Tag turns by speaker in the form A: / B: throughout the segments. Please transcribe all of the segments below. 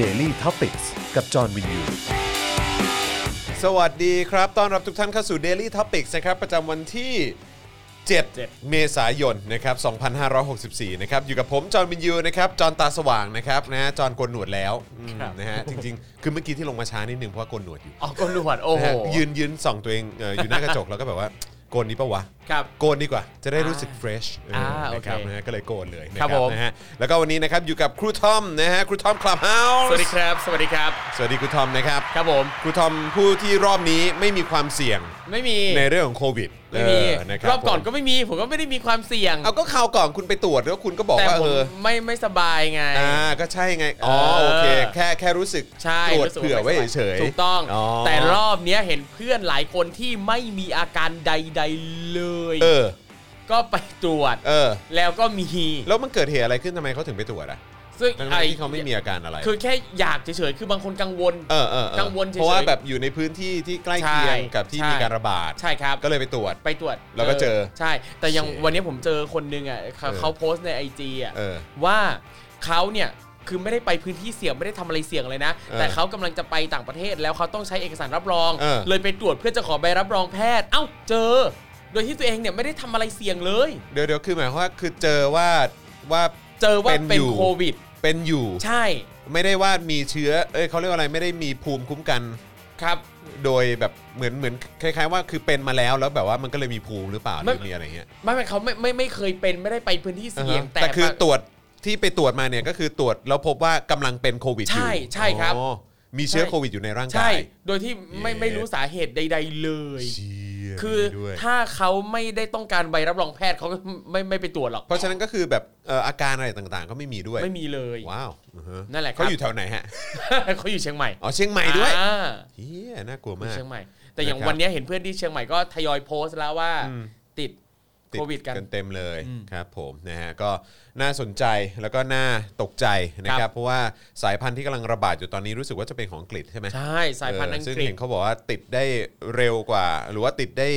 A: Daily t o p i c กกับจอห์นวินยู
B: สวัสดีครับ ต้อนรับทุกท่านเข้าสู่ Daily Topics นะครับ ประจำวันที่ 7 เมษายน นะครับ 2564 นะครับ อยู่กับผม จอห์นบินยู นะครับ จอห์นตาสว่าง นะครับ นะฮะจอห์นโกนหนวดแล้วอืม
C: ครับ
B: นะฮะ จริง ๆ คือเมื่อกี้ที่ลงมาช้านิดนึง เพราะว่าโกนหนวดอยู่
C: อ๋อก้นหนวดโอ้
B: นะ
C: โห
B: ฮะยืนยืนส่องตัวเองเอ่ออยู่หน้ากระจก แล้วก็แบบว่า โกนนี้ปะวะ
C: ครับ
B: โกนดีกว่า จะได้รู้สึก fresh เออ
C: อ่า
B: นะครับ
C: โอเค
B: นะฮะ ก็เลยโกนเลยนะค
C: ครั
B: รับบ
C: ผม
B: นะฮะ แล้วก็วันนี้นะครับ อยู่กับครูทอม นะฮะ ครูทอมคลับเฮา
C: สวัสดี
B: ส์
C: ครับ สวัสดีครับ
B: สวัสดีครูทอมนะครับ
C: ครับผม
B: ครูทอมผู้ที่รอบนี้ไม่มีความเสี่ยง
C: ไม่มี
B: ในเรื่องของโควิด
C: ไม่มี
B: เออนะครั
C: รอบก่อน
B: ผม
C: ก็ไม่มี ผมก็ไม่ได้มีความเสี่ยง
B: เอาก็ข่าวก่อนคุณไปตรวจแล้วคุณก็บอก
C: แต่
B: ว่า
C: ผ
B: เอ
C: ม
B: อ
C: ไม่ไม่สบายไง
B: อ่าก็ใช่ไงอ๋อโอเค
C: เออ
B: แค่แค่รู้สึก
C: ใช่
B: ตรวจ
C: สึกา
B: เผื่อไว้เฉยๆ
C: ถูกต้อง แต่ร
B: อบ
C: อบเนี้ยเห็นเพื่อนหลายคนที่ไม่มีอาการใด ๆเลย
B: เออ
C: ก็ไปตรวจ
B: เออ
C: แล้วก็มี
B: แล้วมันเกิดเหตุอะไรขึ้นทำไมเขาถึงไปตรวจอ่ะ
C: ซึ่ง
B: ทั้ง
C: ไอ้
B: ๆที่เขาไม่มีอาการอะไร
C: คือแค่อยากเฉยๆ คือบางคนกังวล
B: เออเออเออ
C: กังวลเฉยๆ
B: เพราะว่าแบบอยู่ในพื้นที่ที่ใกล้เคียง
C: ใช่
B: กับที่
C: ใช่
B: มีการระบาด
C: ใช่ครับ
B: ก็เลยไปตรวจ
C: ไปตรวจ
B: แล้วก็เจอ
C: ใช่ แต่ยัง
B: เชี่ย
C: วันนี้ผมเจอคนนึงอ่ะเขา
B: เออ
C: เขาโพสต์ในไอจีอ่ะ
B: เออ
C: ว่าเขาเนี่ยคือไม่ได้ไปพื้นที่เสี่ยงไม่ได้ทำอะไรเสี่ยงเลยนะ
B: เออ
C: แต่เขากำลังจะไปต่างประเทศแล้วเขาต้องใช้เอกสารรับรอง
B: เออ
C: เลยไปตรวจเพื่อจะขอใบรับรองแพทย์ เอ้าเจอ โดยที่ตัวเองเนี่ยไม่ได้ทำอะไรเสี่ยงเลย
B: เดี๋ยวเดี๋ยวคือหมายความว่าคือเจอว่าว่า
C: เจอว่า
B: เป็
C: เป็น น
B: อยู่
C: โควิด
B: เป็นอยู่
C: ใช่
B: ไม่ได้ว่ามีเชื้อ เอ้ยเขาเรียกว่าอะไร ไม่ได้มีภูมิคุ้มกัน
C: ครับ
B: โดยแบบเหมือนเหมือนคล้ายๆว่าคือเป็นมาแล้วแล้วแบบว่ามันก็เลยมีภูมิหรือเปล่าห
C: ไม่
B: รือมีอะไรเงี้ย
C: ไม่ไม่เขาไม่ไม่ไม่เคยเป็นไม่ได้ไปพื้นที่
B: อ่า
C: เสี่ยง
B: ฮะ
C: แต่
B: แต่คือ
C: มา
B: ตรวจที่ไปตรวจมาเนี่ยก็คือตรวจแล้วพบว่ากำลังเป็นโควิดอยู่
C: ใช่ใช่ครับ
B: อ๋อมีเชื้อโควิดอยู่ในร่างกา
C: ใช่
B: ย
C: โดยที่ไม่
B: เย้
C: ไม่รู้สาเหตุใด ๆ เลย
B: เชี่ย
C: คือ
B: มีด้วย
C: ถ้าเขาไม่ได้ต้องการใบรับรองแพทย์เขาก็ไม่ไม่ไปตรวจหรอก
B: เพราะฉะนั้นก็คือแบบเอ่ออาการอะไรต่างๆ ก็ไม่มีด้วย
C: ไม่มีเลย
B: ว้าวอือฮะ
C: นั่นแหละค
B: เขา
C: รับ
B: อยู่แถวไหนฮะ
C: เขาอยู่เชียงใหม่
B: อ๋อเชียงใหม่ด้วย
C: อ่า
B: เฮียน่ากลัว
C: ที่
B: มาก
C: เชียงใหม่ แต่อย่าง
B: นะครับ
C: วันเนี้ยเห็นเพื่อนที่เชียงใหม่ก็ทยอยโพสต์แล้วว่า
B: อืม
C: ติด
B: ติด
C: โควิดกัน
B: เต็มเลย
C: อืม
B: ครับผมนะฮะก็น่าสนใจแล้วก็น่าตกใจนะค
C: ครั
B: รับบ เพราะว่าสายพันธุ์ที่กำลังระบาดอยู่ตอนนี้รู้สึกว่าจะเป็นของอังกฤษใช่ไหม
C: ใช่ สายพันธุ์อัง
B: เซึ่ง
C: กฤษ
B: เห็นเขาบอกว่าติดได้เร็วกว่า หรือว่าติดได้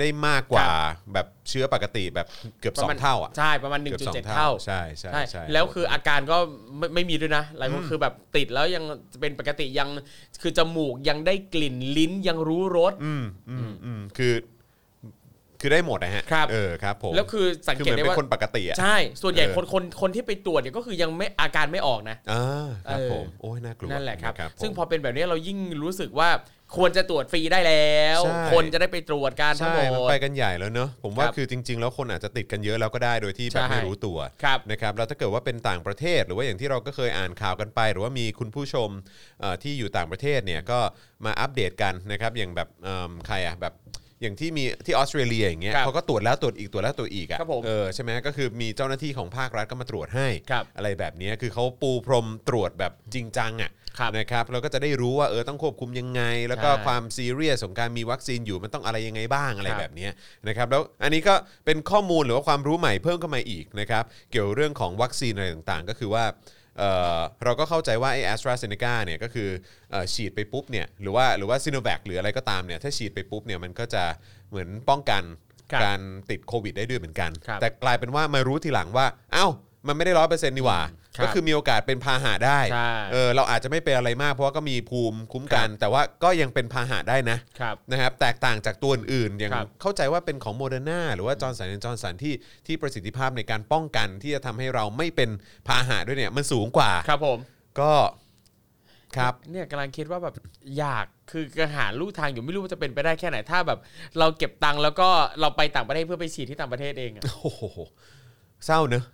B: ได้มากกว่าแบบเชื้อปกติแบบเกือบ
C: ประ
B: สอง
C: มาณ
B: เท่าอ่ะ
C: ใช่ประมาณ
B: เกือบสอง
C: 1.7 เท่า
B: ใช่ใช่
C: ใช่
B: ใช่
C: แล้วคืออาการก็ไม่ไม่มีด้วยนะหลายคนคือแบบติดแล้วยังเป็นปกติยังคือจมูกยังได้กลิ่นลิ้นยังรู้รส
B: อืมอืมอืมคือ คือได้หมดนะฮะ
C: ครับ
B: เออครับผม
C: แล้วคือสัง
B: คือ
C: เก
B: เหมือ
C: ต
B: น
C: ได้
B: เป็น
C: ว่า
B: คนปกติอ่ะ
C: ใช่ ส่วนใหญ่
B: เออ
C: คนคนคนที่ไปตรวจเนี่ยก็คือยังไม่อาการไม่ออกนะ
B: อ่าครับ
C: เออ
B: ผมโอ้ยน่ากลัว
C: นั่นแหละครับ
B: ผม
C: ซึ่งพอเป็นแบบนี้เรายิ่งรู้สึกว่าควรจะตรวจฟรีได้แล้ว
B: ใช่
C: คนจะได้ไปตรวจกันทั้ง
B: ใช่
C: หม
B: มัน
C: ด
B: ไปกันใหญ่แล้วเนอะผมว่า
C: ครับ
B: คือจริง ๆ แล้วคนอาจจะติดกันเยอะแล้วก็ได้โดยที่แบบ
C: ใช่
B: ไม่รู้ตัว
C: ครับ
B: นะครับแล้วถ้าเกิดว่าเป็นต่างประเทศ หรือว่าอย่างที่เราก็เคยอ่านข่าวกันไป หรือว่ามีคุณผู้ชมเอ่อที่อยู่ต่างประเทศเนี่ยก็มาอัปเดตกันนะครับอย่างแบบเอิ่มใครอะแบบอย่างที่มีที่ออสเตรเลียอย่างเงี้ย
C: ครับ
B: เขาก็ตรวจแล้วตรวจอีกตรวจแล้วตรวจอีกอะ
C: ครับผม
B: เออใช่ไหมก็คือมีเจ้าหน้าที่ของภาครัฐก็มาตรวจให้
C: ครับ
B: อะไรแบบเนี้ยคือเขาปูพรมตรวจแบบจริงจังอะ
C: ครับ
B: นะครับแล้วก็จะได้รู้ว่าเออต้องควบคุมยังไง แล้วก็
C: ใช่
B: ความ ความซีเรียสของการมีวัคซีนอยู่มันต้องอะไรยังไงบ้างอะไรแบบเนี้ยนะครับแล้วอันนี้ก็เป็นข้อมูลหรือว่าความรู้ใหม่เพิ่มเข้ามาอีกนะครับเกี่ยวเรื่องของวัคซีนอะไรต่างๆ ก็คือว่าเอ่อเราก็เข้าใจว่าไอ้แอสตราเซเนกาเนี่ยก็คือเอ่อฉีดไปปุ๊บเนี่ยหรือว่าหรือว่าซีโนแวคหรืออะไรก็ตามเนี่ยถ้าฉีดไปปุ๊บเนี่ยมันก็จะเหมือนป้องกัน
C: ครับ
B: การติดโควิดได้ด้วยเหมือนกัน
C: ครับ
B: แต่กลายเป็นว่ามารู้ทีหลังว่าเอ้ามันไม่ได้ร้อยเปอร์เซ็นต์นี่หว่า
C: ครับ
B: ก็คือมีโอกาสเป็นพาหะได้
C: ใช่
B: เออเราอาจจะไม่เป็นอะไรมากเพราะว่าก็มีภูมิคุ้มกัน แต่ว่าก็ยังเป็นพาหะได้นะ
C: ครับ
B: นะครับแตกต่างจากตัวอื่นๆอย่าง
C: ครับ
B: เข้าใจว่าเป็นของโมเดอร์นาหรือว่าจอร์นสันจอร์นสันที่ที่ประสิทธิภาพในการป้องกันที่จะทำให้เราไม่เป็นพาหะด้วยเนี่ย มันสูงกว่า
C: ครับผม
B: ก็ครับ
C: เนี่ยกำลังคิดว่าแบบอยากคือกระหาลู่ทางอยู่ไม่รู้ว่าจะเป็นไปได้แค่ไหนถ้าแบบ เราเก็บตังค์แล้วก็เราไปต่างประเทศเพื่อไปฉีดที่ต่างประเทศเองอะ
B: โอ้โหเศร้าเนอะ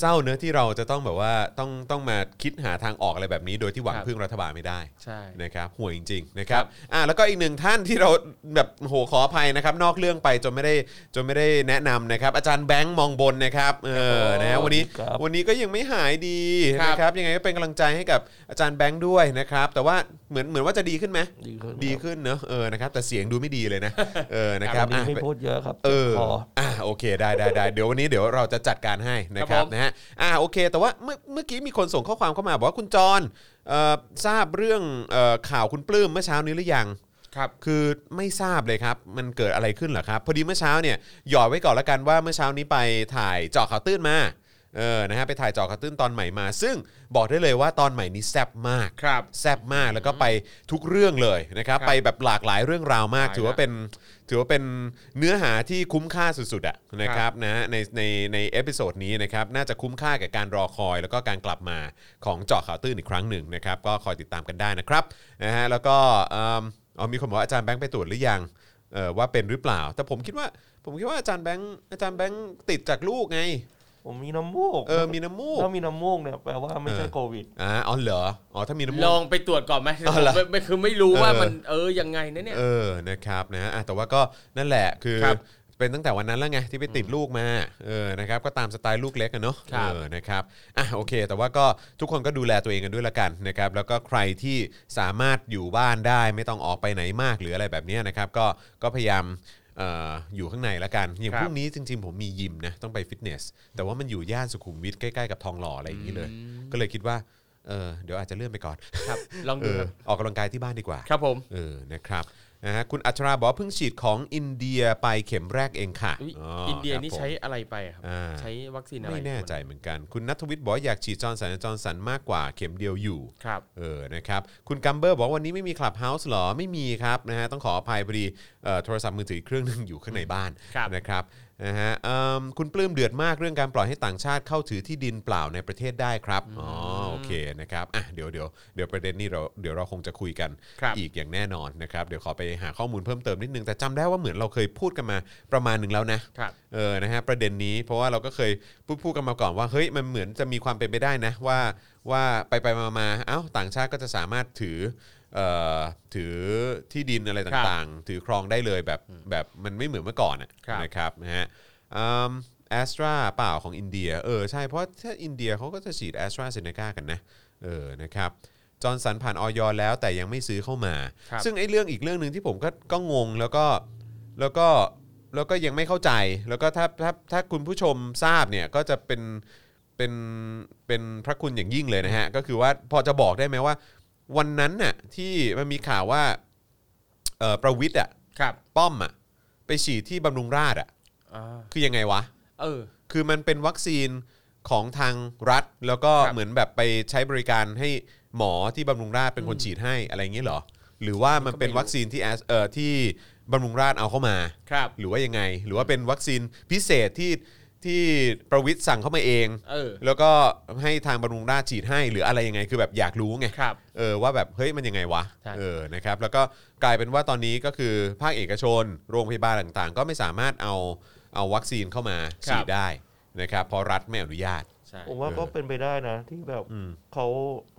B: เศร้าเนอะที่เราจะต้องแบบว่าต้องต้องมาคิดหาทางออกอะไรแบบนี้ โดยที่หวัง
C: ครับ
B: พึ่งรัฐบาลไม่ได้
C: ใช่
B: นะครับห่วยจริงๆนะครับ
C: ครับ
B: อ่าแล้วก็อีกหนึ่งท่านที่เราแบบโหขออภัยนะครับ นอกเรื่องไปจนไม่ได้จนไม่ได้แนะนำนะครับ อาจารย์แบงค์มองบนนะครับเออนะวันนี้วันนี้ก็ยังไม่หายดี
C: ครับ
B: นะครับยังไงก็เป็นกำลังใจให้กับอาจารย์แบงค์ด้วยนะครับ แต่ว่าเหมือนเหมือนว่าจะดีขึ้นไหม
D: ดีขึ้น
B: ดีขึ้นเนอะเออนะครับแต่เสียงดูไม่ดี เลยนะเออนะค
D: ค
B: รั
D: รั
B: บบ
D: วันนี้
B: อ่ะ
D: ไม่พูดเยอะครับ
B: เออ
D: พอ
B: อ่า โอเค ได้ได้ได้ เดี๋ยววันนี้เดี๋ยวเราจะจัดการให้นะครั
C: ครับ บผม
B: นะฮะ อ่า โอเค แต่ว่าเมื่อเมื่อกี้มีคนส่งข้อความเข้ามา บอกว่าคุณจรเอ่อทราบเรื่องเอ่อข่าวคุณปลื้มเมื่อเช้านี้หรือยัง
C: ครับ
B: คือไม่ทราบเลยครับ มันเกิดอะไรขึ้นเหรอครับ พอดีเมื่อเช้าเนี่ย หยอดไว้ก่อนละกันว่าเมื่อเช้านี้ไปถ่ายเจาะข่าวตื้นมา เออนะฮะไปถ่ายเจอข่าวตื้นตอนใหม่มา ซึ่งบอกได้เลยว่าตอนใหม่นี้แซ่บมาก
C: ครับ
B: แซ่บมากแล้วก็ไปทุกเรื่องเลยนะครับ
C: ครับ
B: ไปแบบหลากหลายเรื่องราวมาก
C: หลาย
B: ถือว่าเป็นถือว่าเป็นเนื้อหาที่คุ้มค่าสุดๆอะนะค
C: ครั
B: รับบ นะฮะในในในเอพิโซดนี้นะครับน่าจะคุ้มค่ากับการรอคอย แล้วก็การกลับมาของเจาะข่าวตื้นอีกครั้งหนึ่งนะครับก็คอยติดตามกันได้นะครับนะฮะแล้วก็เอิ่มอ๋อมีคนบอกว่าอาจารย์แบงค์ไปตรวจหรือยังเออว่าเป็นหรือเปล่า แต่ผมคิดว่าผมคิดว่าอาจารย์แบงค์อาจารย์แบงค์ติดจากลูกไง
D: ผมมีน้ำมูก
B: เออ มีน้ำมูก
D: ถ้ามีน้ำมูกเนี่ยแปลว่าไม่ใช่
B: เออ
D: โควิด
B: อ่าอ๋อเหรอ อ๋อ ถ้ามีน้ำมู
C: ลอก งไปตรวจก่อนไหม
B: เอาล่ะ
C: ไม่ไม่คือไม่รู้ว่า
B: เออ
C: มันเออยังไงนะเนี่ย
B: เออ นะครับ นะอ่ะแต่ว่าก็นั่นแหละ คือ
C: ครับ
B: เป็นตั้งแต่วันนั้นแล้วไงที่ไปติดลูกมา เออ นะครับ ก็ตามสไตล์ลูกเล็กกันเนาะ
C: ครับ
B: เออ นะครับ อ่ะ โอเค แต่ว่าก็ทุกคนก็ดูแลตัวเองกันด้วยละกันนะครับ แล้วก็ใครที่สามารถอยู่บ้านได้ไม่ต้องออกไปไหนมากหรืออะไรแบบเนี้ยนะครับ ก็ ก็พยายามเอ่ออยู่ข้างในละกัน อย่าง
C: ครับ
B: พรุ่งนี้จริงๆผมมียิมนะ ต้องไปฟิตเนส แต่ว่ามันอยู่ย่านสุขุมวิทใกล้ๆกับทองหล่ออะไรอย่างนี้เลย
C: อืม
B: ก็เลยคิดว่า เออ เดี๋ยวอาจจะเลื่อนไปก่อน
C: ครับ ลอง
B: เอ
C: ดู
B: อ
C: ครับ
B: ออกกำลังกายที่บ้านดีกว่า
C: ครับผม
B: เออ นะครับ นะฮะ คุณอัชราบอกว่าเพิ่งฉีดของอินเดียไปเข็มแรกเองค่ะ
C: อุ๊ย
B: อิ
C: อินเดียนี่ใช้อะไรไปอะครับ
B: อ่า
C: ใช้วัคซีนอะไร
B: ไม่แน่ใจเหมือนกัน คุณนัทวิทย์บอกว่าอยากฉีดจอร์นสันจอร์นสันมากกว่าเข็มเดียวอยู่
C: ครับ
B: เออ นะครับ คุณกัมเบอร์บอกว่าวันนี้ไม่มีคลับเฮาส์หรอ ไม่มีครับ นะฮะ ต้องขออภัยพอดีเอ่อโทรศัพท์มือถืออีกเครื่องหนึงอยู่ข้างในบ้าน
C: ครับ
B: นะครับ นะฮะเอิ่มคุณปลื้มเดือดมากเรื่องการปล่อยให้ต่างชาติเข้าถือที่ดินเปล่าในประเทศได้ครับ อ๋อ โอเค นะครับ อ่ะ เดี๋ยวเดี๋ยวเดี๋ยวประเด็นนี้เรา เดี๋ยวเราคงจะคุยกัน
C: ครับ
B: อีกอย่างแน่นอนนะครับ เดี๋ยวขอไปหาข้อมูลเพิ่มเติมนิดนึง แต่จำได้ว่าเหมือนเราเคยพูดกันมาประมาณหนึ่งแล้วนะ
C: ครับ
B: เออ นะฮะ ประเด็นนี้ เพราะว่าเราก็เคยพูดพูดกันมาก่อนว่า เฮ้ย มันเหมือนจะมีความเป็นไปได้นะ ว่าว่าไปไปมามาเอ้า ต่างชาติก็จะสามารถถือเอ่อถือที่ดินอะไรต่างๆ ถือครองได้เลยแบบแบบมันไม่เหมือนเมื่อก่อนอะ
C: ครับ
B: นะครับ นะฮะแอสตราเปล่าของอินเดีย เออ ใช่ เพราะถ้าอินเดียเขาก็จะฉีดแอสตราเซเนกากันนะ เออ นะครับ จอร์นสันผ่านออยแล้วแต่ยังไม่ซื้อเข้ามา
C: ครับ
B: ซึ่งไอ้เรื่องอีกเรื่องหนึ่งที่ผมก็ก็งงแล้วก็แล้วก็แล้วก็ยังไม่เข้าใจแล้วก็ถ้าถ้าถ้าคุณผู้ชมทราบเนี่ยก็จะเป็นเป็นเป็นพระคุณอย่างยิ่งเลยนะฮะ ก็คือว่าพอจะบอกได้ไหมว่า วันนั้นน่ะที่มันมีข่าวว่าเอ่อประวิทย์อ่ะ
C: ครับ
B: ป้อมอ่ะไปฉีดที่บำรุงราษฎร์อ่ะ
C: อ่า
B: คือยังไงวะ
C: เออ
B: คือมันเป็นวัคซีนของทางรัฐ แล้วก็
C: ครับ
B: เหมือนแบบไปใช้บริการให้หมอที่บำรุงราษฎร์เป็นคนฉีดให้อะไรอย่างนี้เหรอ หรือว่ามันเป็นวัคซีนที่แอสเอ่อที่บำรุงราษฎร์เอาเข้ามา
C: ครับ
B: หรือว่ายังไง หรือว่าเป็นวัคซีนพิเศษที่ที่ประวิทย์สั่งเข้ามาเอง
C: เออ
B: แล้วก็ให้ทางบำรุงราษฎร์ฉีดให้หรืออะไรยังไงคือแบบอยากรู้ไง
C: ครับ
B: เออว่าแบบเฮ้ยมันยังไงวะ
C: ใช่
B: เออนะครับแล้วก็กลายเป็นว่าตอนนี้ก็คือภาคเอกชน โรงพยาบาลต่างๆ ก็ไม่สามารถเอาเอาวัคซีนเข้ามา
C: ครับ
B: ฉีดได้นะครับเพราะรัฐไม่อนุญาต
C: ใช่
D: ผมว่าก็
B: เออ
D: เป็นไปได้นะ ที่แบบ
B: อืม
D: เขา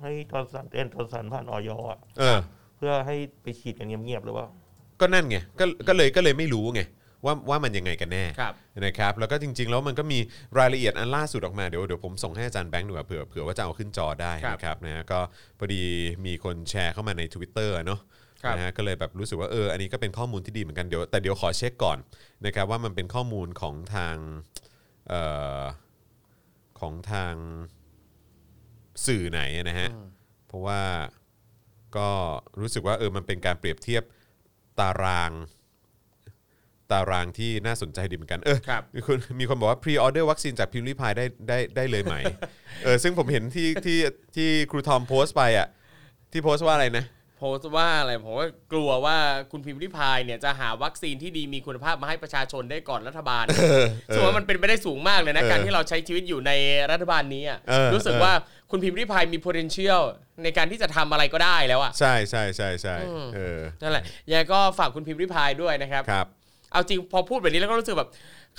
D: ให้จอร์นสันเอ็นจอร์นสันผ่านออยอะ
B: เออ
D: เพื่อให้ไปฉีดกันเงียบๆหรือว่า
B: ก็นั่นไงก็ก็เลยก็เลยไม่รู้ไงว่าว่ามันยังไงกันแน่
C: ครับ
B: นะครับแล้วก็จริง ๆ แล้วมันก็มีรายละเอียดอันล่าสุดออกมาเดี๋ยวเดี๋ยวผมส่งให้อาจารย์แบงค์ดูเผื่อเผื่อว่าจะเอาขึ้นจอได้
C: ครับ
B: นะครับนะฮะก็พอดีมีคนแชร์เข้ามาใน Twitter เนาะ
C: ครับ
B: นะฮะก็เลยแบบรู้สึกว่าเอออันนี้ก็เป็นข้อมูลที่ดีเหมือนกันเดี๋ยวแต่เดี๋ยวขอเช็คก่อนนะครับว่ามันเป็นข้อมูลของทางเอ่อของทางสื่อไหนนะฮะเพราะว่าก็รู้สึกว่าเออมันเป็นการเปรียบเทียบตาราง ตารางที่น่าสนใจดีเหมือนกันเออ
C: ครับ
B: มีคนมีคนบอกว่าพรีออเดอร์วัคซีนจากพิมพ์ริพายได้ได้ได้เลยไหม เออซึ่งผมเห็นที่ที่ที่ครูทอมโพสต์ไปอ่ะที่โพสต์ว่าอะไรนะ
C: โพสต์ว่าอะไรผมว่ากลัวว่าคุณพิมพ์ริพายเนี่ยจะหาวัคซีนที่ดีมีคุณภาพมาให้ประชาชนได้ก่อนรัฐบาลส่วนว่ามันเป็นไปได้สูงมากเลยนะ
B: เออ
C: การที่เราใช้ชีวิตอยู่ในรัฐบาลนี้อะ
B: เออ
C: รู้สึก
B: เออ
C: ว่าคุณพิมพ์ริพายมี potential ในการที่จะทำอะไรก็ได้แล้วอะ
B: ใช่ใช่ใช่ใช่เออ
C: นั่นแหละยังไงก็ฝากคุณพิมพ์ริพายด้วยนะครับ
B: ครับ
C: เอาจริงพอพูดแบบนี้แล้วก็รู้สึกแบบ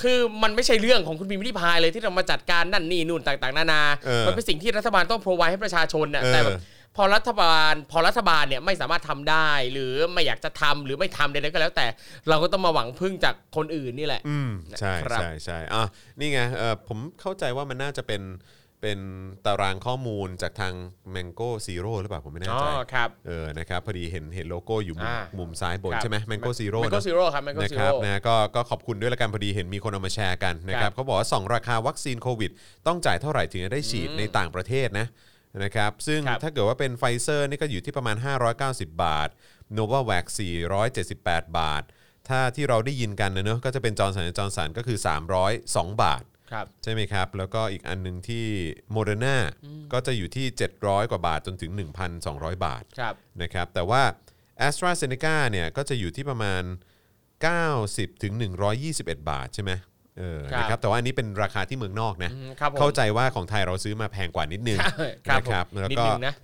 C: คือมันไม่ใช่เรื่องของคุณพิมพ์ริพายเลยที่เรามาจัดการนั่นนี่นู่นต่างๆ นานา
B: เออ
C: มันเป็นสิ่งที่รัฐบาลต้องพรไวให้ประชาชนน่ะ
B: เออ
C: แต่แบบพอรัฐบาล พอรัฐบาลเนี่ยไม่สามารถทำได้ หรือไม่อยากจะทำหรือไม่ทำใดๆก็แล้วแต่ เราก็ต้องมาหวังพึ่งจากคนอื่นนี่แหละ
B: อืมใช่
C: นะครับ
B: ใช่ใช่อ่ะนี่ไงเออผมเข้าใจว่ามันน่าจะเป็นเป็นตารางข้อมูลจากทาง Mango Zero หรือเปล่าผมไม่แน่
C: อ๋
B: ใจ
C: อครับ
B: เออนะครับพอดีเห็นเห็นโลโก้อยู่มุม
C: อ่า
B: มุมซ้ายบน
C: ครับ
B: ใช่ไหม Mango Zero
C: มัน
B: เน
C: ก็
B: อะ
C: ซีโร่ครับมันก็
B: นะ
C: ซี
B: ครับ
C: โร่
B: นะก็ก็ขอบคุณด้วยละกันพอดีเห็นมีคนเอามาแชร์กันนะค
C: ค
B: รั
C: รั
B: บบ เขาบอกว่าสองราคาวัคซีนโควิด ต้องจ่ายเท่าไหร่ถึงจะได้ฉีด
C: อืม
B: ในต่างประเทศนะนะครับซึ่ง
C: ครับ
B: ถ้าเกิดว่าเป็นไฟเซอร์นี่ก็อยู่ที่ประมาณ 590 บาท n o v a v a x 478 บาท ถ้าที่เราได้ยินกันนะเนอะก็จะเป็นจอร์นสันจอร์นสันก็คือ 302 บาท
C: ครับ
B: ใช่ไหมครับ แล้วก็อีกอันหนึ่งที่โมเดอร์นาก็จะอยู่ที่ 700 กว่าบาทจนถึง 1,200 บาท
C: ครับ
B: นะครับแต่ว่า a s t r a z เซ e c a เนี่ยก็จะอยู่ที่ประมาณ 90ถึง121 บาทใช่ไหมเออ
C: ครับ
B: นะครับแต่ว่าอันนี้เป็นราคาที่เมืองนอกนะ
C: อืมครับผม
B: เข้าใจว่าของไทยเราซื้อมาแพงกว่านิดนึง
C: ครับ
B: นะครับ
C: ผม
B: แล้ว
C: นิด
B: ก็
C: นึงนะ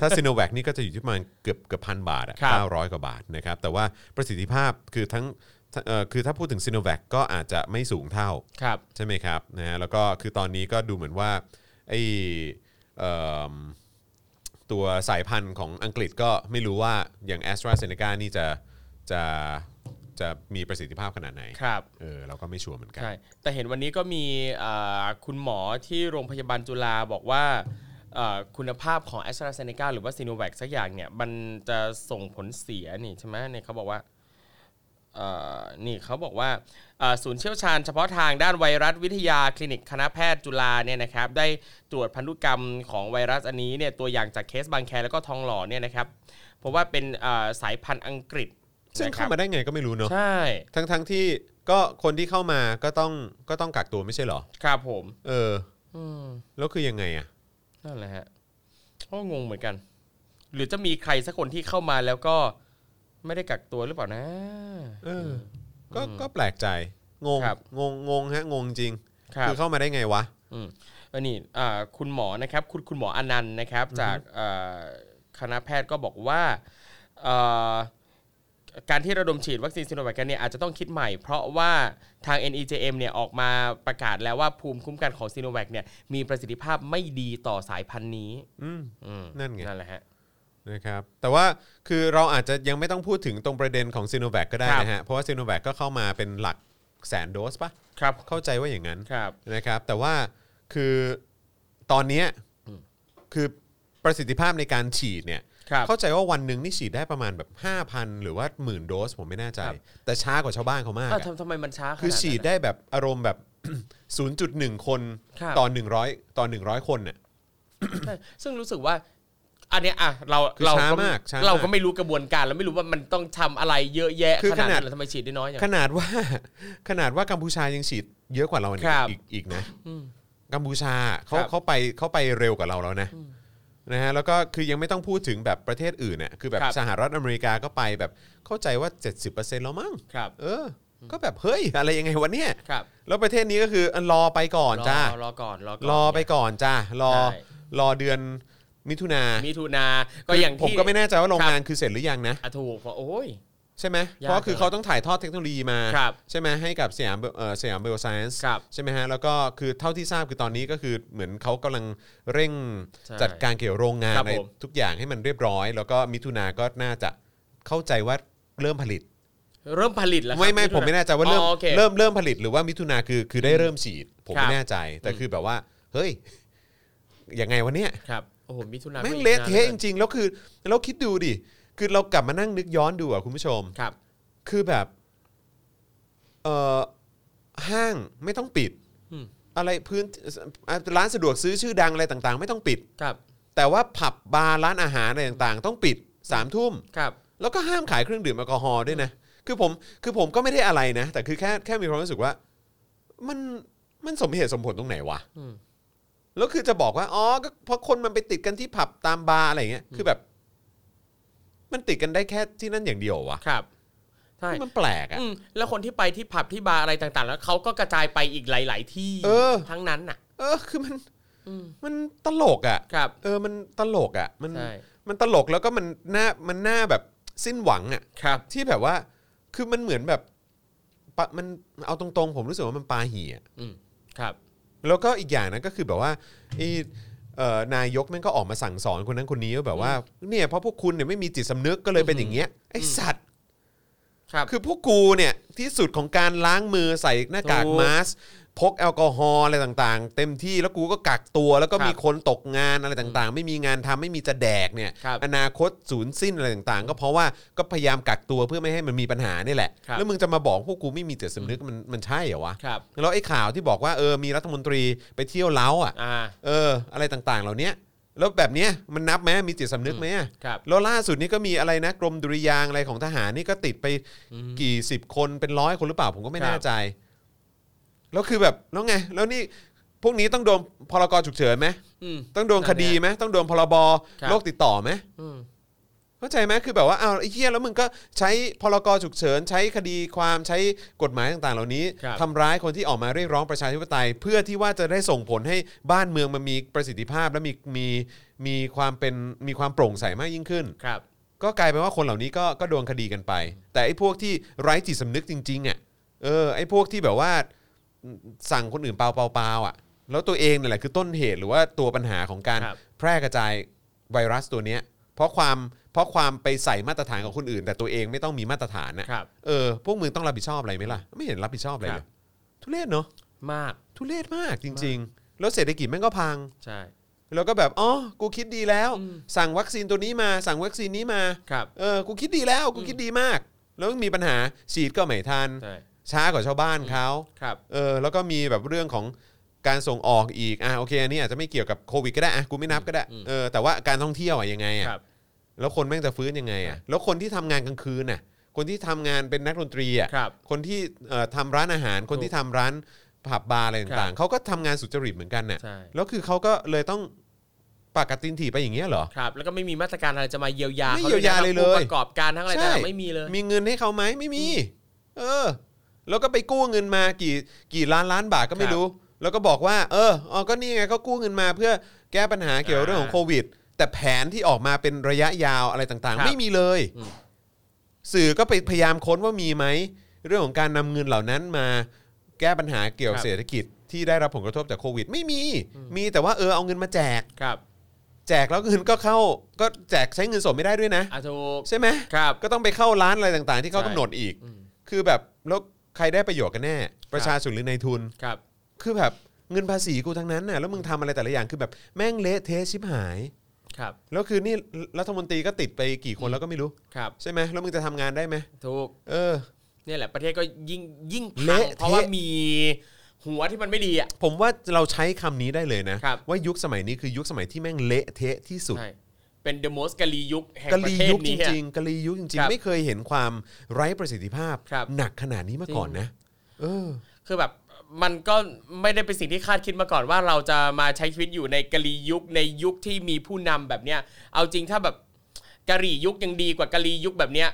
B: ถ้าซีโนแวคนี่ก็จะอยู่ที่ประมาณเกือบเกือบพันบาทอะ
C: ครับ
B: เก้าร้อยกว่าบาทนะครับแต่ว่าประสิทธิภาพคือทั้งเอ่อคือถ้าพูดถึงซีโนแวคก็อาจจะไม่สูงเท่า
C: ครับ
B: ใช่ไหมครับนะฮะแล้วก็คือตอนนี้ก็ดูเหมือนว่าไอเอิ่มตัวสายพันธุ์ของอังกฤษก็ไม่รู้ว่าอย่าง a s t r a z เซ e c a นี่จะจะจะมีประสิทธิภาพขนาดไหน
C: ครับ
B: เออเราก็ไม่ชัวร์เหมือนกัน
C: ใช่ แต่เห็นวันนี้ก็มีเอ่อคุณหมอที่โรงพยาบาลจุฬาบอกว่าเอ่อคุณภาพของแอสตราเซเนกาหรือว่าซีโนแวคสักอย่างเนี่ย มันจะส่งผลเสียนี่ใช่ไหมเนี่ยเขาบอกว่าเอ่อนี่เขาบอกว่าเอ่อศูนย์เชี่ยวชาญเฉพาะทางด้านไวรัสวิทยาคลินิกคณะแพทย์จุฬาเนี่ยนะครับ ได้ตรวจพันธุกรรมของไวรัสอันนี้เนี่ยตัวอย่างจากเคสบางแคแล้วก็ทองหล่อเนี่ยนะครับเพราะว่าเป็นเอ่อสายพันธุ์อังกฤษ
B: ซึ่ง
C: นะค
B: เข้า
C: รับ
B: มาได้ไงก็ไม่รู้เนอะ
C: ใช่
B: ทั้งทั้งที่ก็คนที่เข้ามาก็ต้องก็ต้องกักตัวไม่ใช่เหรอ
C: ครับผม
B: เออ
C: อืม
B: แล้วคือยังไงอ่ะ
C: นั่นแหละฮะก็งงเหมือนกัน หรือจะมีใครสักคนที่เข้ามาแล้วก็ไม่ได้กักตัวหรือเปล่านะ
B: เออ ก็ก็แปลกใจ งง
C: ครับ
B: งงงงฮะ งงจริง
C: ครับ
B: คือเข้ามาได้ไงวะ
C: อันนี้อ่าคุณหมอนะครับ คุณคุณหมออนันต์นะครับ จากเอ่อคณะแพทย์ก็บอกว่าเอ่อการที่ระดมฉีดวัคซีนซิโนแวคกันเนี่ยอาจจะต้องคิดใหม่ เพราะว่าทาง NEJM เนี่ยออกมาประกาศแล้วว่าภูมิคุ้มกันของซิโนแวคเนี่ยมีประสิทธิภาพไม่ดีต่อสายพันธุ์นี้
B: อืม
C: อืม
B: นั่นไง
C: นั่นแหละฮะ
B: นะครับ แต่ว่าคือเราอาจจะยังไม่ต้องพูดถึงตรงประเด็นของซีโนแวคก็ได้
C: ครับ
B: นะฮะ เพราะว่าซีโนแวคก็เข้ามาเป็นหลักแสนโดสปะ
C: ครับ
B: เข้าใจว่าอย่างนั้น
C: ครับ
B: นะครับ แต่ว่าคือตอนเนี้ยคือประสิทธิภาพในการฉีดเนี่ย
C: ครับ
B: เข้าใจว่าวันหนึ่งนี่ฉีดได้ประมาณแบบ 5,000 หรือว่าหมื่นโดสผมไม่แน่ใจ
C: ครับ
B: แต่ช้ากว่าชาวบ้านเขามาก
C: อ้าว
B: อะ
C: ทำทำไมมันช้าขนาด
B: คือ
C: นั้น
B: ฉีด
C: น่ะ
B: ได้แบบอารมณ์แบบ 0.1 คน
C: ครับ
B: ต่อ 100ต่อ100 คนเนี่ย
C: ใช่ซึ่งรู้สึกว่า อันเนี้ยอ่ะเรา
B: คือ
C: เรา
B: ช้า
C: ก็
B: มากช้ามาก
C: เราก็ไม่รู้กระบวนการเราไม่รู้ว่ามันต้องทำอะไรเยอะแยะ
B: คือ
C: ขนา
B: ขนา
C: ดนั้
B: ด
C: นแล้วทำไมฉีดได้น้อยอย่าง
B: ข
C: นั้น
B: นาดว่า ขนาดว่ากัมพูชายังฉีดเยอะกว่าเราอีก
C: ครับ
B: อีกอีกนะกัมพูชาเขา
C: ครับ
B: เขาไปเขาไปเร็วกว่าเราแล้วนะนะฮะแล้วก็คือยังไม่ต้องพูดถึงแบบประเทศอื่นเนี่ยคือแบบสหรัฐอเมริกาก็ไปแบบเข้าใจว่า 70%แล้วมั้ง
C: ครับ
B: เออ ก็แบบเฮ้ยอะไรยังไงวะเนี่ย
C: ครับ
B: แล้วประเทศนี้ก็คืออ่ะรอไปก่อนจ้าร
C: อก่อนรอก่อน
B: รอไปก่อนจ้า รอ
C: ใช่
B: รอเดือนมิถุนา
C: มิถุนาก็อย่าง
B: ผม
C: ที่
B: ก็ไม่แน่ใจว่าโรง
C: ครับ
B: งานคือเสร็จหรือยังนะ
C: อ่ะถูกเพราะโอ้ย
B: ใช่ไหม
C: ยาก
B: เพราะคือเขาต้องถ่ายทอดเทคโนโลยีมา
C: ครับ
B: ใช่ไหมให้กับสยามเอ่อสยามเบลไซเอนซ์
C: ครับ
B: ใช่ไหมฮะแล้วก็คือเท่าที่ทราบคือตอนนี้ก็คือเหมือนเขากำลังเร่ง
C: ใช่
B: จัดการเกี่ยวโรงงาน
C: ครับ
B: ใน
C: ผม
B: ทุกอย่างให้มันเรียบร้อย แล้วก็มิถุนาก็น่าจะเข้าใจว่าเริ่มผลิต
C: เริ่มผลิตแล้วครับ
B: ไม่ไม่
C: ถุ
B: ผมไม่แน่ใจว่าเริ่ม
C: อ๋อโอค
B: เริ่มเริ่มผลิตหรือว่ามิถุนาคือคือได้เริ่มฉีด ผม
C: ครับ
B: ไม่แน่ใจ แต่คือแบบว่า เฮ้ยยังไงวะเนี่ย
C: ครับโอ้โหมิถุนา
B: แม่ง
C: ก็อีก
B: เละ
C: นาน
B: เทะจ
C: หมือนกัน
B: ริงๆแล้วคือแล้วคิดดูดิคือเรากลับมานั่งนึกย้อนดูอ่ะคุณผู้ชม
C: ครับ
B: คือแบบเอ่อห้างไม่ต้องปิด
C: อืม
B: อะไรพื้นอ่ะร้านสะดวกซื้อชื่อดังอะไรต่างๆ ไม่ต้องปิด
C: ครับ
B: แต่ว่าผับบาร์ร้านอาหารอะไรต่างๆ ต้องปิดสามทุ่ม
C: ครับ
B: แล้วก็ห้ามขายเครื่องดื่มแอลกอฮอล์ด้วยนะ คือผม คือผมก็ไม่ได้อะไรนะ แต่คือแค่แค่มีความรู้สึกว่า มัน มันสมเหตุสมผลตรงไหนวะ
C: อืม
B: แล้วคือจะบอกว่า อ๋อ ก็เพราะคนมันไปติดกันที่ผับตามบาร์อะไรอย่างเงี้ย คือแบบ มันติดกันได้แค่ที่นั่นอย่างเดียวเหรอวะ
C: ครับใช่
B: มันแปลกอะ
C: อืมแล้วคนที่ไปที่ผับที่บาร์อะไรต่าง ๆ แล้วเขาก็กระจายไปอีกหลาย ๆ ที่
B: เออ
C: ทั้งนั้นน่ะ
B: เออ คือมัน
C: อืม
B: มันตลกอะ
C: ครับ
B: เออ มันตลกอะมัน
C: ใช่
B: มันตลกแล้วก็มันหน้า มันหน้าแบบสิ้นหวังอะ
C: ครับ
B: ที่แบบว่า คือมันเหมือนแบบปะมัน เอาตรงๆ ผมรู้สึกว่ามันปาหี่อะ
C: อืมครับ
B: แล้วก็อีกอย่างนะก็คือแบบว่าไอ้เอ่อนายกแม่งก็ออกมาสั่งสอนคนนั้นคนนี้ว่าแบบว่าเนี่ยเพราะพวกคุณเนี่ยไม่มีจิตสำนึกก็เลยเป็นอย่างเงี้ยไอ้สัตว์
C: ครับ
B: คือพวกกูเนี่ยที่สุดของการล้างมือใส่หน้ากาก
C: ถูก
B: มาสก์พกแอลกอฮอล์อะไรต่างๆ เต็มที่แล้วกูก็กักตัว แล้วก็
C: ครับ
B: มีคนตกงานอะไรต่างๆ ไม่มีงานทำไม่มีจะแดกเนี่ย
C: ครับ
B: อนาคตศูนย์สิ้นอะไรต่างๆ ก็เพราะว่าก็พยายามกักตัวเพื่อไม่ให้มันมีปัญหานี่แหละ
C: ครับ
B: แล้วมึงจะมาบอกพวกกูไม่มีจิตสำนึกมันมันใช่เหรอวะ
C: ครับ
B: แล้วไอ้ข่าวที่บอกว่าเออมีรัฐมนตรีไปเที่ยวเล้าอ่ะ
C: อ่า
B: เออ อะไรต่างๆ เหล่าเนี้ยแล้วแบบเนี้ยมันนับไหมมีจิตสำนึกไหมอะ
C: ครับ
B: แล้วล่าสุดนี้ก็มีอะไรนะกรมดุริยางค์อะไรของทหารนี่ก็ติดไปกี่สิบคนเป็นร้อยคนหรือเปล่าผมก็ไม่
C: ครับ
B: แน่ใจ แล้วคือแบบแล้วไง แล้วนี่พวกนี้ต้องโดนพรกฉุกเฉินไหม
C: อืม
B: ต้องโดนคดีไหมต้องโดนพรบ
C: ครับ
B: โรคติดต่อไหม
C: อืม
B: เข้าใจไหมคือแบบว่าอ้าวไอ้เหี้ยแล้วมึงก็ใช้พรกฉุกเฉิน ใช้คดีความใช้กฎหมายต่างๆ เหล่านี้
C: ครับ
B: ทำร้ายคนที่ออกมาเรียกร้องประชาธิปไตย เพื่อที่ว่าจะได้ส่งผลให้บ้านเมืองมันมีประสิทธิภาพและมีมีมีความเป็นมีความโปร่งใสมากยิ่งขึ้น
C: ครับ
B: ก็กลายเป็นว่าคนเหล่านี้ก็ก็โดนคดีกันไป แต่ไอ้พวกที่ไร้จิตสำนึกจริงๆอ่ะเออไอ้พวกที่แบบว่าสั่งคนอื่นเปล่าเปล่าเปล่าอ่ะ แล้วตัวเองนั่นแหละคือต้นเหตุหรือว่าตัวปัญหาของการ
C: ครับ
B: แพร่กระจายไวรัสตัวเนี้ย เพราะความเพราะความไปใส่มาตรฐานของคนอื่น แต่ตัวเองไม่ต้องมีมาตรฐานน่ะ
C: ครับ
B: เออพวกมึงต้องรับผิดชอบอะไรไหมล่ะ ไม่เห็นรับผิดชอบอะไรเล
C: ครั
B: ย
C: บ
B: ทุเรศเนาะ
C: มาก
B: ทุเรศมากจริง ๆ แล้วเศรษฐกิจแม่งก็พัง
C: ใช่
B: แล้วก็แบบอ๋อกูคิดดีแล้ว
C: อืม
B: สั่งวัคซีนตัวนี้มาสั่งวัคซีนนี้มา
C: ครับ
B: เออ กูคิดดีแล้ว กูคิดดีมาก แล้วมีปัญหาฉีดก็ไม่ทัน
C: ใช่
B: ช้ากว่าชาวบ้านเขา
C: ครับ
B: เออ แล้วก็มีแบบเรื่องของการส่งออกอีก อ่ะโอเค อันนี้อาจจะไม่เกี่ยวกับโควิดก็ได้ อ่ะ กูไม่นับก็ได้
C: อืม
B: เออ แต่ว่าการท่องเที่ยวอ่ะยังไงอ่ะ
C: ครับ
B: แล้วคนแม่งจะฟื้นยังไงอ่ะ แล้วคนที่ทำงานกลางคืนน่ะ คนที่ทำงานเป็นนักดนตรีอ่ะ
C: ครับ
B: คนที่เอ่อทำร้านอาหาร คนที่ทำร้านผับบาร์อะไรต่างๆ เขาก็ทำงานสุจริตเหมือนกันน่ะ
C: ใช่
B: แล้วคือเขาก็เลยต้องปากกัดตินถีบไปอย่างเงี้ยเหรอ
C: ครับ แล้วก็ไม่มีมาตรการอะไรจะมาเยียวยา
B: ไม่เยียวยา
C: ข
B: เลย
C: นะ
B: เลย
C: ผู้ประกอบการทั้งอะไร
B: ใช่
C: แต่างๆไม่มีเลย
B: มีเงินให้เขาไหมไม่มี เออ แล้วก็ไปกู้เงินมากี่กี่ล้านล้านบาทก็ไม่
C: ครับ
B: รู้ แล้วก็บอกว่า เอออ๋อก็นี่ไงก็กู้เงินมาเพื่อแก้ปัญหาเกี่ยวกับเรื่องของโควิด แต่แผนที่ออกมาเป็นระยะยาวอะไรต่าง
C: ค
B: ๆ
C: รับ
B: ไม่มีเลย
C: อืม
B: สื่อก็ไปพยายามค้นว่ามีไหมเรื่องของการนำเงินเหล่านั้นมา แก้ปัญหาเกี่ยวกับเศรษฐกิจที่ได้รับผลกระทบจากโควิด ไม่มี มีแต่ว่าเออเอาเงินมาแจก
C: ครับ
B: แจกแล้วเงินก็เข้า ก็แจกใช้เงินสดไม่ได้ด้วยนะ
C: อาถูก
B: ใช่ไหม
C: ครับ
B: ก็ต้องไปเข้าร้านอะไรต่างๆ ที่เขา
C: ใช่
B: กำหนดอีก
C: อืม
B: คือแบบแล้วใครได้ประโยชน์กันแน่ ประชาชนหรือในายทุน
C: ครับ
B: คือแบบเงินภาษีกูทั้งนั้นน่ะแล้วมึงทำอะไรแต่ละอย่างคือแบบแม่งเละเทะชิบหาย
C: ครับ
B: แล้วคือนี่รัฐมนตรีก็ติดไปกี่คนแล้วก็ไม่รู้
C: ครับ
B: ใช่ไหมแล้วมึงจะทำงานได้ไหม
C: ถูก
B: เออ
C: เนี่ยแหละประเทศก็ยิ่งยิ่งพั
B: เละ
C: ง
B: เทะ
C: เพราะว่ามีหัวที่มันไม่ดีอ่ะ
B: ผมว่าเราใช้คำนี้ได้เลยนะ
C: ครับ
B: ว่ายุคสมัยนี้คือยุคสมัยที่แม่งเละเทะที่สุด
C: ใช่เป็น the most กะลียุคแห่ง
B: กะ
C: ประ
B: ลี
C: เทศ
B: ยุคจ
C: นี้อะ
B: ริงๆกะลียุคจริง
C: ครั
B: ๆ
C: บ
B: ไม่เคยเห็นความไร้ประสิทธิภาพ
C: ครับ
B: หนักขนาดนี้มาก่อน
C: จริง
B: นะ เออ
C: คือแบบมันก็ไม่ได้เป็นสิ่งที่คาดคิดมาก่อนว่าเราจะมาใช้ชีวิตอยู่ในกะลียุคในยุคที่มีผู้นำแบบเนี้ย เอาจริงถ้าแบบกะหรี่ยุคยังดีกว่ากะลียุคแบบเนี้ย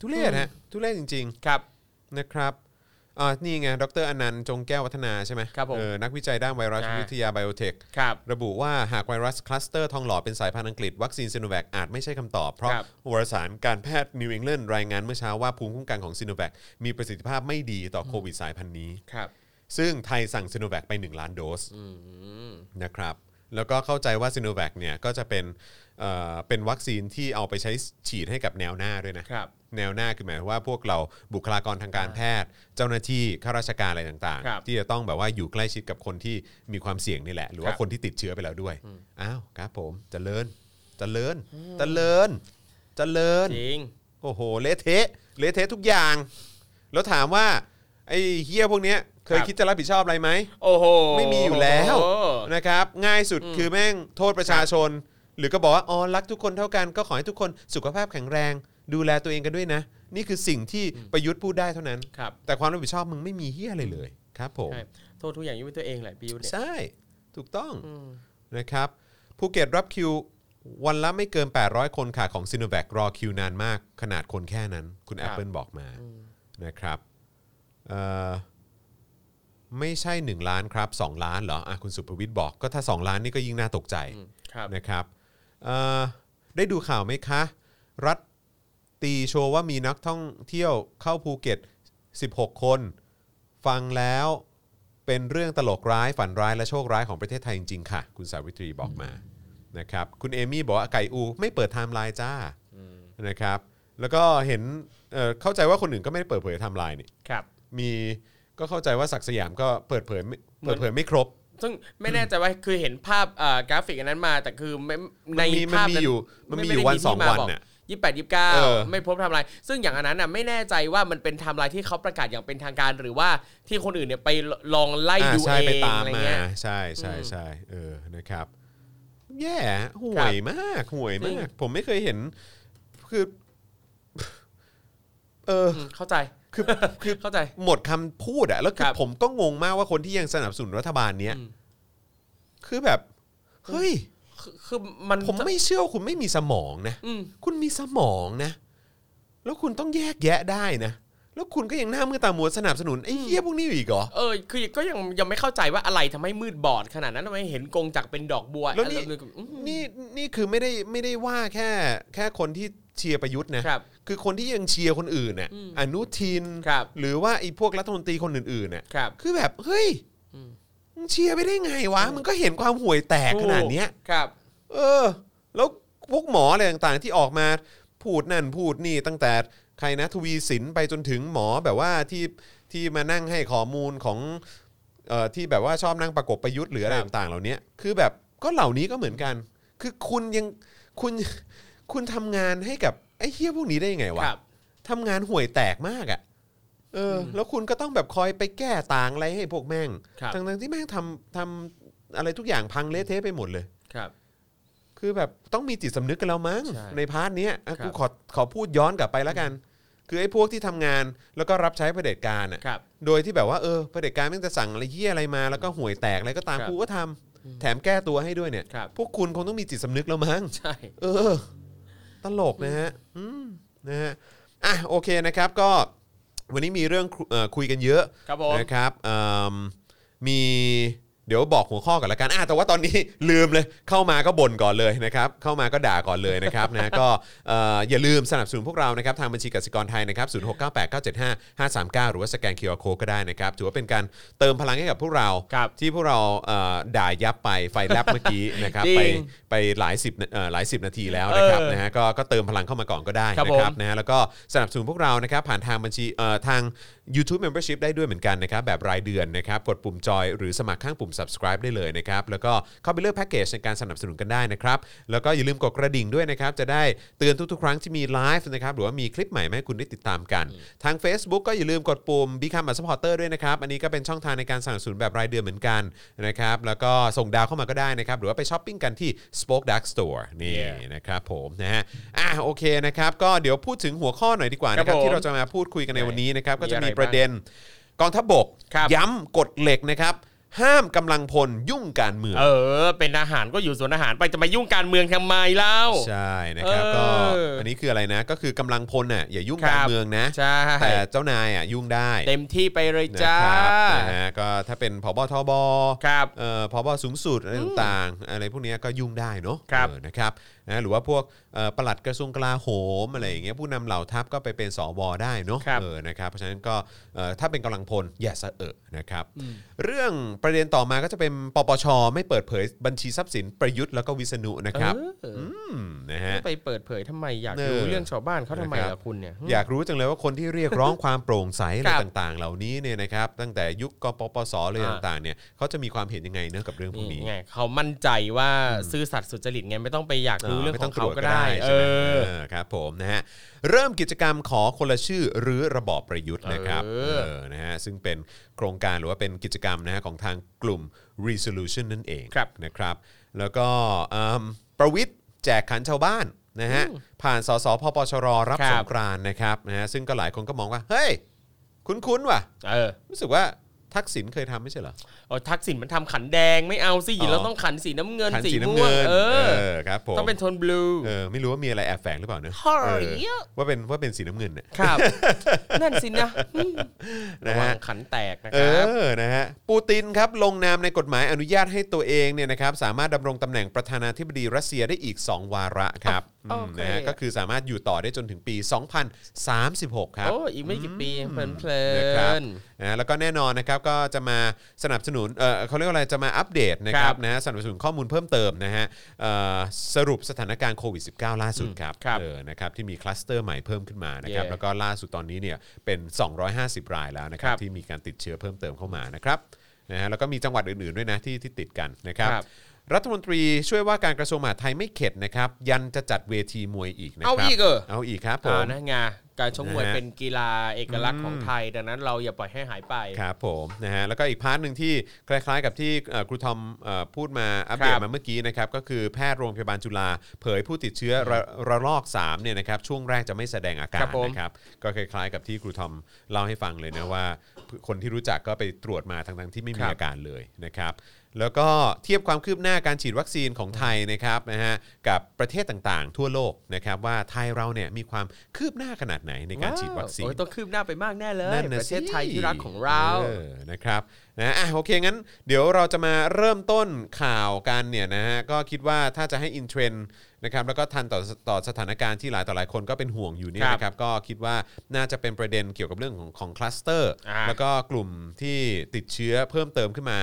B: ทุเรศฮะทุเรศจริง ๆ
C: ครับ
B: นะครับอ่านี่ไง ดรอนันต์ จงแก้ววัฒนาใช่ไหม
C: ครับผม
B: เออนักวิจัยด้านไวรัส
C: อ่า
B: วิทยาไบโอเทค
C: ครับ
B: ระบุว่าหากไวรัสคลัสเตอร์ทองหล่อเป็นสายพันธุ์อังกฤษ วัคซีนซิโนแวคอาจไม่ใช่คำตอบ เพราะ
C: ครับ
B: วารสารการแพทย์นิว e n ง l a น d รายงานเมื่อเช้าว่าภูมิคุ้มกันของซิโนแวคมีประสิทธิภาพไม่ดีต่อโควิดสายพันธุ์นี้
C: ครับ
B: ซึ่งไทยสั่งซิโนแวคไป 1 ล้านโดส
C: อืม
B: นะครับแล้วก็เข้าใจว่าซิโนแวคเนี่ยก็จะเป็นเอ่อเป็นวัคซีนที่เอาไปใช้ฉีดให้กับแนวหน้าด้วยนะ
C: ครับ
B: แนวหน้าคือหมายความว่าพวกเราบุคลากรทางการแพทย์ เจ้าหน้าที่ข้าราชการอะไรต่าง
C: ครับ
B: ๆ ที่จะต้องแบบว่าอยู่ใกล้ชิดกับคนที่มีความเสี่ยงนี่แหละ หรือว่า
C: ครับ
B: คนที่ติดเชื้อไปแล้วด้วยอ้าวครับผมเจริญเจริญเจริญเจริญ
C: จริง
B: โอ้โหเละเทะเละเทะทุกอย่าง แล้วถามว่าไอ้เฮียพวกเนี้ยเคย
C: ครับ
B: คิดจะรับผิดชอบอะไรไหม
C: โอ้โห
B: ไม่มีอยู่แล้วนะครับง่ายสุดคือแม่งโทษประชาชน หรือก็บอกว่าอ๋อรักทุกคนเท่ากันก็ขอให้ทุกคนสุขภาพแข็งแรง ดูแลตัวเองกันด้วยนะ นี่คือสิ่งที่ประยุทธ์พูดได้เท่านั้น
C: ครับ
B: แต่ความรับผิดชอบมึงไม่มีเฮียอะไรเลยครับผม
C: ใช่โทษทุกอย่างยุ่งตัวเองแหละพี่ยุทธเนี่ย
B: ใช่ถูกต้อง
C: อืม
B: นะครับภูเก็ตรับคิววันละไม่เกิน 800 คนค่ะของซิโนแวครอคิวนานมาก ขนาดคนแค่นั้น คุณแอปเปิลบอกมานะครับเอ่อ ไม่ใช่ 1 ล้านครับ 2 ล้านเหรออ่ะคุณสุภวิทย์บอกก็ถ้า 2 ล้านนี่ก็ยิ่งน่าตกใจ
C: อืมครับ
B: นะครับเอ่อได้ดูข่าวไหมคะ รัฐตีโชว์ว่ามีนักท่องเที่ยวเข้าภูเก็ต 16 คน ฟังแล้วเป็นเรื่องตลกร้ายฝันร้ายและโชคร้ายของประเทศไทยจริงๆค่ะ คุณสาวิตรีบอกมานะครับคุณเอมี่บอกว่าไก่อู ไม่เปิดไทม์ไลน์จ้านะครับแล้วก็เห็นเอ่อเข้าใจว่าคนอื่นก็ไม่ได้เปิดเผยไทม์ไลน์นี่
C: ครับ
B: มีก็เข้าใจว่าศักดิ์สยามก็เปิดเผยไม่
C: เหมื
B: เปิ
C: อน
B: ดเผยไม่ครบ
C: ซึ่งไม่แน่ใจว่าคือเห็นภาพเอ่อกราฟิกอันนั้นมา แต่คือไม่ใน
B: มันมีมัน
C: ภาพ
B: มีอยู่มันมีอยู่วันสองวันน่ะ
C: ยี่แปดยี่เก้า
B: เออ
C: ไม่พบไทำลายซึ่งอย่างอันนั้นน่ะไม่แน่ใจว่ามันเป็นไทำลายที่เขาประกาศอย่างเป็นทางการ หรือว่าที่คนอื่นเนี่ยไปลองไล่
B: อ่า
C: ดู
B: ใช่
C: เอ
B: ไป
C: ง
B: ตาม
C: อะไร
B: มา
C: เงี้ย
B: ใช่ใช่
C: อืม
B: ใช่เออนะครับ แย่ห่วยมากห่วย
C: จริ
B: มาง ก ผมไม่เคยเห็นคือ เออ
C: อืมเข้าใจ
B: คือคือ
C: เข้าใจ
B: หมดคำพูดอะแล้วคือ
C: ครับ
B: ผมก็งงมากว่าคนที่ยังสนับสนุนรัฐบาลเนี้ย
C: อืม
B: คือแบบเฮ้ย
C: คือคือมัน
B: ผมไม่เชื่อว่าคุณไม่มีสมองนะ
C: อืม
B: คุณมีสมองนะ แล้วคุณต้องแยกแยะได้นะ แล้วคุณก็ยังหน้ามือตามัวสนับสนุนไอ้เหี้ยพวกนี้อยู่อีกเหรอ
C: เออคือก็ยังยังไม่เข้าใจว่าอะไรทำให้มืดบอดขนาดนั้นทำไมเห็นกงจักรเป็นดอกบัว
B: แล้วนี่
C: อะไรแบบอืม
B: นี่นี่คือไม่ได้ไม่ได้ว่าแค่แค่คนที่เชียร์ประยุทธ์นะ
C: ครับ
B: คือคนที่ยังเชียร์คนอื่นน่ะ
C: อืม
B: อนุทิน
C: ครับ
B: หรือว่าไอ้พวกรัฐมนตรีคนอื่นๆน่ะ
C: ครับ
B: คือแบบเฮ้ย
C: อืม
B: มึงเชียร์ไปได้ไงวะ มึงก็เห็นความห่วยแตกขนาดเนี้ย
C: ครับ
B: เออ แล้วพวกหมออะไรต่างๆที่ออกมาพูดนั่นพูดนี่ตั้งแต่ใครนะทวีสินไปจนถึงหมอแบบว่าที่ที่มานั่งให้ข้อมูลของเอ่อที่แบบว่าชอบนั่งประกบประยุทธ์หรืออะไรต่างๆ เหล่านี้คือแบบก็เหล่านี้ก็เหมือนกัน คือคุณยังคุณคุณทำงานให้กับไอ้เฮี้ยพวกนี้ได้ยังไงวะ
C: ครับ
B: ทำงานห่วยแตกมากอะ่ะ เออ แล้วคุณก็ต้องแบบคอยไปแก้ต่างอะไรให้พวกแม่ง
C: ครับ
B: ทั้งทั้งๆที่แม่งทำทำอะไรทุกอย่างพังเละเทะไปหมดเลย
C: ครับ
B: คือแบบต้องมีจิตสำนึกกันแล้วมั้ง
C: ใช่
B: ในพาร์ทเนี้ยอ่ะ
C: ครับ
B: กูขอขอพูดย้อนกลับไปแล้วกัน คือไอ้พวกที่ทำงานแล้วก็รับใช้เผด็จการอ่ะ
C: ครับ
B: โดยที่แบบว่าเออเผด็จการแม่งจะสั่งอะไรเยี่ยอะไรมา แล้วก็ห่วยแตกอะไรก็ตาม
C: ครับ
B: กูก็ทำแถมแก้ตัวให้ด้วยเนี่ย
C: ครับ
B: พวกคุณคงต้องมีจิตสำนึกแล้วมั้ง
C: ใช่
B: เออ ตลกนะฮะ อืมนะฮะ อ่ะ โอเคนะครับ ก็วันนี้มีเรื่องคุเอ่อคุยกันเยอะ
C: ครับผม
B: นะครับเอิ่มมีเดี๋ยวบอกหัวข้อก่อนละกันอ่ะแต่ว่าตอนนี้ ลืมเลย เข้ามาก็บ่นก่อนเลยนะครับ เข้ามาก็ด่าก่อนเลยนะครับนะ ก็เอ่ออย่าลืมสนับสนุนพวกเรานะครับ ทางบัญชีกสิกรไทยนะครับศูนย์หกเก้หรือว่าสแกนเคอร์โคก็ได้นะครับ ถือว่าเป็นการเติมพลังให้กับพวกเรา
C: ครับ
B: ที่พวกเราเอ่อด่ายับไปไฟแลบเมื่อกี้ นะครับ
C: จริง
B: ไปไปหลายสิบเอ่อหลายสิบนาทีแล้วนะครับ
C: เออ
B: นะฮะก็ก็เติมพลังเข้ามาก่อนก็ได้
C: ครับ
B: นะครับ
C: ผม
B: นะฮะแล้วก็สนับสนุนพวกเรานะครับผ่านทางบัญชีเอ่อทาง YouTube Membership ได้ด้วยเหมือนกันนะครับแบบรายเดือนนะครับกดปุ่มจอยหรือสมัครข้างปุ่ม subscribe ได้เลยนะครับแล้วก็เข้าไปเลือกแพ็กเกจในการสนับสนุนกันได้นะครับแล้วก็อย่าลืมกดกระดิ่งด้วยนะครับจะได้เตือนทุกๆ ครั้งที่มีไลฟ์นะครับหรือว่ามีคลิปใหม่มาให้คุณได้ติดตามกัน ทาง Facebook ก็อย่าลืมกดปุ่ม Become a supporter ด้วยนะครับ อันนี้ก็เป็นช่องทางในการสนับสนุนแบบรายเดือนเหมือนกันนะครับ แล้วก็ส่งดาวเข้ามาก็ได้นะครับ หรือว่าไปช้อปปิ้งกันที่ Spoke Dark Store นี่
C: Yeah
B: นะครับผมนะฮะอ่ะโอเคนะครับ ก็เดี๋ยวพูดถึงหัวข้อหน่อยดีกว่านะค
C: ครั
B: รับบ
C: ผม
B: ที่เราจะมาพูดคุยกันในวันนี้นะครับ ก็จะ
C: มีอะไร
B: มีประเด็นกองทัพบก
C: ครับ
B: ย้ำกฎเหล็กนะครับ ห้ามกำลังพลยุ่งการเมือง
C: เออ เป็นอาหารก็อยู่สวนอาหารไปจะมายุ่งการเมืองทำไมเล่า
B: ใช่นะครับก็
C: เอออั
B: อันนี้คืออะไรนะ ก็คือกำลังพลน่ะอย่ายุ่ง
C: ครั
B: การ
C: บ
B: เมืองนะ
C: ใช่
B: แต่เจ้านายอ่ะยุ่งได้
C: เต็มที่ไปเลยจ้า
B: นะครับนะฮะก็ถ้าเป็นพบทบ
C: ครับ
B: เอ่อพบสูงสุดอะไรต่างๆ อะไรพวกเนี้ยก็ยุ่งได้เนาะ
C: ครับ
B: เออนะครับนะหรือว่าพวกเอ่อปลัดกระทรวงกลาโหมอะไรอย่างเงี้ยผู้นำเหล่าทัพก็ไปเป็นสวได้เนาะ
C: ครับ
B: เออนะครับเพราะฉะนั้นก็เอ่อถ้าเป็นกำลังพลอย่าสะเอะนะครับ เรื่องประเด็นต่อมาก็จะเป็นปปชไม่เปิดเผยบัญชีทรัพย์สินประยุทธ์แล้วก็วิษณุนะครับ
C: เอออื
B: มนะฮะ
C: ไปเปิดเผยทำไมอยาก
B: เออ
C: รู้เรื่องชาวบ้านเขาทำไม
B: นะครั
C: ล่ะ
B: บ
C: คุณเนี่ย
B: อยากรู้จังเลยว่าคนที่เรียกร้อง ความโปร่งใสอะไร
C: ครับ
B: ต่างๆ เหล่านี้เนี่ยนะครับตั้งแต่ยุคกปปสเลย
C: อ่า
B: ต่างๆเนี่ยเขาจะมีความเห็นยังไงเนอะกับเรื่องพวกนี้
C: นี่ไงเขามั่นใจว่าซื่อสัตย์สุจริตไงไม่ต้องไปอยากรู้เรื่องของเขาก็ได้ เอ
B: ใช่ไหม
C: อ
B: เออครับผมนะฮะเริ่มกิจกรรมขอคนละชื่อหรือระบอบประยุทธ์นะครับ
C: เออ
B: เออนะฮะซึ่งเป็นโครงการหรือว่าเป็นกิจกรรมนะฮะของทางกลุ่ม resolution นั่นเองนะครับแล้วก็อืมประวิทย์แจกขันชาวบ้านนะฮะผ่านสสพปชรรับสงกรานต์นะครับนะฮะซึ่งก็หลายคนก็มองว่าเฮ้ยคุ้นๆว่ะ
C: เออ
B: รู้สึกว่าทักษิณเคยทำไม่ใช่เหรอ
C: เอาทักษิณมันทำขันแดงไม่เอาสิ
B: อ๋อ
C: เราต้องขันสีน้ำเงิน
B: ขัน
C: สี
B: สีน้ำ
C: ม่ว
B: เงิ
C: ง
B: น
C: เออ
B: ครับผม
C: ต้องเป็นโทนบลู
B: เออไม่รู้ว่ามีอะไรแอบแฝงหรือเปล่าเนอะ
C: เฮ้ย
B: เออว่าเป็นว่าเป็นสีน้ำเงินเนี่ย
C: ครับ นั่นสินะอืม
B: นะ
C: ระวั
B: ฮะ
C: งขันแตกนะ
B: เอ
C: ครับ
B: อนะฮะปูตินครับลงนามในกฎหมายอนุญาตให้ตัวเองเนี่ยนะครับสามารถดำรงตำแหน่งประธานาธิบดีรัสเซียได้อีก 2 วาระครับ
C: โอ
B: อืม
C: เค
B: นะฮะก็คือสามารถอยู่ต่อได้จนถึงปี 2036 ครับ
C: โอ้อีกไม่กี่ปีเพลินเพลิ
B: นะครับ
C: น
B: นะแล้วก็แน่นอนนะครับก็จะมาสนับสนุนเออเขาเรียกว่าอะไรจะมาอัปเดตนะครับ
C: ครับ
B: นะฮะสนับสนุนข้อมูลเพิ่มเติมนะฮะเอ่อสรุปสถานการณ์โควิด -19 ล่าสุดครับ
C: ครับ
B: เออนะครับที่มีคลัสเตอร์ใหม่เพิ่มขึ้นมานะครับ
C: Yeah
B: แล้วก็ล่าสุดตอนนี้เนี่ยเป็น 250 รายแล้วนะครับ
C: ครับ
B: ที่มีการติดเชื้อเพิ่มเติมเข้ามานะครับนะฮะแล้วก็มีจังหวัดอื่นๆด้วยนะที่ที่ติดกันนะครับ
C: ครับ
B: รัฐมนตรีช่วยว่าการกระทรวงมหาดไทยไม่เข็ดนะครับยันจะจัดเวทีมวยอีกนะครั
C: เอาอีกเหรอ
B: เอาอีกครับผ
C: อ่าม นะงา การชกมวย
B: นะฮะ
C: เป็นกีฬาเอกลักษณ์ของ
B: อืม
C: ไทย ดังนั้นเราอย่าปล่อยให้หายไป
B: ครับผมนะฮะแล้วก็อีกพาร์ทหนึ่งที่คล้ายๆ กับที่เอ่อครูทอมเอ่อพูดมาอัปเดต
C: ครับ
B: มาเมื่อกี้นะครับก็คือแพทย์โรงพยาบาลจุฬาเผยผู้ติดเชื้อระระลอก3เนี่ยนะครับช่วงแรกจะไม่แสดงอาการ
C: ครับผม
B: นะครับก็คล้ายๆ กับที่ครูทอมเล่าให้ฟังเลยนะว่า คนที่รู้จักก็ไปตรวจมาทั้งๆที่ไม่มีอาการเลยนะครับแล้วก็เทียบความคืบหน้าการฉีดวัคซีนของไทยนะครับนะฮะกับประเทศต่างๆ ทั่วโลกนะครับว่าไทยเราเนี่ยมีความคืบหน้าขนาดไหนในการฉีดวัคซีน
C: โอ้ยต้องคืบหน้าไปมากแน่เลย
B: นั่นน
C: ประเทศ
B: สิ
C: ไทยที่รักของเรา
B: ออนะครับนะอ่ะโอเคงั้น เดี๋ยวเราจะมาเริ่มต้นข่าวกันเนี่ยนะฮะก็คิดว่าถ้าจะให้อินเทรนด์นะครับแล้วก็ทันต่อต่อสถานการณ์ที่หลายต่อหลายคนก็เป็นห่วงอยู่เนี่ย
C: ครับ
B: นะครับก็คิดว่าน่าจะเป็นประเด็นเกี่ยวกับเรื่องของของคลัสเตอร์
C: อ่า
B: แล้วก็กลุ่มที่ติดเชื้อเพิ่มเติมขึ้นมา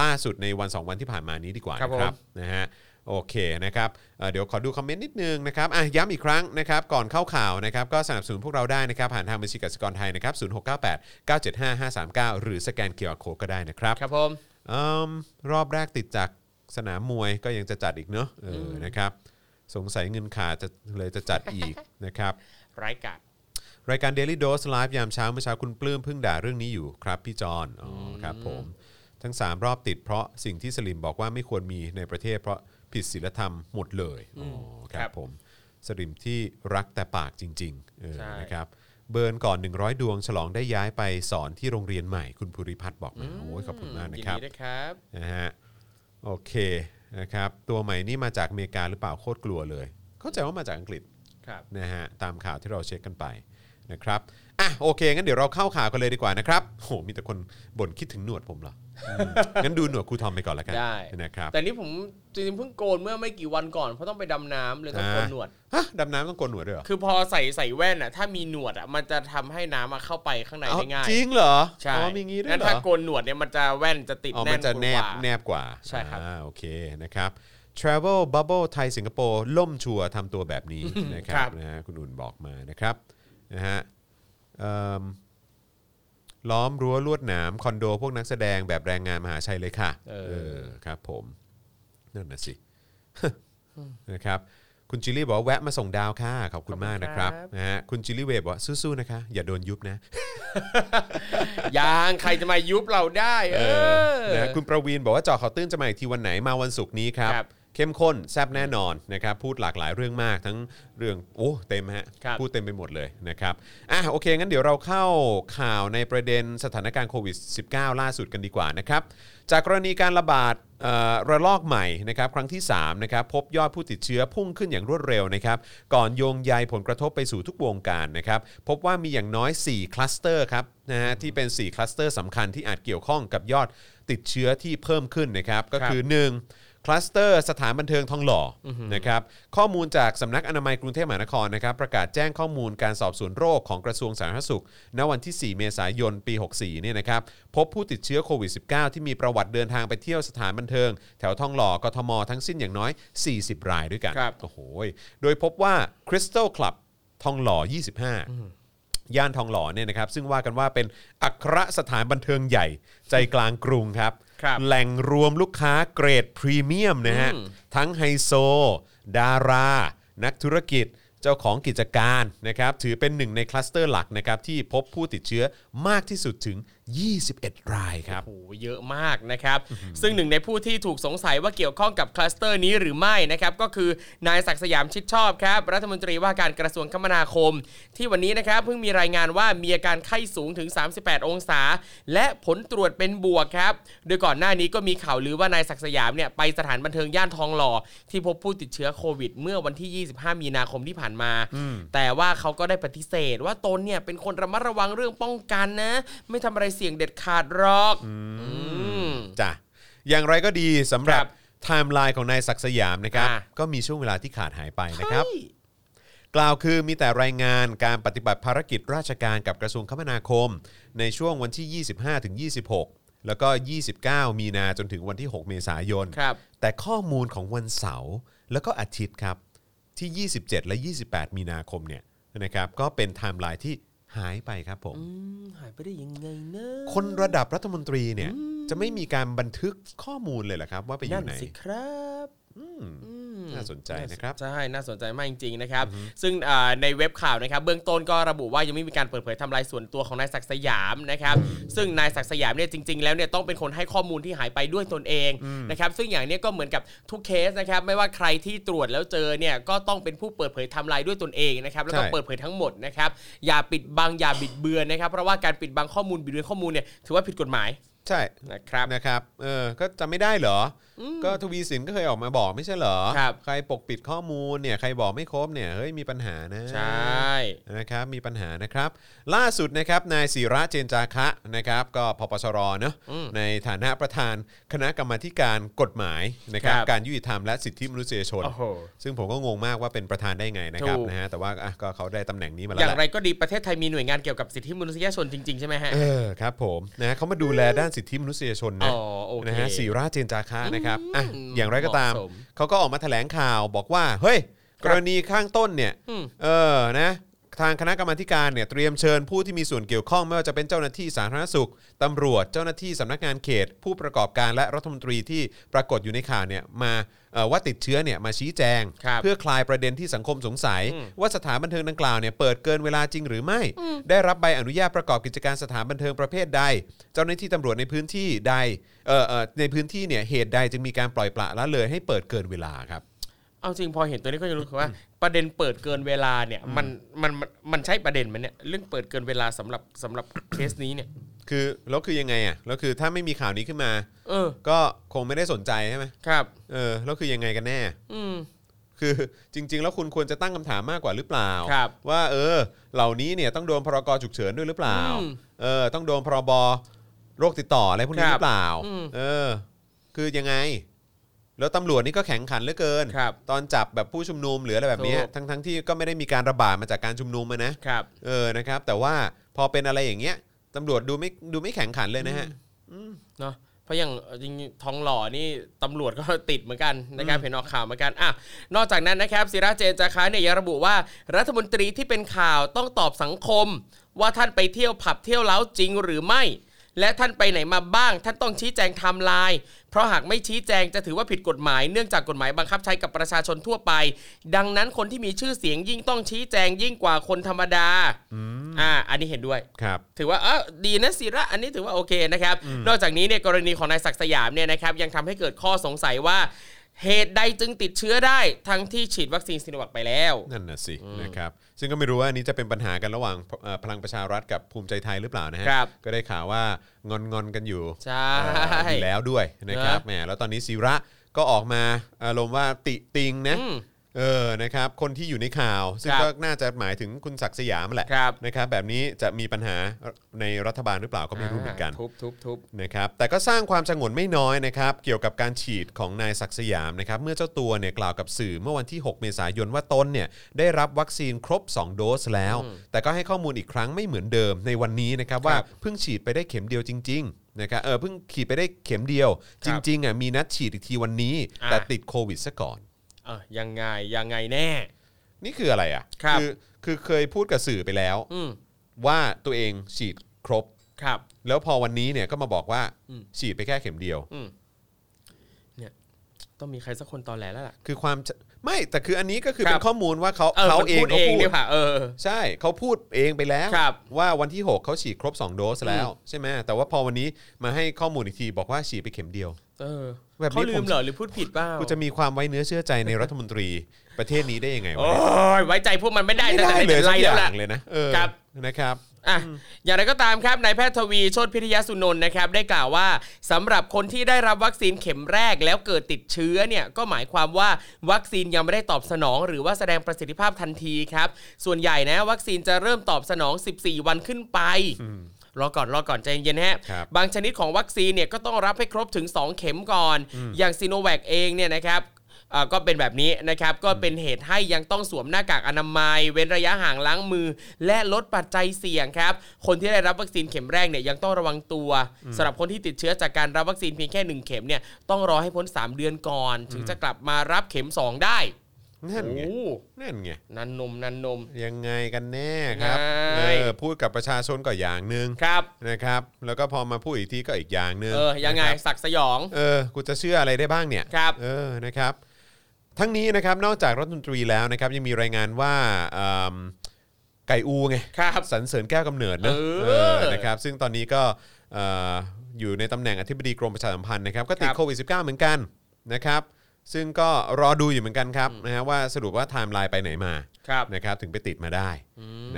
B: ล่าสุดในวัน 2 วันที่ผ่านมานี้ดีกว่านะครับ นะฮะโอเคนะครับเอ่อเดี๋ยวขอดูคอมเมนต์นิดนึงนะครับอ่ะย้ำอีกครั้งนะครับก่อนเข้าข่าวนะครับก็สนับสนุนพวกเราได้นะครับผ่านทางบัญชีกสิกรไทยนะครับ0698 975 539 หรือสแกนเคอร์โคก็ได้นะครับ
C: ครับผม
B: อืมรอบแรกติดจากสนามมวยก็ยังจะจัดอีกเนอะเอออนะครับสงสัยเงินขาดจะเลยจะจัดอีก นะครับ
C: ไร้กาด
B: รายการ Daily Dose Live ยามเช้าเมื่อเช้าคุณปลื้มเพิ่งด่าเรื่องนี้อยู่ครับพี่จอนอ๋ออครับผมทั้ง 3 รอบติดเพราะสิ่งที่สลิมบอกว่าไม่ควรมีในประเทศเพราะผิดศีลธรรมหมดเลยอ๋อค
C: ครั
B: รับบ ผมสลิมที่รักแต่ปากจริงๆเออ
C: ใช่
B: นะครับเบิร์นก่อน 100 ดวงฉลองได้ย้ายไปสอนที่โรงเรียนใหม่คุณภูริพัฒน์บอกมาโอ้ยขอบคุณมากนะ
C: ยิน
B: ครับ
C: ดีด้วยครับ
B: นะฮะโอเคนะครับตัวใหม่นี่มาจากอเมริกาหรือเปล่าโคตรกลัวเลย เข้าใจว่ามาจากอังกฤษ
C: ครับ
B: นะฮะตามข่าวที่เราเช็คกันไปนะครับอ่ะโอเคงั้นเดี๋ยวเราเข้าข่าวกันเลยดีกว่านะครับโหมีแต่คนบ่นคิดถึงหนวดผมเหรออืมงั้นดูหนวดครูทอมไปก่อนละกัน
C: ได้
B: นะครับ
C: แต่นี่ผมจริงๆเพิ่งโกนเมื่อไม่กี่วันก่อนเพราะต้องไปดำน้ำเลยต้องโกนหนวด
B: ฮะดำน้ำต้องโกนหนวดด้วยเหรอ
C: คือพอใส่ใส่แว่นอ่ะถ้ามีหนวดอ่ะมันจะทำให้น้ำมาเข้าไปข้างในได้ง่าย
B: จริงเหรอ
C: ใช่
B: อ๋อมีงี้ด้ว
C: งั้
B: ย
C: น
B: เหร
C: ถ้า
B: อ
C: โกนหนวดเนี่ยมันจะแว่นจะติด
B: อ๋อ
C: แน่
B: มัน
C: น
B: จะแนบ
C: กว่า
B: แนบกว่า
C: ใช่ครับ
B: อ่าโอเคนะครับ Travel Bubble ไทยสิงคโปร์ล่มชัวร์ทำตัวแบบนี้นะครับนะฮะคุณอุ่นบอกมานะครับนะฮะเอิ่มล้อมรั้วลวดหนามคอนโดพวกนักแสดงแบบแรงงานมหาชัยเลยค่ะ
C: เออ
B: เออครับผม นั่นนะ สิ นะครับ คุณจิลลี่บอกว่าแวะมาส่งดาวค่ะ ขอบคุณมากนะครับ
C: ขอบคุณครับ
B: นะฮะคุณจิลลี่เวฟบอกว่าสู้ๆนะคะ อย่าโดนยุบนะ
C: ยางใครจะมายุบเราได้ เออ
B: นะฮะคุณประวีนบอกว่าเจอข่าวตื้นจะมาอีกทีวันไหนมาวันศุกร์นี้ครับ
C: ครับ
B: เข้มข้นแซบแน่นอนนะครับพูดหลากหลายเรื่องมากทั้งเรื่องโอ้เต็มฮะ
C: ครับ
B: พูดเต็มไปหมดเลยนะครับอ่ะโอเค งั้นเดี๋ยวเราเข้าข่าวในประเด็นสถานการณ์โควิด -19 ล่าสุดกันดีกว่านะครับจากกรณีการระบาดเอ่อระลอกใหม่นะครับครั้งที่3นะครับพบยอดผู้ติดเชื้อพุ่งขึ้นอย่างรวดเร็วนะครับก่อนโยงใยผลกระทบไปสู่ทุกวงการนะครับพบว่ามีอย่างน้อย 4 คลัสเตอร์ครับนะฮะที่เป็น 4 คลัสเตอร์สำคัญที่อาจเกี่ยวข้องกับยอดติดเชื้อที่เพิ่มขึ้นนะครับก็คือ คือ1คลัสเตอร์สถานบันเทิงทองหล่ออนะครับข้อมูลจากสำนักอนามัยกรุงเทพมหานครนะครับประกาศแจ้งข้อมูลการสอบสวนโรคของกระทรวงสาธารณสุข ณวันที่ 4 เมษายน ปี 64เนี่ยนะครับพบผู้ติดเชื้อโควิด -19 ที่มีประวัติเดินทางไปเที่ยวสถานบันเทิง แถวทองหล่อกทมทั้งสิ้นอย่างน้อย 40 รายด้วยกัน
C: ครับ
B: โอ้โหโดยพบว่าคริสตัลคลับทองหล่อ 25 ย่านทองหล่อเนี่ยนะครับซึ่งว่ากันว่าเป็นอัครสถานบันเทิงใหญ่ใจกลางกรุงครับ
C: ครับ
B: แหล่งรวมลูกค้าเกรดพรีเมียมนะฮะ
C: อืม
B: ทั้งไฮโซ ดารา นักธุรกิจเจ้าของกิจการนะครับถือเป็นหนึ่งในคลัสเตอร์หลักนะครับที่พบผู้ติดเชื้อมากที่สุดถึง 21 รายครับ
C: โอ้โหเยอะมากนะครับ ซึ่งหนึ่งในผู้ที่ถูกสงสัยว่าเกี่ยวข้องกับคลัสเตอร์นี้หรือไม่นะครับ ก็คือนายศักดิ์สยามชิดชอบครับ รัฐมนตรีว่าการกระทรวงคมนาคม ที่วันนี้นะครับเพิ่งมีรายงานว่ามีอาการไข้สูงถึง 38 องศา และผลตรวจเป็นบวกครับ โดยก่อนหน้านี้ก็มีข่าวลือว่านายศักดิ์สยามเนี่ยไปสถานบันเทิงย่านทองหล่อ ที่พบผู้ติดเชื้อโควิด เมื่อวันที่ 25 มีนาคมที่ผ่านมา แต่ว่าเขาก็ได้ปฏิเสธว่าตนเนี่ยเป็นคนระมัดระวังเรื่องป้องกันนะ ไม่ทำอะไรเสี่ยงเด็ดขาดหรอก อืม
B: จ้ะอย่างไรก็ดีสำหรับ
C: ครับ
B: ไทม์ไลน์ของนายศักดิ์สยามนะครับ
C: อ่ะ
B: ก็มีช่วงเวลาที่ขาดหายไปนะครับ
C: เฮ้ย
B: กล่าวคือมีแต่รายงานการปฏิบัติภารกิจราชการกับกระทรวงคมนาคม ในช่วงวันที่ 25 ถึง 26 แล้วก็ 29 มีนาจนถึงวันที่ 6 เมษายน
C: ครับ
B: แต่ข้อมูลของวันเสาร์แล้วก็อาทิตย์ครับที่ 27 และ 28 มีนาคมเนี่ยนะครับก็เป็นไทม์ไลน์ที่หายไปครับผม
C: อืมหายไปได้ยังไงเนอะ
B: คนระดับรัฐมนตรีเนี่ยจะไม่มีการบันทึกข้อมูลเลยเหรอครับ ว่าไปอ
C: นั่
B: ยู่
C: น
B: ไหน
C: สิครับ อืม
B: น่าสนใจนะครับ
C: ใช่ น่าสนใจมากจริงๆนะครับ ซึ่งอ่าในเว็บข่าวนะครับ เบื้องต้นก็ระบุว่ายังไม่มีการเปิดเผยไทำลายส่วนตัวของนายศักดิ์สยามนะครับ ซึ่งนายศักดิ์สยามเนี่ยจริง ๆ แล้วเนี่ยต้องเป็นคนให้ข้อมูลที่หายไปด้วยตนเองนะครับ ซึ่งอย่างเนี้ยก็เหมือนกับทุกเคสนะครับ ไม่ว่าใครที่ตรวจแล้วเจอเนี่ยก็ต้องเป็นผู้เปิดเผยไทำลายด้วยตนเองนะครับ แล้วก็
B: ใช่
C: เปิดเผยทั้งหมดนะครับ อย่าปิดบัง อย่าบิดเบือนนะครับ เพราะว่าการปิดบังข้อมูลบิดเบือนข้อมูลเนี่ยถือว่าผิดกฎหมาย
B: ใช่
C: นะครับ
B: นะครับเออก็จำไม่ได้เหรออก็ทวีสินก็เคยออกมาบอกไม่ใช่เหรอ
C: ครับ
B: ใครปกปิดข้อมูลเนี่ยใครบอกไม่ครบเนี่ยเฮ้ยมีปัญหานะ
C: ใช่
B: นะครับมีปัญหานะครับ ล่าสุดนะครับนายศิระเจนจาคะนะครับก็พปชรเนอะในฐานะประธานคณะกรรมาธิการกฎหมายนะครับ
C: ครับ
B: การยุติธรรมและสิทธิมนุษยชน
C: โอ้โห
B: ซึ่งผมก็งงมากว่าเป็นประธานได้ไงนะครับ
C: ถูก
B: นะฮะแต่ว่าอ่ะก็เขาได้ตำแหน่งนี้มาแล้
C: อ
B: ว
C: ย่าง
B: แห
C: ไร
B: ละ
C: ก็ดีประเทศไทยมีหน่วยงานเกี่ยวกับสิทธิมนุษยชนจริงๆใช่ไหมฮะ
B: เออครับผมนะฮะเขามาดูแลด้านสิทธิมนุษยชนนะ
C: อ๋อโอเค
B: นะฮะศิระเจนจาคะนะครับอ่ะ
C: อืม
B: อย่างไรก็ตาม
C: เหมาะสม
B: เขาก็ออกมาแถลงข่าวบอกว่าเฮ้ย
C: ค
B: ก
C: รับ
B: รณีข้างต้นเนี่ย
C: อืม
B: เออ นะ ทางคณะกรรมาธิการเนี่ย เตรียมเชิญผู้ที่มีส่วนเกี่ยวข้อง ไม่ว่าจะเป็นเจ้าหน้าที่สาธารณสุข ตำรวจ เจ้าหน้าที่สำนักงานเขต ผู้ประกอบการและรัฐมนตรีที่ปรากฏอยู่ในข่าวเนี่ย มาเอ่อว่าติดเชื้อเนี่ย มาชี้แจง
C: ครับ
B: เพื่อคลายประเด็นที่สังคมสงสัย
C: อืม
B: ว่าสถานบันเทิงดังกล่าวเนี่ย เปิดเกินเวลาจริงหรือไม่ ได้รับใบอนุญาตประกอบกิจการสถานบันเทิงประเภทใด เจ้าหน้าที่ตำรวจในพื้นที่ใด เอ่อเอ่อในพื้นที่เนี่ย เหตุใดจึงมีการปล่อยปละละเลยให้เปิดเกินเวลาครับ
C: เอาจริงพอเห็นตัวนี้ก็ยังรู้สึกว่า ประเด็นเปิดเกินเวลาเนี่ยมันมันมันมันใช่ประเด็นไหมันเนี่ยเรื่องเปิดเกินเวลาสำหรับสำหรับ เคสนี้เนี่ย
B: คือแล้วคือยังไงอ่ะแล้วคือถ้าไม่มีข่าวนี้ขึ้นมา
C: เออ
B: ก็คงไม่ได้สนใจใช่ไหม
C: ครับ
B: เออ แล้วคือยังไงกันแน่
C: อืม
B: คือจริง ๆ แล้วคุณควรจะตั้งคำถามมากกว่าหรือเปล่า
C: ครับ
B: ว่าเออ เหล่านี้เนี่ยต้องโดนพรกฉุกเฉินด้วยหรือเปล่า
C: อืม
B: เออ ต้องโดนพรบโรคติดต่ออะไรพวกนี้
C: ครั
B: ห
C: บ
B: รือเปล่า
C: อืม
B: เออ คือยังไง แล้วตำรวจนี่ก็แข็งขันเหลือเกิน
C: ครับ
B: ตอนจับแบบผู้ชุมนุมหรืออะไรแบบเนี้ย
C: ถูก
B: ทั้งๆที่ก็ไม่ได้มีการระบาดมาจากการชุมนุมอะนะ
C: ครับ
B: เออ นะครับ แต่ว่าพอเป็นอะไรอย่างเงี้ยตำรวจดูไม่ดูไม่แข็งขันเลยนะฮะ
C: เนาะเพราะอย่างจริงๆทองหล่อนี่ตำรวจก็ ติดเหมือนกันนะครับเห็นออกข่าวเหมือนกันอ่ะนอกจากนั้นนะครับศิราเจนจาคะเนี่ยยังระบุว่ารัฐมนตรีที่เป็นข่าวต้องตอบสังคม ว่าท่านไปเที่ยวผับเที่ยวเล้าจริงหรือไม่ และท่านไปไหนมาบ้าง ท่านต้องชี้แจงไทม์ไลน์เพราะหากไม่ชี้แจงจะถือว่าผิดกฎหมายเนื่องจากกฎหมายบังคับใช้กับประชาชนทั่วไป ดังนั้นคนที่มีชื่อเสียงยิ่งต้องชี้แจงยิ่งกว่าคนธรรมดาอ่าอันนี้เห็นด้วย
B: ครับ
C: ถือว่าเออดีนะศิระอันนี้ถือว่าโอเคนะครับ นอกจากนี้เนี่ยกรณีของนายศักดิ์สยามเนี่ยนะครับยังทำให้เกิดข้อสงสัยว่า เหตุใดจึงติดเชื้อได้ ทั้งที่ฉีดวัคซีนซิโนแวคไปแล้ว
B: นั่นน่ะสินะครับซึ่งก็ไม่รู้ว่าอันนี้จะเป็นปัญหากันระหว่างเอ่อพลังประชารัฐกับภูมิใจไทยหรือเปล่านะฮะ
C: ครับ
B: ก็ได้ข่าวว่างอนงอนๆกันอยู่
C: ใช่
B: เอ่ออยู่แล้วด้วยนะครับ
C: นะ
B: แหมแล้วตอนนี้ศิระก็ออกมาอารมณ์ว่าติติงนะ
C: อืม
B: เออนะครับคนที่อยู่ในข่าว ซึ่ง
C: ครับ
B: ก็น่าจะหมายถึงคุณศักดิ์สยามแหละ
C: ครับ
B: นะครับแบบนี้จะมีปัญหาในรัฐบาลหรือเปล่าก็ไม่รู้เหมือนกัน
C: ทุบทุบทุบ
B: นะครับแต่ก็สร้างความสงนไม่น้อยนะครับเกี่ยวกับการฉีดของนายศักดิ์สยามนะครับเมื่อเจ้าตัวเนี่ยกล่าวกับสื่อเมื่อวันที่ 6 เมษายนว่าตนเนี่ยได้รับวัคซีนครบ 2 โดสแล้ว แต่ก็ให้ข้อมูลอีกครั้งไม่เหมือนเดิมในวันนี้นะครับว่าเพิ่งฉีดไปได้เข็มเดียวจริงๆนะครับเออเพิ่งฉีดไปได้เข็มเดียว
C: ค
B: จ
C: รับ
B: ริงๆอ่ะมีนัดฉีดอีกทีวันนี้
C: อ่า
B: แต่ติดโควิดซะก่อน
C: เออยังไงยังไงแน่
B: นี่คืออะไรอ่ะ
C: ครับ
B: อคือเคยพูดกับสื่อไปแล้ว
C: อืม
B: ว่าตัวเองฉีดครบ
C: ครับ
B: แล้วพอวันนี้เนี่ยก็มาบอกว่า
C: อืม
B: ฉีดไปแค่เข็มเดียว
C: อืมเนี่ยต้องมีใครสักคนตอนแหลแล้วล่ะ
B: คือความไม่แต่คืออันนี้ก็คือ
C: ครับ
B: เป็นข้อมูลว่าเขาเขา
C: มัน
B: เอง
C: พูด
B: เขา
C: เอง
B: พูด
C: เนี่ยค่ะเออ
B: ใช่เขาพูดเองไปแล้ว
C: ครับ
B: ว่าวันที่ 6 เขาฉีดครบ 2 โดสแล้วใช่ไหมแต่ว่าพอวันนี้มาให้ข้อมูลอีกทีบอกว่าฉีดไปเข็มเดียว
C: เออ
B: แบบนี้
C: เขาลื
B: ผม ม
C: เหรอหรือพูดผิดเปล่า
B: กูจะมีความไว้เนื้อเชื่อใจในรัฐมนตรีประเทศนี้ได้ยังไงวะ
C: โอ้ยไว้ใจพวกมันไม่ได้
B: ไม่
C: แต่
B: ได้
C: ไม่
B: เล
C: เป็
B: ย
C: น
B: สั
C: ไร
B: กอ
C: แล้ว
B: ย่า
C: ล่ะ
B: งเลยนะเออ
C: ครับ
B: นะครับ
C: อ่ะอย่างไรก็ตามครับนายแพทย์ทวีโชติพิทยาสุนนท์นะครับได้กล่าวว่าสำหรับคนที่ได้รับวัคซีนเข็มแรกแล้วเกิดติดเชื้อเนี่ยก็หมายความว่าวัคซีนยังไม่ได้ตอบสนอง หรือว่าแสดงประสิทธิภาพทันทีครับ ส่วนใหญ่นะวัคซีนจะเริ่มตอบสนอง 14 วันขึ้นไป รอก่อนรอก่อนใจเย็นๆฮะ
B: ครับ
C: บางชนิดของวัคซีนเนี่ยก็ต้องรับให้ครบถึง 2 เข็มก่อน อย่างซีโนแวคเองเนี่ยนะครับเอ่อก็เป็นแบบนี้นะครับ ก็เป็นเหตุให้ยังต้องสวมหน้ากากอนามัย เว้นระยะห่างล้างมือ และลดปัจจัยเสี่ยงครับ คนที่ได้รับวัคซีนเข็มแรกเนี่ยยังต้องระวังตัวสำหรับคนที่ติดเชื้อจากการรับวัคซีนเพียงแค่หนึ่งเข็มเนี่ยต้องรอให้พ้น 3 เดือนก่อน ถึงจะกลับมารับเข็ม 2 ได้
B: นั่นไง
C: โอ้
B: นั่นไง
C: นันนมนันนม
B: ยังไงกันแน่ครับ
C: ไง
B: เออพูดกับประชาชนก็อย่างหนึ่ง
C: ครับ
B: นะครับ แล้วก็พอมาพูดอีกทีก็อีกอย่างหนึ่ง
C: เออยังไง
B: นะครับ
C: ศักดิ์สยอง
B: เออ กูจะเชื่ออะไรได้บ้างเนี่ย
C: ครับ
B: เออ นะครับ ทั้งนี้นะครับนอกจากรัฐมนตรีแล้วนะครับยังมีรายงานว่าเอิ่มไก่อูไง
C: ครับ
B: สันเสริญแก้วกำเนิดนะ
C: เออ
B: เออนะครับซึ่งตอนนี้ก็เอ่ออยู่ในตำแหน่งอธิบดีกรมประชาสัมพันธ์นะครับก็ติด
C: ครับ
B: โควิด -19 เหมือนกันนะครับซึ่งก็รอดูอยู่เหมือนกันครับนะฮะว่าสรุปว่าไทม์ไลน์ไปไหนมา
C: ครับ
B: นะครับถึงไปติดมาได้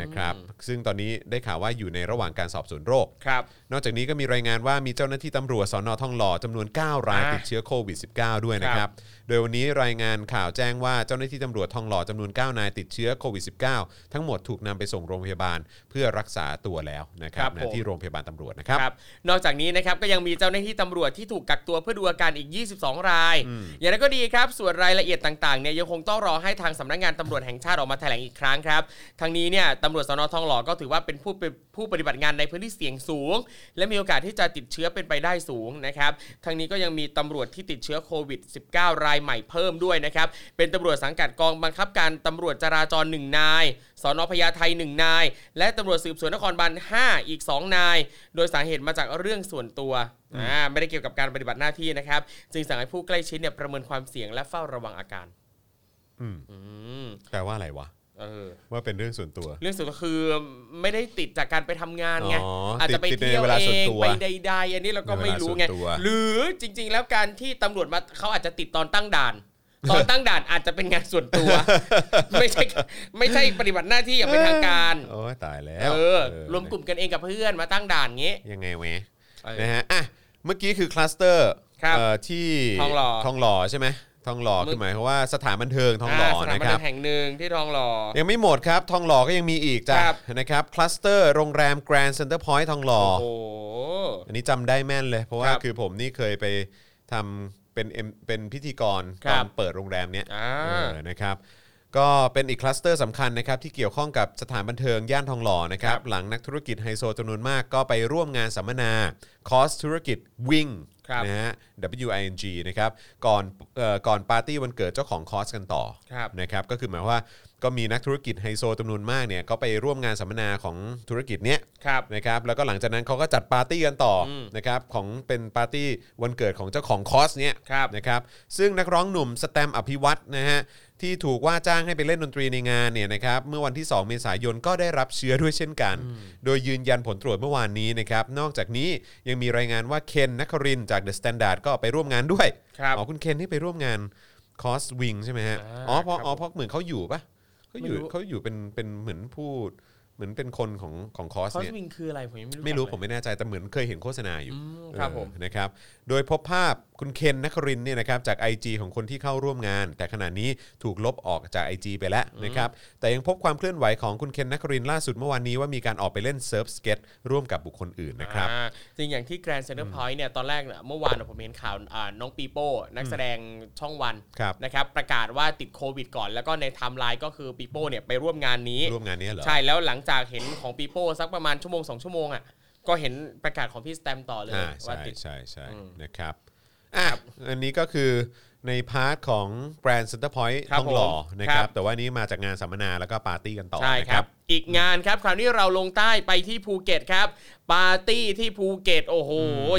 B: นะครับซึ่งตอนนี้ได้ข่าวว่าอยู่ในระหว่างการสอบสวนโรค
C: ครับ
B: นอกจากนี้ก็มีรายงานว่ามีเจ้าหน้าที่ตำรวจสอนอทองหล่อจำนวน 9 ราย
C: อ่า
B: ติดเชื้อโควิด -19 ด้วยนะค
C: ค
B: รั
C: รับ บ
B: โดยวันนี้รายงานข่าวแจ้งว่าเจ้าหน้าที่ตำรวจทองหล่อจำนวน 9 นายติดเชื้อโควิด -19 ทั้งหมดถูกนำไปส่งโรงพยาบาลเพื่อรักษาตัวแล้วนะครับนะที่โรงพยาบาลตำรวจนะครับ
C: ครับนอกจากนี้นะครับก็ยังมีเจ้าหน้าที่ตำรวจที่ถูกกักตัวเพื่อดูอาการอีก 22 ราย อย่างนั้นก็ดีครับ ส่วนรายละเอียดต่างๆเนี่ยยังคงต้องรอให้ทางสำนักงานตำรวจแห่งชาติออกมาแถลงอีกครั้งครับทางนี้เนี่ยตำรวจสนทองหล่อก็ถือว่าเป็นผู้เป็นผู้ปฏิบัติงานในพื้นที่เสี่ยงสูง และมีโอกาสที่จะติดเชื้อเป็นไปได้สูงนะครับทางนี้ก็ยังมีตำรวจที่ติดเชื้อโควิด -19 รายใหม่เพิ่มด้วยนะครับเป็นตำรวจสังกัดกองบังคับการตำรวจจราจรหนึ่งนาย สนพญาไทหนึ่งนาย และตำรวจสืบสวนนครบาล5อีก 2 นาย โดยสาเหตุมาจากเรื่องส่วนตัวอ่าไม่ได้เกี่ยวกับการปฏิบัติหน้าที่นะครับ จึงสั่งให้ผู้ใกล้ชิดเนี่ยประเมินความเสี่ยงและเฝ้าระวังอาการ
B: อืม
C: อืม
B: แปลว่าอะไรวะ
C: เออ
B: ว่าเป็นเรื่องส่วนตัว
C: เรื่องส่วนตัวคือไม่ได้ติดจากการไปทำงานไง
B: อ๋ออา
C: จจะไปเที่ยว
B: ติดในเวลา
C: เอ
B: ส่วน
C: ง
B: ตัว
C: ไปใดๆอันนี้เราก็ไม่รู้ไง
B: ในเวลาส่วนตัว
C: หรือจริง ๆ แล้วการที่ตำรวจมาเขาอาจจะติดตอนตั้งด่าน ตอนตั้งด่านอาจจะเป็นงานส่วนตัว ไม่ใช่ไม่ใช่ปฏิบัติหน้าที่อย่างเป็นทางการ
B: โอ้ยตายแล้ว
C: เออ
B: เออ
C: รวมกลุ่มกันเองกับเพื่อนมาตั้งด่านงี้
B: ยังไงแหวะนะฮะอ่ะเมื่อกี้คือคลัสเตอร์
C: ครับ
B: เอ่อที่
C: ทองหล่อ
B: ทองหล่อใช่ไหมทองหล่อคือหมายความว่าสถานบันเทิงทองหล่อ
C: สถา
B: นะค
C: บัเทิ
B: รับ
C: งแห่งหนึ่งที่ทองหล่อ
B: ยังไม่หมดครับ ทองหล่อก็ยังมีอีกจ้ะ
C: ครับ
B: นะครับคลัสเตอร์โรงแรมแกรนด์เซ็นเตอร์พอยต์ทองหล่อ
C: โอ้โห
B: อันนี้จำได้แม่นเลย เพราะว่า
C: ครับ
B: คือผมนี่เคยไปทำเป็น M- เป็นพิธีกร
C: ค
B: ต
C: รั
B: อบ นเปิดโรงแรมเนี้ย
C: อ่า
B: เออนะครับก็เป็นอีกคลัสเตอร์สำคัญนะครับที่เกี่ยวข้องกับสถานบันเทิงย่านทองหล่อนะครับหลังนักธุรกิจไฮโซจำนวนมากก็ไปร่วมงานสัมมนาคอร์สธุรกิจวิ่ง
C: ครับ
B: นะฮะ WING นะครับก่อนเอ่อก่อนปาร์ตี้วันเกิดเจ้าของคอร์สกันต่อ
C: ครับ
B: นะครับก็คือหมายความว่าก็มีนักธุรกิจไฮโซจำนวนมากเนี่ยก็ไปร่วมงานสัมมนาของธุรกิจเนี้ย
C: ครับ
B: นะครับแล้วก็หลังจากนั้นเขาก็จัดปาร์ตี้กันต่ออนะครับของเป็นปาร์ตี้วันเกิดของเจ้าของคอร์สเนี่ย
C: ครับ
B: นะครับซึ่งนักร้องหนุ่มสแตมป์อภิวัตนะฮะที่ถูกว่าจ้างให้ไปเล่นดนตรีในงานเนี่ยนะครับเมื่อวันที่ 2 เมษายนก็ได้รับเชื้อด้วยเช่นกัน โดยยืนยันผลตรวจเมื่อวานนี้นะครับนอกจากนี้ยังมีรายงานว่าเคนนักครินทร์จากเดอะสแตนดาร์ดก็ไปร่วมงานด้วย
C: ครับ
B: อ๋อคุณเคนนี่ไปร่วมงาน คอสวิงใช่ไหมฮะ
C: อ่า
B: อ๋อเพราะ
C: ครับ
B: อ๋อเพราะเหมือนเขาอยู่ปะเขาอยู่
C: ไม่รู้
B: เขาอยู่เป็นเป็นเหมือนผู้เหมือนเป็นคนของของคอส
C: คอส
B: เนี่ย
C: วิงคืออะไรผมยังไม่รู้
B: ไม่รู้
C: จัก
B: ผมไม่แน่ใจแต่เหมือนเคยเห็นโฆษณาอยู่
C: อืมครับ
B: เออ
C: ผม
B: นะครับ โดยพบภาพคุณเคนนักรินทร์เนี่ยนะครับจาก IG ของคนที่เข้าร่วมงาน แต่ขณะนี้ถูกลบออกจาก IG ไปแล้วนะครับแต่ยังพบความเคลื่อนไหวของคุณเคนนักรินทร์ล่าสุดเมื่อวานนี้ว่ามีการออกไปเล่นเซิร์ฟสเก็ตร่วมกับบุคคลอื่นนะครับ
C: อ่าจริงอย่างที่แกรนด์เซ็นเตอร์พอยต์เนี่ยตอนแรกเนี่ยเมื่อวานผมเห็นข่าวอ่าน้องปีโป้นักแสดงช่องวัน
B: ครับ
C: นะครับประกาศว่าติดโควิดก่อน แล้วก็ในไทม์ไลน์ก็คือปีโป้เนี่ยไปร่วมงานนี้
B: ร่วมงานเนี้ยเหรอ
C: ใช่แล้วหลังจากเห็นของปีโป้สักประมาณชั่วโมงสองชั่วโมงอ่ะก็เห็นประกาศของพี่สแตมป์ต่อเลย
B: อ่า
C: ว่า
B: ใช่
C: ติด
B: ใช่ใช่
C: อืม
B: นะครับอ่ะอันนี้ก็คือในพาร์ทของแบรนด์ Center Point
C: ครับ
B: ทองหล่อ
C: ผม
B: นะครับ
C: ครับ
B: แต่ว่านี้มาจากงานสัมมนาแล้วก็ปาร์ตี้กันต่อ
C: ใช่
B: นะ
C: ค
B: ค
C: รั
B: รับ บ
C: อีกงานครับ คราวนี้เราลงใต้ไปที่ภูเก็ตครับ ปาร์ตี้ที่ภูเก็ต โอ้โห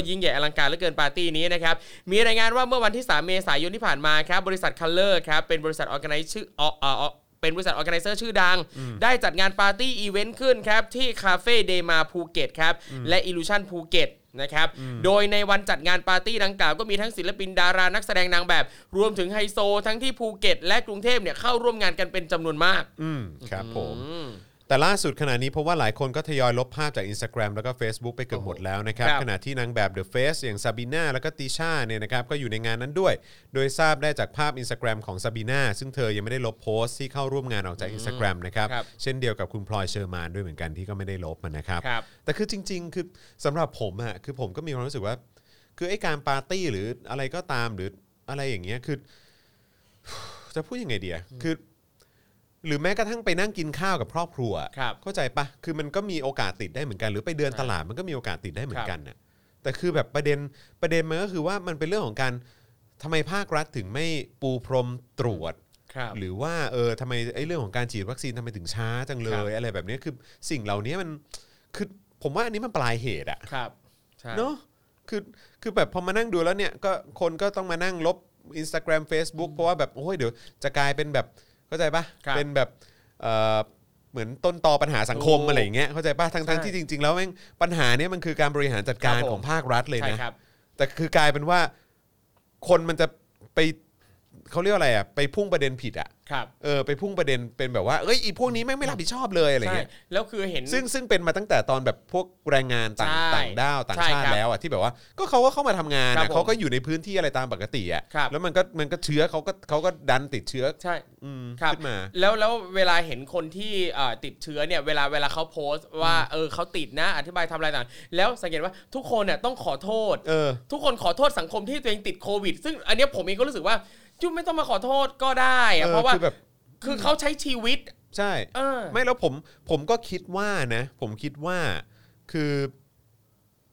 C: ยิ่งใหญ่อลังการเหลือเกินปาร์ตี้นี้นะครับ มีรายงานว่าเมื่อวันที่ 3 เมษายนที่ผ่านมาครับ บริษัทคัลเลอร์ครับ เป็นบริษัทออแกไนซ์ชื่อออเอ่อเอ่อเป็นบริษัทออแกไนเซอร์ชื่อดัง ได้จัดงานปาร์ตี้อีเวนต์ขึ้นครับ ที่คาเฟ่เดมาภูเก็ตครับ และอิลูชันภูเก็ต นะครับ โดยในวันจัดงานปาร์ตี้ดังกล่าวก็มีทั้งศิลปินดารานักแสดงนางแบบ รวมถึงไฮโซ ทั้งที่ภูเก็ต และกรุงเทพเนี่ยเข้าร่วมงานกันเป็นจำนวนมาก
B: อืมครับผม
C: อืม
B: แต่ล่าสุดขณะนี้เพราะว่าหลายคนก็ทยอยลบภาพจาก Instagram แล้วก็ Facebook ไปเกือบหมดแล้วนะครับ
C: ครับ
B: ขณะที่นางแบบ The Face อย่างซาบีนาแล้วก็ติชาเนี่ยนะครับก็อยู่ในงานนั้นด้วย โดยทราบได้จากภาพ Instagram ของซาบีนาซึ่งเธอยังไม่ได้ลบโพสต์ที่เข้าร่วมงานออกจาก Instagram นะครับ
C: ครับ
B: เช่นเดียวกับคุณพลอยเชอร์มานด้วยเหมือนกันที่ก็ไม่ได้ลบมันนะครับ
C: ครับ
B: แต่คือจริง ๆ คือสำหรับผมอะคือผมก็มีความรู้สึกว่า คือไอ้การปาร์ตี้หรืออะไรก็ตามหรืออะไรอย่างเงี้ยคือ จะพูดยังไงเดียคือ หรือแม้กระทั่งไปนั่งกินข้าวกับครอบครัว
C: ครับ
B: เข้าใจปะคือมันก็มีโอกาสติดได้เหมือนกัน หรือไปเดินตลาดมันก็มีโอกาสติดได้เหมือนกันน่ะแต่คือแบบประเด็นประเด็นมันก็คือว่ามันเป็นเรื่องของการทำไมภาครัฐถึงไม่ปูพรมตรวจ
C: ครับ
B: หรือว่าเออทำไมไอ้เรื่องของการฉีดวัคซีนทำไมถึงช้าจังเล
C: ครั
B: ย
C: บ
B: อะไรแบบเนี้ยคือสิ่งเหล่านี้มันคือผมว่าอันนี้มันปลายเหตุอะ
C: ครับใช่
B: เนาะคือคือแบบพอมานั่งดูแล้วเนี่ยก็คนก็ต้องมานั่งลบ Instagram Facebook เพราะว่าแบบโอ้ยเดี๋ยวจะกลายเป็นแบบเข้าใจปะ
C: ครับ
B: เป็นแบบเอ่อเหมือนต้นตอปัญหาสังคม
C: ถูก
B: อะไรอย่างเงี้ยเข้าใจปะทั้งทั้ง
C: ใช่
B: ที่จริง ๆ แล้วแม่งปัญหาเนี้ยมันคือการบริหารจัดการ
C: ครับผม
B: ของภาครัฐเลย
C: ใช่
B: นะ
C: ครับ
B: แต่คือกลายเป็นว่าคนมันจะไปเขาเรียกว่าอะไรอ่ะไปพุ่งประเด็นผิดอ่ะ
C: ครับ
B: เออไปพุ่งประเด็นเป็นแบบว่าเอ้ยอีพวกนี้แม่งไม่รับผิดชอบเลยอะไร
C: ใช่
B: เงี้ย
C: แล้วคือเห็น
B: ซึ่งซึ่งเป็นมาตั้งแต่ตอนแบบพวกแรงงานต่าง
C: ใช่
B: ต่างด้าวต่าง
C: ใช่
B: ชาติ
C: ครับ
B: แล้วอ่ะที่แบบว่าก็เขาก็เข้ามาทำงาน
C: ครั
B: อะ
C: บผม
B: เขาก็อยู่ในพื้นที่อะไรตามปกติอ่ะ
C: ครับ
B: แล้วมันก็มันก็เชื้อเขาก็เขาก็ดันติดเชื้อ
C: ใช่
B: อืม
C: ครับ
B: ขึ้นมา
C: แล้วแล้วเวลาเห็นคนที่เอ่อติดเชื้อเนี่ยเวลาเวลาเขาโพสต์ว่าเออเขาติดนะอธิบายไทำอะไรต่างแล้วสังเกตว่าทุกคนเนี่ยต้องขอโทษ
B: เออ
C: ทุกคนขอโทษสังคมที่ตัวเองติดโควิด ซึ่งอันเนี้ยผมเองก็รู้สึกว่าจุ๊บไม่ต้องมาขอโทษก็ได้อะ
B: เออ
C: เพราะว่า
B: คือแบบ
C: คือเขาใช้ชีวิต
B: ใช่
C: เออ
B: ไม่แล้วผมผมก็คิดว่านะ ผมคิดว่าคือ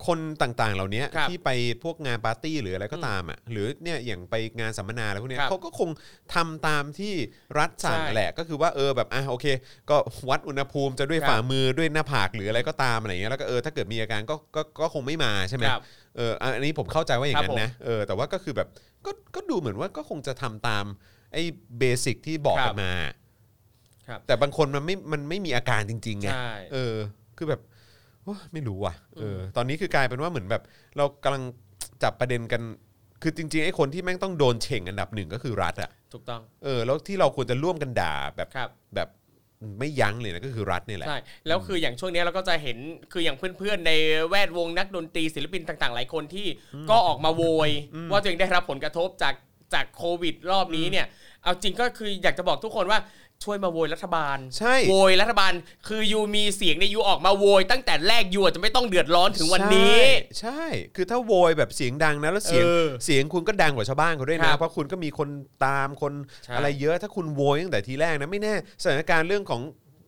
B: คนต่างๆ เหล่านี้
C: ครับ
B: ที่ไปพวกงานปาร์ตี้หรืออะไรก็ตามอ่ะหรือเนี่ยอย่างไปงานสัมมนาอะไรพวกเนี้ย
C: ครับ
B: เขาก็คงทำตามที่รัฐสั่ง
C: ใช่
B: แหละก็คือว่าเออแบบอ่ะโอเค ก็วัดอุณหภูมิจะด้วย
C: ครับ
B: ฝ่ามือด้วยหน้าผากหรืออะไรก็ตามอะไรเงี้ยแล้วก็เออถ้าเกิดมีอาการก็ก็ก็คงไม่มาใช่ไหม
C: ครับ
B: เอออันนี้ผมเข้าใจว่าอย่างนั้น
C: ครับผม
B: นะเออแต่ว่าก็คือแบบก็ก็ดูเหมือนว่าก็คงจะทำตามไอ้เบสิกที่บอก
C: ค
B: กั
C: รั
B: บ นมา
C: ครับ
B: แต่บางคนมันไม่ มันไม่มีอาการจริงๆไง
C: ใช่
B: เออ คือแบบโอ๊ยไม่รู้ว่ะ เออ ตอนนี้คือกลายเป็นว่าเหมือนแบบ เรากำลังจับประเด็นกัน คือจริงๆไอ้คนที่แม่งต้องโดนเฉ่งอันดับหนึ่งก็คือรัฐอะ
C: ถูกต้อง
B: เออ แล้วที่เราควรจะร่วมกันด่าแบบ
C: ครับ
B: แบบไม่ยั้งเลยนะก็คือรัฐเนี่ยแหละ
C: ใช่แล้วคืออย่างช่วงเนี้ยเราก็จะเห็นคืออย่างเพื่อนๆในแวดวงนักดนตรีศิลปินต่างๆ หลายคนที่ก็ออกมาโวย ว่าตัวเองได้รับผลกระทบจากจากโควิดรอบนี้เนี่ย เอาจริงก็คืออยากจะบอกทุกคนว่าช่วยมาโวยรัฐบาล
B: ใช่
C: โวยรัฐบาล คือยูมีเสียงเนี่ยยูออกมาโวย ตั้งแต่แรกยูอาจจะไม่ต้องเดือดร้อนถึงวันนี้
B: ใช่ใช่ คือถ้าโวยแบบเสียงดังนะแล้วเสียง
C: เออ
B: เสียงคุณก็ดังกว่าชาวบ้านเขาด้วย
C: ครั
B: นะ
C: บ
B: เพราะคุณก็มีคนตามคน
C: ใช่
B: อะไรเยอะถ้าคุณโวยตั้งแต่ทีแรกนะไม่แน่สถานการณ์เรื่องของ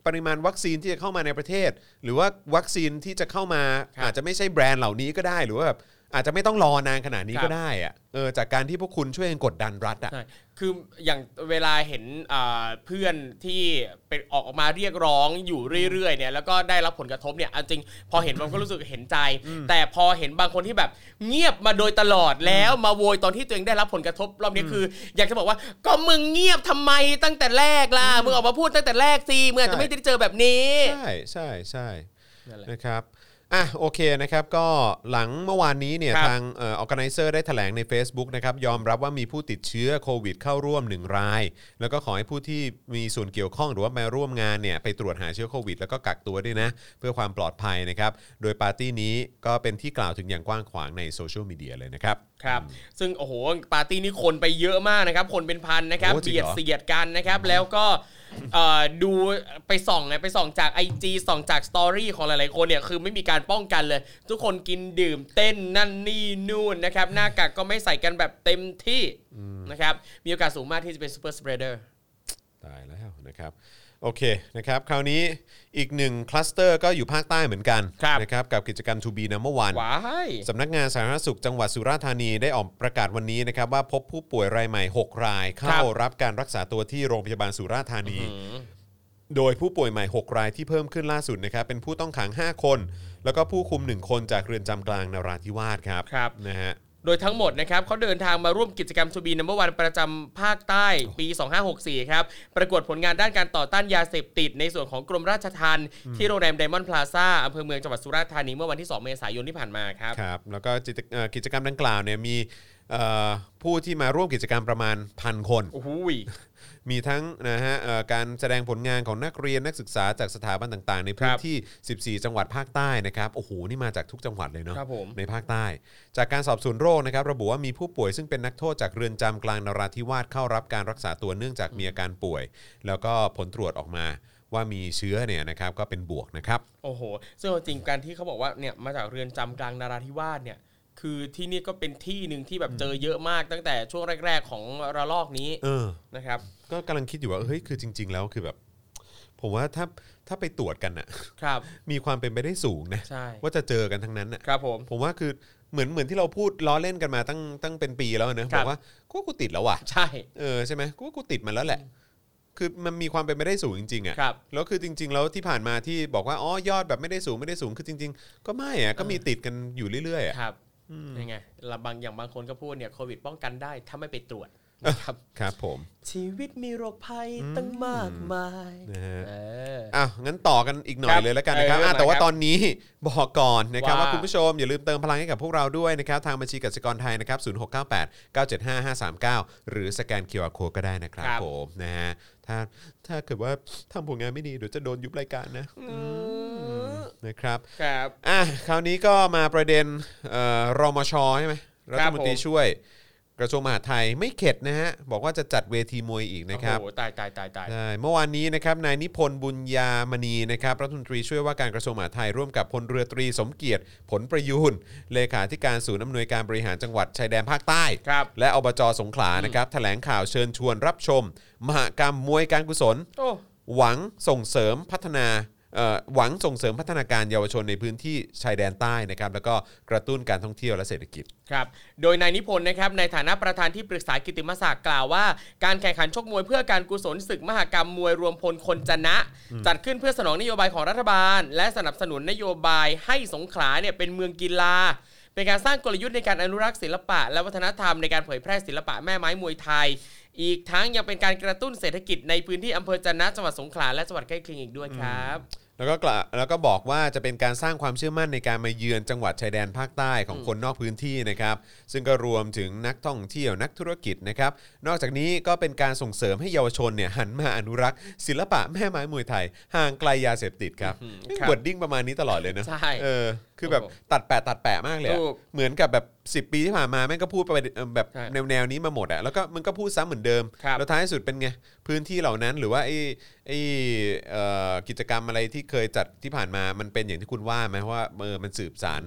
B: ปริมาณวัคซีนที่จะเข้ามาในประเทศ หรือว่าวัคซีนที่จะเข้ามา
C: ครับ
B: อาจจะไม่ใช่แบรนด์เหล่านี้ก็ได้หรือว่าแบบอาจจะไม่ต้องรอนานขนาดนี้
C: ครับ
B: ก็ได้อะเออจากการที่พวกคุณช่วยกันกดดันรัฐอ่ะ
C: ใช่คืออย่างเวลาเห็นอ่าเพื่อนที่เป็นออกมาเรียกร้องอยู่เรื่อยๆเนี่ยแล้วก็ได้รับผลกระทบเนี่ยเอาจริงพอเห็นมันก็รู้สึกเห็นใจ แต่พอเห็นบางคนที่แบบเงียบมาโดยตลอดแล้วมาโวยตอนที่ตัวเองได้รับผลกระทบรอบนี้คือ อยากจะบอกว่าก็มึงเงียบทำไมตั้งแต่แรกล่ะมึงออกมาพูดตั้งแต่แรกสิมึงอาจจะไม่ได้เจอแบบนี้
B: ใช่ใช่ใช่
C: นั่นแหละ
B: นะครับ อ่ะ โอเคนะครับ ก็หลังเมื่อวานนี้เนี่ย
C: ครับ
B: ทางเออ organizer ได้ถแถลงใน Facebook นะครับ ยอมรับว่ามีผู้ติดเชื้อโควิดเข้าร่วม 1 ราย แล้วก็ขอให้ผู้ที่มีส่วนเกี่ยวข้องหรือว่ามาร่วมงานเนี่ย ไปตรวจหาเชื้อโควิด แล้วก็กักตัวด้วยนะ เพื่อความปลอดภัยนะครับ โดยปาร์ตี้นี้ก็เป็นที่กล่าวถึงอย่างกว้างขวางในโซเชียลมีเดียเลยนะครับ
C: ครับซึ่งโอ้โหปาร์ตี้นี้คนไปเยอะมากนะครับ คนเป็นพันนะครับ
B: โอ้จริงเหร
C: เบียด
B: อ
C: เสียดกันนะครับแล้วก็เอ่อดูไปส่องไงไปส่องจาก IG ส่องจากสตอรี่ของหลายๆคนเนี่ยคือไม่มีการป้องกันเลย ทุกคนกินดื่มเต้นนั่นนี่นู่นนะครับหน้ากากก็ไม่ใส่กันแบบเต็มที่นะครับมีโอกาสสูงมากที่จะเป็นซูเปอร์สเปรเดอร์
B: ตายแล้วนะครับโอเคนะครับคราวนี้อีกหนึ่งคลัสเตอร์ก็อยู่ภาคใต้เหมือนกัน
C: ครับ
B: นะครับกับกิจกรรม To Be Number One
C: ว้าย
B: สำนักงานสาธารณสุขจังหวัดสุราษฎร์ธานีได้ออกประกาศวันนี้นะครับว่าพบผู้ป่วยรายใหม่ 6 ราย เข้ารับการรักษาตัวที่โรงพยาบาลสุราษฎร์ธานี โดยผู้ป่วยใหม่ 6 รายที่เพิ่มขึ้นล่าสุดนะครับเป็นผู้ต้องขัง 5 คน แล้วก็ผู้คุม 1 คนจากเรือนจำกลางนราธิวาสครับ
C: ครับ
B: นะฮะ
C: โดยทั้งหมดนะครับเขาเดินทางมาร่วมกิจกรรมทูบีนัมเบอร์วันประจำภาคใต้ปี 2564 ครับ ประกวดผลงานด้านการต่อต้านยาเสพติด ในส่วนของกรมราชทัณฑ์ที่โรงแรมไดมอนด์พลาซ่าอำเภอเมืองจังหวัดสุราษฎร์ธานีเมื่อวันที่ 2 เมษายนที่ผ่านมาครับ
B: ครับแล้วก็จิตเอ่อกิจกรรมดังกล่าวเนี่ยมีเอ่อผู้ที่มาร่วมกิจกรรมประมาณพันคน
C: โอ้โหย
B: มีทั้งนะฮะเอ่อการแสดงผลงานของนักเรียนนักศึกษาจากสถาบันต่างๆ ในพื้
C: คน รับ
B: ที่ 14 จังหวัดภาคใต้นะครับโอ้โหนี่มาจากทุกจังหวัดเลยเนาะ
C: ครับผม
B: ในภาคใต้ จากการสอบสวนโรคนะครับระบุว่ามีผู้ป่วยซึ่งเป็นนักโทษจากเรือนจำกลางนราธิวาสเข้ารับการรักษาตัวเนื่องจากมีอาการป่วย แล้วก็ผลตรวจออกมาว่ามีเชื้อเนี่ยนะครับก็เป็นบวกนะครับ
C: โอ้โหซึ่งเอาจริงการที่เขาบอกว่าเนี่ยมาจากเรือนจำกลางนาราธิวาสเนี่ยคือที่นี่ก็เป็นที่หนึ่งที่แบบเจอเยอะมากตั้งแต่ช่วงแรก ๆ ของระลอกนี้
B: เออ
C: นะครับ
B: ก็กำลังคิดอยู่ว่าเฮ้ยคือจริง ๆ แล้วคือแบบ ผมว่าถ้าถ้าไปตรวจกันน่ะ
C: ครับ
B: มีความเป็นไปได้สูงนะ
C: ใช่
B: ว่าจะเจอกันทั้งนั้นน่ะ
C: ครับผม
B: ผมว่าคือเหมือนเหมือนที่เราพูดล้อเล่นกันมาตั้งตั้งเป็นปีแล้วนะ
C: ค
B: บ
C: รั
B: อบ กว่ากูกูติดแล้วว่ะ
C: ใช่
B: เออใช่ไหมกูกูติดมันแล้วแหละ คือมันมีความเป็นไปได้สูงจริงๆ
C: ค
B: อะ่ะ
C: รับ
B: แล้วคือจริง ๆ แล้วที่ผ่านมาที่บอกว่าอ๋อยอดแบบไม่ได้สูงไม่ได้สูงคือจริง ๆ ก็ไม่อะ่ะก็มีติดกันอยู่เรื่อยๆอะ
C: ครับยังไงเราบางอย่างบางคนก็พูดเนี่ยโควิดป้องกันได้ถ้าไม่ไปตรวจ นะครับ
B: ครับผม
C: ชีวิตมีโรคภัยตั้งมากมาย
B: นะฮะ
C: เออ
B: อ้าวงั้นต่อกันอีกหน่อ
C: ค
B: ย
C: รับ
B: เลยแล้วกันนะครับ
C: เออ
B: อ่ะ
C: มา
B: แต่ว่า
C: ครับ
B: ตอนนี้ บอกก่อนนะครับ
C: ว่า
B: ว่าคุณผู้ชมอย่าลืมเติมพลังให้กับพวกเราด้วยนะครับทางบัญชีกสิกรไทยนะครับ0 6 9 8 9 7 5 5 3 9 หรือสแกน QR Code ก็ได้นะครับ
C: ครับ
B: ผมนะฮะถ้าถ้าเกิดว่าทำผลงานไม่ดีเดี๋ยวจะโดนยุบรายการนะนะครับ
C: ครับ
B: อ่ะคราวนี้ก็มาประเด็นเอ่อรมชใช่ไหมรัฐมนตรี
C: ผม
B: ช่วย กระทรวงมหาดไทยไม่เข็ดนะฮะบอกว่าจะจัดเวทีมวยอีกนะครับ
C: โอ้โหตายตายตายตาย
B: ใช่เมื่อวานนี้นะครับนายนิพนธ์บุญญามณีนะครับรัฐมนตรีช่วยว่าการกระทรวงมหาดไทยร่วมกับพลเรือตรีสมเกียรติผลประยูนเลขาธิการศูนย์อำนวยการบริหารจังหวัดชายแดนภาคใต้
C: ครับ
B: และอบจสงขลานะครับแถลงข่าวเชิญชวนรับชม มหกรรมมวยการกุศล
C: โอ้
B: หวังส่งเสริมพัฒนาเอ่อหวังส่งเสริมพัฒนาการเยาวชนในพื้นที่ชายแดนใต้นะครับแล้วก็กระตุ้นการท่องเที่ยวและเศรษฐกิจ
C: ครับ โดยนายนิพนธ์นะครับในฐานะประธานที่ปรึกษากิตติมศักดิ์กล่าวว่า การแข่งขันชกมวยเพื่อการกุศลศึกมหกรรมมวยรวมพลคนจนะ จัดขึ้นเพื่อสนองนโยบายของรัฐบาล และสนับสนุนนโยบายให้สงขลาเนี่ยเป็นเมืองกีฬา เป็นการสร้างกลยุทธ์ในการอนุรักษ์ศิลปะ และวัฒนธรรมในการเผยแพร่ศิลปะแม่ไม้มวยไทย อีกทั้งยังเป็นการกระตุ้นเศรษฐกิจในพื้นที่อำเภอจะนะจังหวัดสงขลาและจังหวัดใกล้เคียงอีกด้วยครับ
B: แล้วก็กล่าวแล้วก็บอกว่าจะเป็นการสร้างความเชื่อมั่นในการมาเยือนจังหวัดชายแดนภาคใต้ของคนนอกพื้นที่นะครับ ซึ่งก็รวมถึงนักท่องเที่ยวนักธุรกิจนะครับ นอกจากนี้ก็เป็นการส่งเสริมให้เยาวชนเนี่ยหันมาอนุรักษ์ศิลปะแม่ไม้มวยไทย ห่างไกลยาเสพติดครับ
C: อืม
B: นี่
C: ครับ
B: วดดิ้งประมาณนี้ตลอดเลยนะ
C: ใช่
B: เออคือแบบตัดแปะตัดแปะมากเลยอะ
C: ถูก
B: เหมือนกับแบบ 10 ปีที่ผ่านมาแม่งก็พูดไปเอ่อแบบ
C: ใช่
B: แนวแนวนี้มาหมดอะแล้วก็มันก็พูดซ้ำเหมือนเดิม
C: ครับ
B: แล้วท้ายสุดเป็นไงพื้นที่เหล่านั้นหรือว่าไอ้ ไอ้เอ่อกิจกรรมอะไรที่เคยจัดที่ผ่านมา มันเป็นอย่างที่คุณว่าไหมว่าเออมันสืบสาร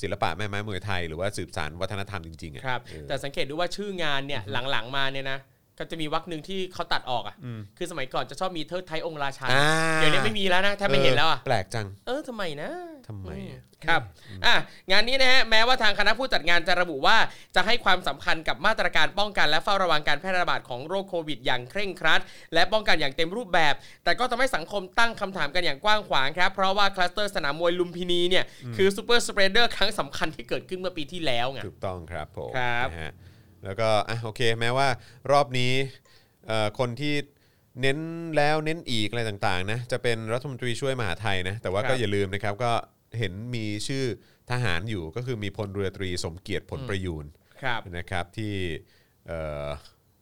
B: ศิลปะแม่ไม้มวยไทย หรือว่าสืบสารวัฒนธรรมจริงๆอ่ะ
C: ครับ
B: เออ
C: แต่สังเกตดูว่าชื่องานเนี่ยหลังๆมาเนี่ยนะก็จะมีวักหนึ่งที่เขาตัดออกอ่ะคือสมัยก่อนจะชอบมีเทิดไทยองค์ราชา
B: อ่า
C: เดี๋ยวนี้ไม่มีแล้วนะแทบไม่เห็นแล้วอ่ะ
B: แปลกจัง
C: เออทำไมนะ
B: ทำไมอะ
C: อืครับอ่ะงานนี้นะฮะแม้ว่าทางคณะผู้จัดงานจะระบุว่าจะให้ความสำคัญกับมาตรการป้องกันและเฝ้าระวังการแพร่ระบาดของโรคโควิดอย่างเคร่งครัด และป้องกันอย่างเต็มรูปแบบ แต่ก็ทำให้สังคมตั้งคำถามกันอย่างกว้างขวางครับเพราะว่าคลัสเตอร์สนามมวยลุมพินีเนี่ยคือซูเปอร์สเปรดเดอร์ครั้งสำคัญที่เกิดขึ้นเมื่อปีที่แล้วไง
B: ถูกต้องครับผม
C: ครับ
B: นะฮะแล้วก็อ่ะโอเคแม้ว่ารอบนี้เอ่อคนที่เน้นแล้วเน้นอีกอะไรต่างๆนะจะเป็นรัฐมนตรีช่วยมหาไทยนะแต่ว่า
C: ครั
B: ก็
C: บ
B: อย่าลืมนะครับก็เห็นมีชื่อทหารอยู่ก็คือมีพลเรือตรีสมเกียรติผล
C: อืม
B: ประยูน
C: ครับ
B: นะครับที่เอ่อ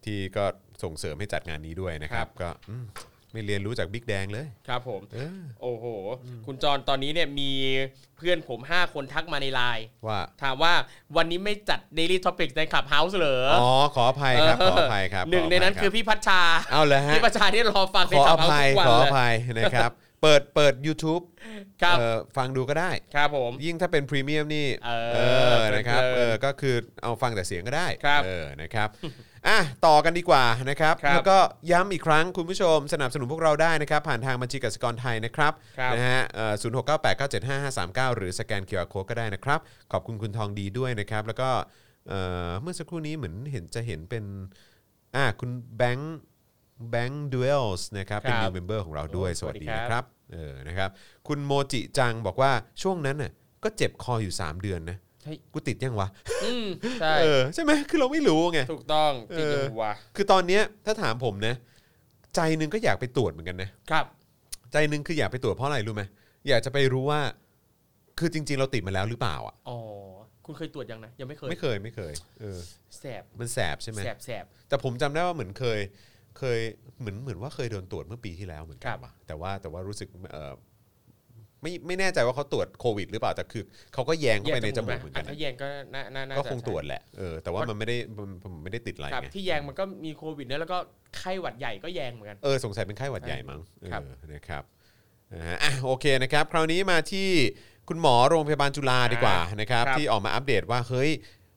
B: ที่ก็ส่งเสริมให้จัดงานนี้ด้วยนะครับก็อืมไม่เรียนรู้จากบิ๊กแดงเลย
C: ครับผม
B: เออ
C: โอ้โห คุณจรตอนนี้เนี่ยมีเพื่อนผม 5 คนทักมาในไลน์
B: ว่า
C: ถามว่าวันนี้ไม่จัด Daily Topic ในคลับเฮาส์เหรอ
B: อ๋อขออภัยครับขออภัยครับ
C: หนึ่งในนั้นคือพี่พัชชา
B: เอาเลยฮะ
C: พี่พัชชาที่รอฟังใน
B: ขออ
C: คลับเฮา
B: ภัย
C: ส์ทุกวัน
B: ขออ
C: เลย
B: ภัยนะครับ เปิดเปิด YouTube
C: ครับ
B: เอ่อฟังดูก็ได้
C: ครับผม
B: ยิ่งถ้าเป็นพรีเมียมนี่
C: เออ
B: อนะครับ
C: เพลินๆ
B: เออก็คือเอาฟังแต่เสียงก็ได้
C: ครับ
B: เออนะครับ อ่ะต่อกันดีกว่านะครับ
C: ครับ
B: แล้วก็ย้ำอีกครั้งคุณผู้ชมสนับสนุนพวกเราได้นะครับ ผ่านทางบัญชีกสิกรไทยนะครับ
C: ครับ
B: นะฮะศูนย์หกเก้าแปดเก้าเจ็ดห้าห้าสามเก้าหรือสแกนเคอร์โคก็ได้นะครับ ขอบคุณคุณทองดีด้วยนะครับ แล้วก็เอ่อเมื่อสักครู่นี้เหมือนเห็นจะเห็นเป็นอ่ะคุณแบงค์แบงค์ดูเอลส์นะครับเป็น
C: ครับ
B: new member ของเราด้วย
C: โอ้
B: สวัสดี
C: สวัสดี
B: นะค
C: ครั
B: รับ
C: บ
B: เออ นะครับ คุณโมจิจังบอกว่าช่วงนั้นน่ะก็เจ็บคออยู่ 3 เดือนนะ
C: เฮ้ย
B: กูติดยังวะ
C: อืมใช่
B: เออ ใช่ไหม คือเราไม่รู้ไง
C: ถูกต้องจริง
B: เออ
C: ๆว่ะ
B: คือตอนเนี้ยถ้าถามผมนะ ใจหนึงก็อยากไปตรวจเหมือนกันนะ
C: ครับ
B: ใจหนึงคืออยากไปตรวจเพราะอะไรรู้ไหมอยากจะไปรู้ว่า คือจริง ๆ เราติดมาแล้วหรือเปล่าอ่ะ
C: อ๋อ คุณเคยตรวจยังนะ ยังไม่เคย
B: ไม่เคยไม่เคย เออ
C: แสบ
B: มันแสบใช่ไหม
C: แสบแสบ
B: แต่ผมจำได้ว่าเหมือนเคย เคย เหมือนเหมือนว่าเคยโดนตรวจเมื่อปีที่แล้วเหมือนกั
C: ครั
B: น
C: บ
B: ว่ะแต่ว่าแต่ว่ารู้สึก เออไม่ไม่แน่ใจว่าเขาตรวจโควิด หรือเปล่า แต่คือเขาก็แยงเข้าไปในจมูกเหมือนกัน
C: อ่ะ
B: นะ
C: ถ้าแยงก็น่าน่าน่า
B: ก็
C: จะ
B: คงตรวจ
C: ใ
B: แหละ เออ แต่ว่ามันไม่ได้มันผมไม่ได้ติดอะไร
C: ช่ครับ
B: ไง
C: ที่แยงมันก็มีโควิดนะแล้วก็ไข้หวัดใหญ่ก็แยงเหมือนกัน
B: เออ สงสัยเป็นไข้หวัดใหญ่มั้งเอ
C: ครับ
B: อนะครับนะฮะอ่ะโอเคนะครับ คราวนี้มาที่คุณหมอโรงพยาบาลจุฬาดีกว่านะครับ
C: ครับ
B: ที่ออกมาอัปเดตว่า เฮ้ย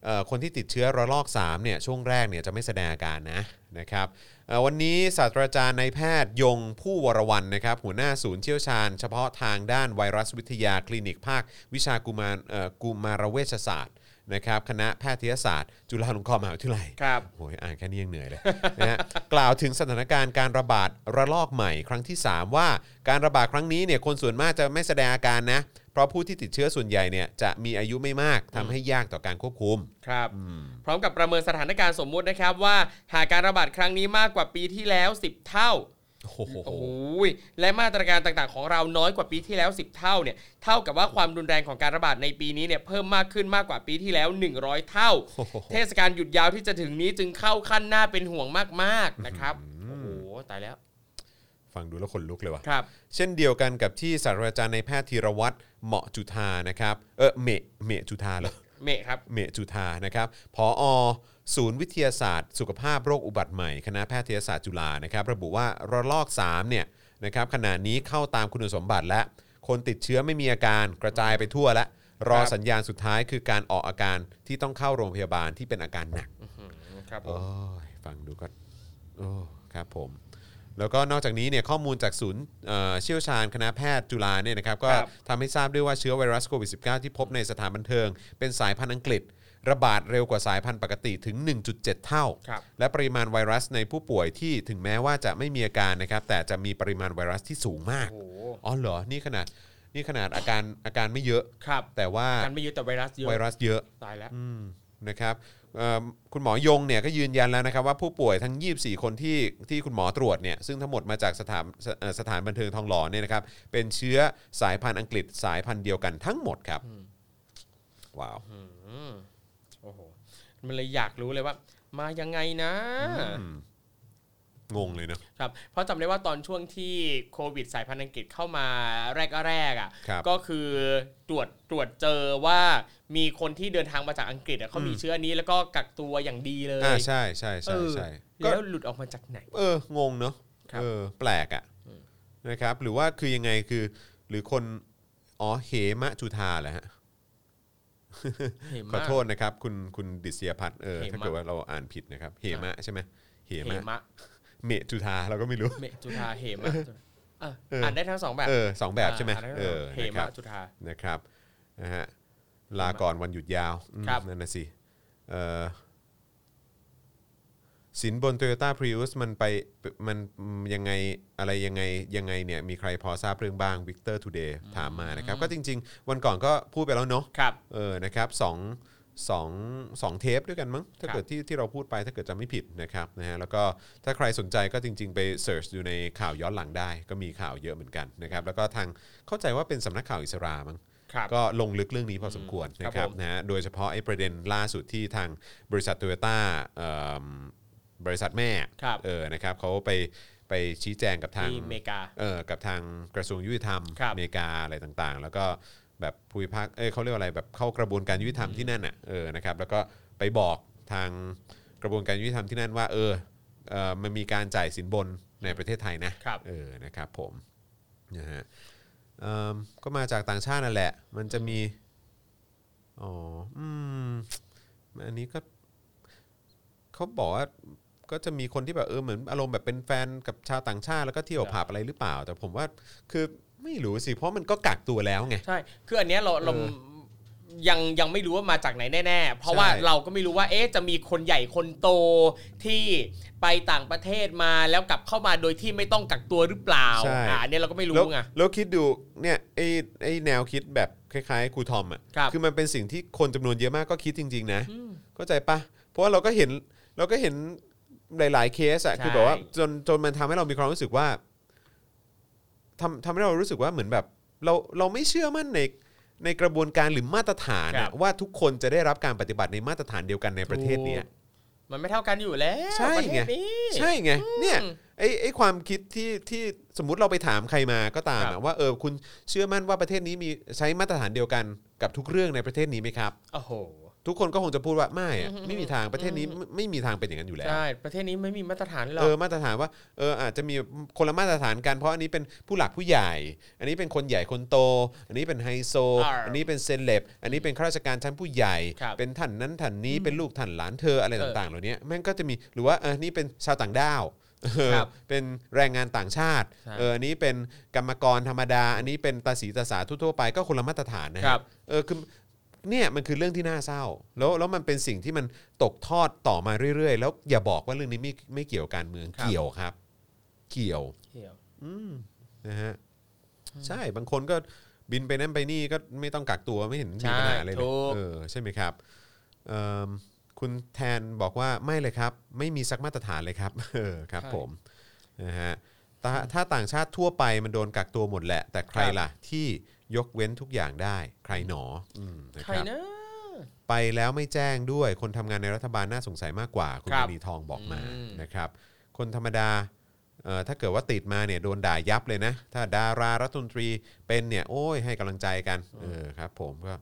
B: เอ่อคนที่ติดเชื้อระลอก 3 เนี่ย ช่วงแรกเนี่ยจะไม่แสดงอาการนะ นะครับเอ่อวันนี้ศาสตราจารย์นายแพทย์ยงผู้วรวันนะครับ หัวหน้าศูนย์เชี่ยวชาญ เฉพาะทางด้านไวรัสวิทยาคลินิกภาค วิชากุมารเอ่อกุมารเวชศาสตร์นะครับ คณะแพทยศาสตร์ จุฬาลงกรณ์มหาวิทยาลัย
C: ครับ
B: โอ้ยอ่านแค่นี้ยังเหนื่อยเลย นะฮะกล่าวถึงสถานการณ์การระบาดระลอกใหม่ครั้งที่ 3 ว่าการระบาดครั้งนี้เนี่ยคนส่วนมากจะไม่แสดงอาการนะ เพ ราะผู้ที่ติดเชื้อส่วนใหญ่เนี่ยจะมีอายุไม่มากทำให้ยากต่อการควบคุม
C: ครับ พร้อมกับประเมินสถานการณ์สมมุตินะครับว่าหากการระบาดครั้งนี้มากกว่าปีที่แล้ว 10 เท่า
B: โอ้โห
C: โอ้โหและมาตรการต่างๆ ของเราน้อยกว่าปีที่แล้ว 10 เท่าเนี่ยเท่ากับว่าความรุนแรงของการระบาดในปีนี้เนี่ยเพิ่มมากขึ้นมากกว่าปีที่แล้ว 100 เท่า เทศกาลหยุดยาวที่จะถึงนี้จึงเข้าขั้นหน้าเป็นห่วงมากๆนะครับโอ้โหตายแล้ว
B: ฟังดูแล้วขนลุกเลยว่ะ
C: ครับ
B: เช่นเดียวกันกับที่ศาสตราจารย์ในแพทย์ธีรวัตรเหมาะจุธานะครับ เออเมะเมะจุธาเหรอ
C: เมฆครับ
B: เมจุธานะครับผออศูนย์วิทยาศาสตร์ สุขภาพโรคอุบัติใหม่ คณะแพทยศาสตร์จุฬานะครับ ระบุว่าระลอก3เนี่ยนะครับขณะนี้เข้าตามคุณสมบัติและ คนติดเชื้อไม่มีอาการกระจายไปทั่วและ รอ
C: ครับ
B: สัญญาณสุดท้ายคือการออกอาการที่ต้องเข้าโรงพยาบาลที่เป็นอาการหนัก
C: ครับผม
B: โอ้ยฟังดูก็โอ้ครับผม แล้วก็นอกจากนี้เนี่ยข้อมูลจากศูนย์เอ่อเชี่ยวชาญคณะแพทย์จุฬาเนี่ยนะครับก็
C: ครับ
B: ทำให้ทราบด้วยว่าเชื้อไวรัสโควิด -19 ที่พบในสถานบันเทิง เป็นสายพันธุ์อังกฤษ ระบาดเร็วกว่าสายพันธุ์ปกติถึง 1.7 เท่า
C: ครับ
B: และปริมาณไวรัสในผู้ป่วยที่ถึงแม้ว่าจะไม่มีอาการนะครับ แต่จะมีปริมาณไวรัสที่สูงมาก
C: โอ้โห
B: อ๋อเหรอนี่ขนาดนี่ขนาดอาการอาการไม่เยอะ
C: ครับ
B: แต่ว่า
C: การไม่เยอะแต่ไวรัสเยอะ
B: ไวรัสเยอะ
C: ตายแล้ว
B: อืมนะครับเอิ่มคุณหมอยงเนี่ยก็ยืนยันแล้วนะครับว่าผู้ป่วยทั้ง 24 คนที่ที่คุณหมอตรวจเนี่ยซึ่งทั้งหมดมาจากสถานสเอ่อสถานบันเทิงทองหล่อเนี่ยนะครับเป็นเชื้อสายพันธุ์อังกฤษสายพันธุ์เดียวกันทั้งหมดครับว้าว
C: อืมโอ้โห มันเลยอยากรู้เลยว่า มายังไงนะ
B: งงเลยเนอะ
C: ครับ เพราะจำได้ว่าตอนช่วงที่โควิดสายพันธุ์อังกฤษเข้ามาแรกๆอ่ะ
B: ครับ
C: ก็คือตรวจตรวจเจอว่ามีคนที่เดินทางมาจากอังกฤษอะเขามี
B: อืม
C: เชื้อนี้แล้วก็กักตัวอย่างดีเลย
B: อ่าใช่ใช่
C: เอ
B: ใช่
C: อ
B: ใช่ก็
C: แล้วหลุดออกมาจากไหน
B: เอองงเนอะ
C: ครับ
B: เออแปลกอ่ะ
C: อืม
B: นะครับ หรือว่าคือยังไงคือหรือคนอ๋อเหมะจุธาแหละฮะ
C: เห็น
B: ขอ
C: มาก
B: โทษนะครับ คุณคุณดิษยพัฒน์เออ
C: เหมะ
B: ถ้าเกิดว่าเราอ่านผิดนะครับเหมะใช่ไหมเห
C: เห
B: มะ
C: มะ
B: เมจุธาเราก็ไม่รู้
C: เมจุธาเหมะเอออ่านได้ทั้งสองแบบ
B: เออสองแบบใช่ไหม
C: านด้ทั้ง
B: เอ
C: สง
B: อนะค
C: เห
B: รั
C: มะ
B: บ
C: จุธา
B: นะครับนะฮะลาก่อนวันหยุดยาวอืม
C: ครับ
B: นั่นนะสิเออสินบน Toyota Prius มันไปมันยังไงอะไรยังไงยังไงเนี่ยมีใครพอทราบเรื่องบ้างวิกเตอร์ทูเดย์ถามมานะครับ ก็จริง ๆ วันก่อนก็พูดไปแล้วเนาะ
C: ครับ
B: เออ นะครับสองสองสองเทปด้วยกันมั้ง ถ้า
C: ครับ
B: เกิดที่ที่เราพูดไปถ้าเกิดจำไม่ผิดนะครับนะฮะ แล้วก็ถ้าใครสนใจก็จริง ๆ ไปเสิร์ชดูในข่าวย้อนหลังได้ ก็มีข่าวเยอะเหมือนกันนะครับ แล้วก็ทางเข้าใจว่าเป็นสำนักข่าวอิสรามั้ง
C: ครับ
B: ก็ลงลึกเรื่องนี้พอสมควรนะค
C: ครั
B: รับบ
C: ผม
B: นะฮะ โดยเฉพาะไอ้ประเด็นล่าสุดที่ทางบริษัทโตโยต้าบริษัทแม่
C: ครับ
B: เออ นะครับเขาไปไปชี้แจงกับทาง
C: ที่อเมริกา
B: เออกับทางกระทรวงยุติธรรม
C: ครับ
B: อเมริกาอะไรต่างๆ แล้วก็แบบภูมิภาคเอ้ยเขาเรียกว่าอะไรแบบเข้ากระบวนการยุติธรรมที่นั่นน่ะเออนะครับแล้วก็ไปบอกทางกระบวนการยุติธรรมที่นั่นว่าเออเออมันมีการจ่ายสินบนในประเทศไทยนะครับ เออนะครับผมนะฮะเอิ่มก็มาจากต่างชาตินั่นแหละ มันจะมีอ๋ออืมอันนี้ก็เขาบอกว่า ก็จะมีคนที่แบบเออเหมือนอารมณ์แบบเป็นแฟนกับชาวต่างชาติแล้วก็เที่ยวผับอะไรหรือเปล่า แต่ผมว่าคือไม่รู้สิ เพราะมันก็กักตัวแล้วไง
C: ใช่ คืออันเนี้ยเราเรา
B: เออ
C: ยังยังไม่รู้ว่ามาจากไหนแน่ๆ เพราะว่า
B: ใช่
C: เราก็ไม่รู้ว่าเอ๊ะจะมีคนใหญ่คนโตที่ไปต่างประเทศมาแล้วกลับเข้ามาโดยที่ไม่ต้องกักตัวหรือเปล่า
B: ใช่
C: อ่าอันเนี้ยเราก็ไม่
B: แล้
C: รู้
B: ว
C: ไง
B: แล้วคิดดูเนี่ยไอ้ไอ้แนวคิดแบบคล้ายๆครูทอมอ่ะ
C: ครับ
B: อมันเป็นสิ่งที่คนจำนวนเยอะมากก็คิดจริง ๆ นะเข้าใจปะเพราะว่าเราก็เห็นเราก็เห็นหลาย ๆ เคสอ่ะ
C: ใช่
B: คือแบบว่าจนจนมันทำให้เรามีความรู้สึกว่าทำทำให้เรารู้สึกว่าเหมือนแบบ เราเราไม่เชื่อมั่นในในกระบวนการหรือมาตรฐาน
C: ครั
B: อะ
C: บ
B: ว่าทุกคนจะได้รับการปฏิบัติในมาตรฐานเดียวกันในประเทศเนี้ย
C: มันไม่เท่ากันอยู่แล้ว
B: ใช่
C: ประเท
B: ไง
C: ศนี้
B: ใช่ไงเนี่ย
C: อืม
B: ไอ้ไอ้ความคิดที่ที่สมมติเราไปถามใครมาก็ตาม
C: ครั
B: อะ
C: บ
B: ว่าเออคุณเชื่อมั่นว่าประเทศนี้มีใช้มาตรฐานเดียวกันกับทุกเรื่องในประเทศนี้ไหมครับ
C: โอ้โห
B: ทุกคนก็คงจะพูดว่าไม่อะ
C: อืม
B: ไม่มีทางประเทศนี้ไม่ไม่มีทางเป็นอย่างนั้นอยู่แล้ว
C: ใช่ ประเทศนี้ไม่มีมาตรฐานหรอ
B: เอก อมาตรฐานว่าเอออาจจะมีคนละมาตรฐานกันเพราะอันนี้เป็นผู้หลักผู้ใหญ่ อันนี้เป็นคนใหญ่คนโต อันนี้เป็นไฮโซ
C: อ่า
B: อันนี้เป็นเซเลบอันนี้เป็นข้าราชการชั้นผู้ใหญ่
C: ครับ
B: เป็นท่านนั้นท่านนี้เป็นลูกท่านหลานเธออะไร
C: เออ
B: ต่างๆเหล่านี้แม่งก็จะมีหรือว่าเออนี่เป็นชาวต่างด้าวเออ
C: ครับ
B: เป็นแรงงานต่างชาติ
C: ใช่
B: เอออันนี้เป็นกรรมกรธรรมดา อันนี้เป็นตาสีตาสาทั่วๆไปก็คนละมาตรฐานนะฮะ
C: ครับ
B: เออคือ เนี่ยมันคือเรื่องที่น่าเศร้า แล้วแล้วมันเป็นสิ่งที่มันตกทอดต่อมาเรื่อยๆ แล้วอย่าบอกว่าเรื่องนี้ไม่ไม่เกี่ยวการเมือง
C: ครับ
B: เกี่ยวครับ เกี่ยว
C: เกี่ยว
B: นะฮะใช่บางคนก็ บินไปนั่นไปนี่ก็ไม่ต้องกักตัวไม่เห็นมีปัญหาอะไรเล
C: ใช่ถู
B: ย
C: ก
B: เออใช่ไหมครับเอิ่มคุณแทนบอกว่าไม่เลยครับ ไม่มีสักมาตรฐานเลยครับ เออครับผมนะฮะถ้าถ้าต่างชาติทั่วไปมันโดนกักตัวหมดแหละ แต่ใครล่ะที่ยกเว้นทุกอย่างได้ ใครหนออืมนะ
C: ใค
B: ค
C: ร
B: รับ
C: นะ
B: ไปแล้วไม่แจ้งด้วยคนทำงานในรัฐบาลน่าสงสัยมากกว่า คุณ
C: ครั
B: ม
C: บ
B: ณีทองบอกมา
C: อืม
B: นะครับ คนธรรมดาเอ่อถ้าเกิดว่าติดมาเนี่ยโดนด่ายับเลยนะ ถ้าดารารัฐมนตรีเป็นเนี่ยโอ้ยให้กำลังใจกันเออครับผมก็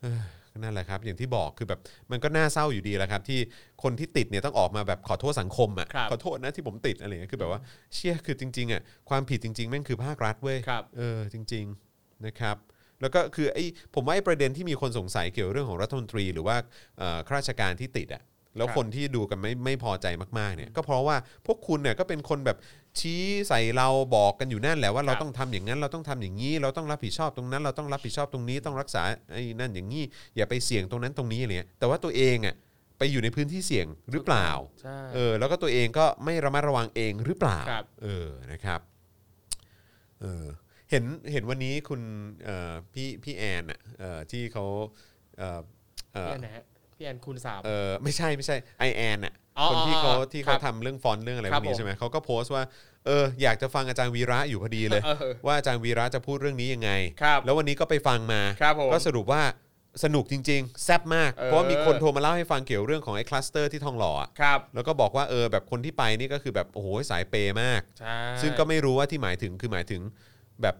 B: เอ้อก็นั่นแหละครับอย่างที่บอกคือแบบมันก็น่าเศร้าอยู่ดีแหละครับ ที่คนที่ติดเนี่ยต้องออกมาแบบขอโทษสังคม
C: ครั
B: อะ่ะ
C: บ
B: ขอโทษนะที่ผมติดอะไรเงี้ยคือแบบว่าเชี่ยคือจริงๆอะ่ะความผิดจริงๆแม่งคือภาครัฐเว้ย
C: ครับ
B: เออจริง ๆนะครับ แล้วก็คือไอ้ผมว่าไอ้ประเด็นที่มีคนสงสัยเกี่ยวเรื่องของรัฐมนตรี หรือว่าเอ่อข้าราชการที่ติดอ่ะแล้ว
C: ครับ
B: คนที่ดูกันไม่ไม่พอใจมากๆเนี่ยก็เพราะว่าพวกคุณเนี่ยก็เป็นคนแบบชี้ใส่เราบอกกันอยู่นั่นแหละว่าเรา
C: ครับ
B: ต้องทำอย่างนั้นเราต้องทำอย่างนี้ เราต้องรับผิดชอบตรงนั้น เราต้องรับผิดชอบตรงนี้ต้องรักษาไอ้นั่นอย่างนี้อย่าไปเสี่ยงตรงนั้นตรงนี้อะไรเนี่ยแต่ว่าตัวเองอ่ะไปอยู่ในพื้นที่เสี่ยงหรือเปล่า
C: ใช่
B: เออแล้วก็ตัวเองก็ไม่ระมัดระวังเองหรือเปล่า
C: ครับ
B: เออนะครับ เออเห็นเห็นวันนี้คุณเอ่อพี่พี่แอนน่ะเอ่อที่เขาเอ่อเอ่
C: พี่
B: อ
C: แอนนะฮะพี่แอนคูณสาม
B: เอ่อไม่ใช่ไม่ใช่ไอแอนน่ะ
C: อ๋อ
B: คนที่เขา
C: อ๋อ
B: ที่เขา
C: ครับ
B: ทำเรื่องฟอนต์เรื่องอะไรพ
C: ครั
B: ว
C: บ
B: กนี้
C: ผม
B: ใช่ไหมเขาก็โพสต์ว่าเอออยากจะฟังอาจารย์วีระอยู่พอดีเลย
C: เออ
B: ว่าอาจารย์วีระจะพูดเรื่องนี้ยังไง
C: ครับ
B: แล้ววันนี้ก็ไปฟังมา
C: ครับผม
B: ก็สรุปว่าสนุกจริง ๆ แซ่บมาก
C: เออ
B: เพราะว่ามีคนโทรมาเล่าให้ฟังเกี่ยวเรื่องของไอ้คลัสเตอร์ที่ทองหล่ออะ
C: ครับ
B: แล้วก็บอกว่าเออแบบคนที่ไปนี่ก็คือแบบโอ้โหสายเปย์มาก
C: ใช่
B: ซึ่งก็ไม่รู้ว่าที่หมายถึงคือหมายถึงแบบ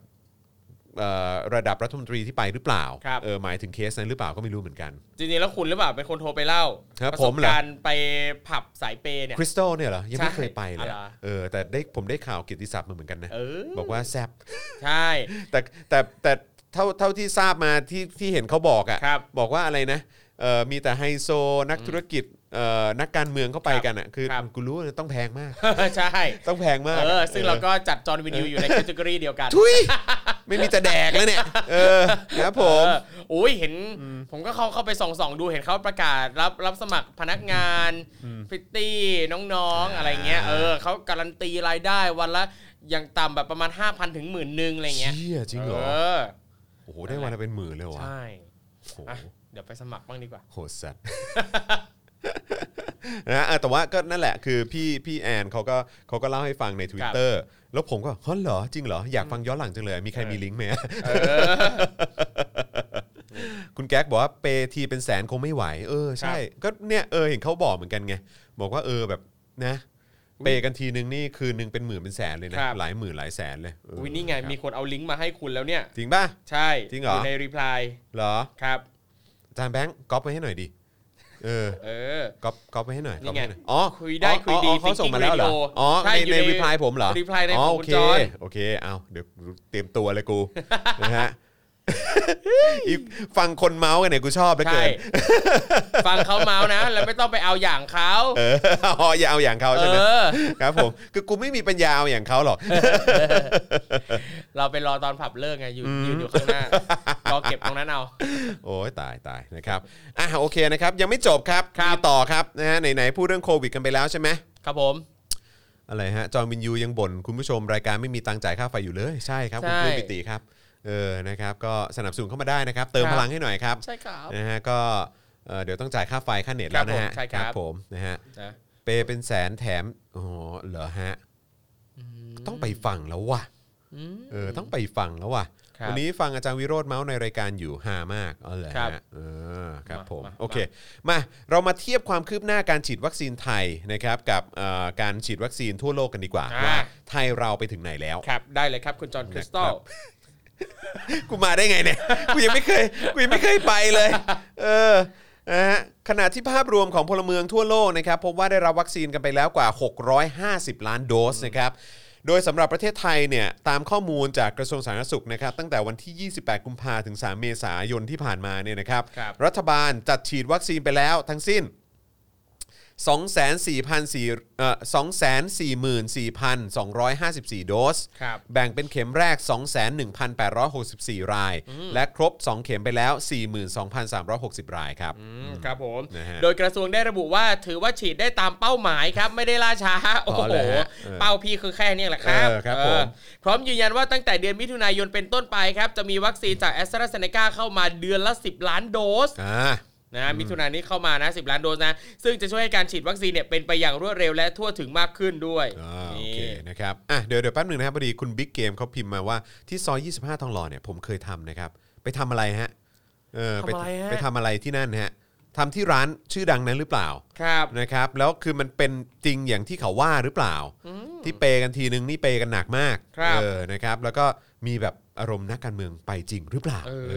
B: เอ่อระดับรัฐมนตรีที่ไปหรือเปล่าเออหมายถึงเคสนั้นหรือเปล่าก็ไม่รู้เหมือนกัน
C: จริงๆแล้วคุณหรือเปล่าเป็นคนโทรไปเล่า
B: ครับ
C: ประ
B: ผ
C: ส
B: ม
C: บ
B: เหรอ
C: การณ์ไปผับสายเปย์เนี่ย
B: คริสตัลเนี่ยเหรอ ยังไม่
C: ใช่
B: เคยไปเลย
C: อะไร
B: อะ
C: วะ
B: เออแต่ได้ผมได้ข่าวเกียรติศัพท์มาเหมือนกันนะ
C: เออ
B: บอกว่าแซบ
C: ใช่
B: แต่แต่แต่เท่าเท่าที่ทราบมาที่ที่เห็นเขาบอก
C: ครั
B: อะ่ะ
C: บ
B: บอกว่าอะไรนะเออมีแต่ไฮโซนักธุรกิจเอ่อนักการเมืองเข้าไปกันอะ่ะคือ
C: ครับ
B: กูรู้ว่าต้องแพงมาก
C: ใช่
B: ต้องแพงมาก
C: เออซึ่งเราก็จัดจอห์นวินยูอยู่ในแคตตากรีเดียวกัน
B: ทุยไม่มีจะแดกแล้วเนี่ยเออครับผม
C: เอออุ้ยเห็นผมก็เข้าเข้าไปส่องส่องๆดูเห็นเขาประกาศรับรับสมัครพนักงานฟิตตี้น้องๆอะไรเงี้ยเออเขาการันตีรายได้วันละอย่างต่ำแบบประมาณ 5,000ถึงหมื่นหนึ่งอะไรเงี้ย
B: ชี่ยจริงเหรอ
C: เออ
B: โอ้โห ได้วันละเป็นหมื่นเลยเหรอวะ
C: ใช่
B: โอ้โห
C: อ่ะเดี๋ยวไปสมัครบ้างดีกว่า
B: โหดสัตว์ นะเออแต่ว่าก็นั่นแหละคือพี่พี่แอนเขาก็เขาก็เล่าให้ฟังใน Twitter แล้วผมก็ฮะเหรอ จริงเหรอ อยากฟังย้อนหลังจังเลย มีใครมีลิงก์ไหม คุณแก๊กบอกว่าเปทีเป็นแสนคงไม่ไหว เออ ใช่ ก็เนี่ยเออเห็นเขาบอกเหมือนกันไง บอกว่าเออแบบนะ เปกันทีนึงนี่คืนนึงเป็นหมื่นเป็นแสนเลยนะ
C: ครับ
B: หลายหมื่นหลายแสนเลยเออ
C: วินี่ไง
B: ครับ
C: มีคนเอาลิงก์มาให้คุณแล้วเนี่ย
B: จริงป่ะ
C: ใช่
B: จริงเหรออ
C: ยู่ในรีプライ
B: เหรอ
C: ครับ
B: อาจารย์แบงค์ก๊อปไปให้หน่อยดิเออ
C: เออ
B: ก๊อปก๊อปไปให้หน่อย
C: นี่
B: ก๊อป
C: ไง
B: ให้หน่อยอ๋อ
C: คุยได้
B: อ๋อ
C: คุยดี
B: อ๋อเขาส่งมาแล้วเหรอ
C: Thinking Radio
B: อ๋อ
C: ใช่
B: ใน
C: อยู่
B: ใน
C: ใน
B: รีプライผมเหรอ
C: reply ใน
B: อ๋อ
C: ของ
B: โอ
C: คุณ
B: เค
C: จอห์น
B: โอเคเอาเดี๋ยวกูเตรียมตัวเลยกู นะ ฮะอีกฟังคนเมาส์กันเนี่ยกูชอบเหลือเกิ
C: ใช่
B: น
C: ฟังเขาเมาส์นะ แล้วไม่ต้องไปเอาอย่างเขา
B: เอ ออ๋ออย่าเอาอย่างเขา
C: เอ
B: ใช่ไหม
C: อ
B: ครับผมคือกูไม่มีปัญญาเอาอย่างเขาหรอก
C: เราไปรอตอนผับเลิกไงอยู่ยืนอยู่ข้าง หน้า รอเก็บตรงนั้นเอา
B: โอ้ยตายตายนะครับอ่ะโอเคนะครับ ยังไม่จบครับ
C: ครับ
B: มีต่อครับนะฮะไหนๆพูดเรื่องโควิดกันไปแล้วใช่ไหม
C: ครับผม
B: อะไรฮะจอห์นวินยูยังบ่นคุณผู้ชมรายการไม่มีตังค์จ่ายค่าไฟอยู่เลยใช่ครับคุณ
C: ใช่
B: ปลื้มปิติครับเออนะครับก็สนับสนุนเข้ามาได้นะครับ เติมพลังให้หน่อยครับ
C: ใช่ครับ
B: นะฮะก็เอ่อเดี๋ยวต้องจ่ายค่าไฟค่าเน็ตแล้วนะฮะ
C: ครับผมใช่ครับ
B: ผมนะฮะ
C: นะ
B: เปเป็นแสนแถมโอ้โหเหรอฮะต้องไปฟังแล้วว่ะ
C: อืม
B: เออต้องไปฟังแล้วว่ะ
C: ครับ
B: วันนี้ฟังอาจารย์วิโรธเมาส์ในรายการอยู่ฮามากเออเหรอ
C: ครับ
B: ฮะเออครับ
C: มา
B: ผม
C: มา
B: โอเคมาเรามาเทียบความคืบหน้าการฉีดวัคซีนไทยนะครับกับเอ่อการฉีดวัคซีนทั่วโลกกันดีกว่า
C: อ่า
B: ว่าไทยเราไปถึงไหนแล้ว
C: ครับได้เลยครับคุณจอห์นคริสตัล
B: กูมาได้ไงเนี่ย กูยังไม่เคย กูยังไม่เคยไปเลย เออ นะฮะ ขณะที่ภาพรวมของพลเมืองทั่วโลกนะครับพบว่าได้รับวัคซีนกันไปแล้วกว่า 650 ล้านโดสนะครับ โดยสำหรับประเทศไทยเนี่ย ตามข้อมูลจากกระทรวงสาธารณสุขนะครับ ตั้งแต่วันที่ 28 กุมภาพันธ์ถึง 3 เมษายนที่ผ่านมาเนี่ยนะครับ
C: ครับ
B: รัฐบาลจัดฉีดวัคซีนไปแล้วทั้งสิ้น 24,400เอ่อ24,254 โดส
C: ครับ
B: แบ่งเป็นเข็มแรก 21,864 ราย และครบ 2 เข็มไปแล้ว 42,360 รายครับ
C: อืมครับผม
B: นะฮะ
C: โดยกระทรวงได้ระบุว่าถือว่าฉีดได้ตามเป้าหมายครับ ไม่ได้ล่าช้า
B: อ๋
C: โอ้
B: อ
C: โห
B: เหรอฮะเออ
C: เป้าพี่คือแค่เนี้แหละครับ
B: เออครับ
C: เอ
B: ผม
C: อพร้อมยืนยันว่าตั้งแต่เดือนมิถุนายนเป็นต้นไปครับ จะมีวัคซีนจากแอสตราเซเนกาเข้ามาเดือนละ 10 ล้านโดส
B: อ่า
C: นะมิถุนายนนี้เข้ามานะ 10 ล้านโดสนะ ซึ่งจะช่วยให้การฉีดวัคซีนเนี่ยเป็นไปอย่างรวดเร็วและทั่วถึงมากขึ้นด้วย
B: อ่าโอ
C: นี่
B: เคนะครับอ่ะเดี๋ยวเดี๋ยวแป๊บหนึ่งนะครับพอดีคุณบิ๊กเกมเขาพิมพ์มาว่าที่ซอย 25 ทองหล่อเนี่ยผมเคยทำนะครับ ไปทำอะไรฮะเออไป
C: ทำอะไรฮะ
B: ไปทำอะไรที่นั่นฮะทำที่ร้านชื่อดังนั้นหรือเปล่า
C: ครับ
B: นะครับ แล้วคือมันเป็นจริงอย่างที่เขาว่าหรือเปล่า ที่เปย์กันทีนึงนี่เปย์กันหนักมาก
C: ครับ
B: เออนะครับ แล้วก็มีแบบอารมณ์นักการเมืองไปจริงหรือเปล่า
C: เอ
B: เอ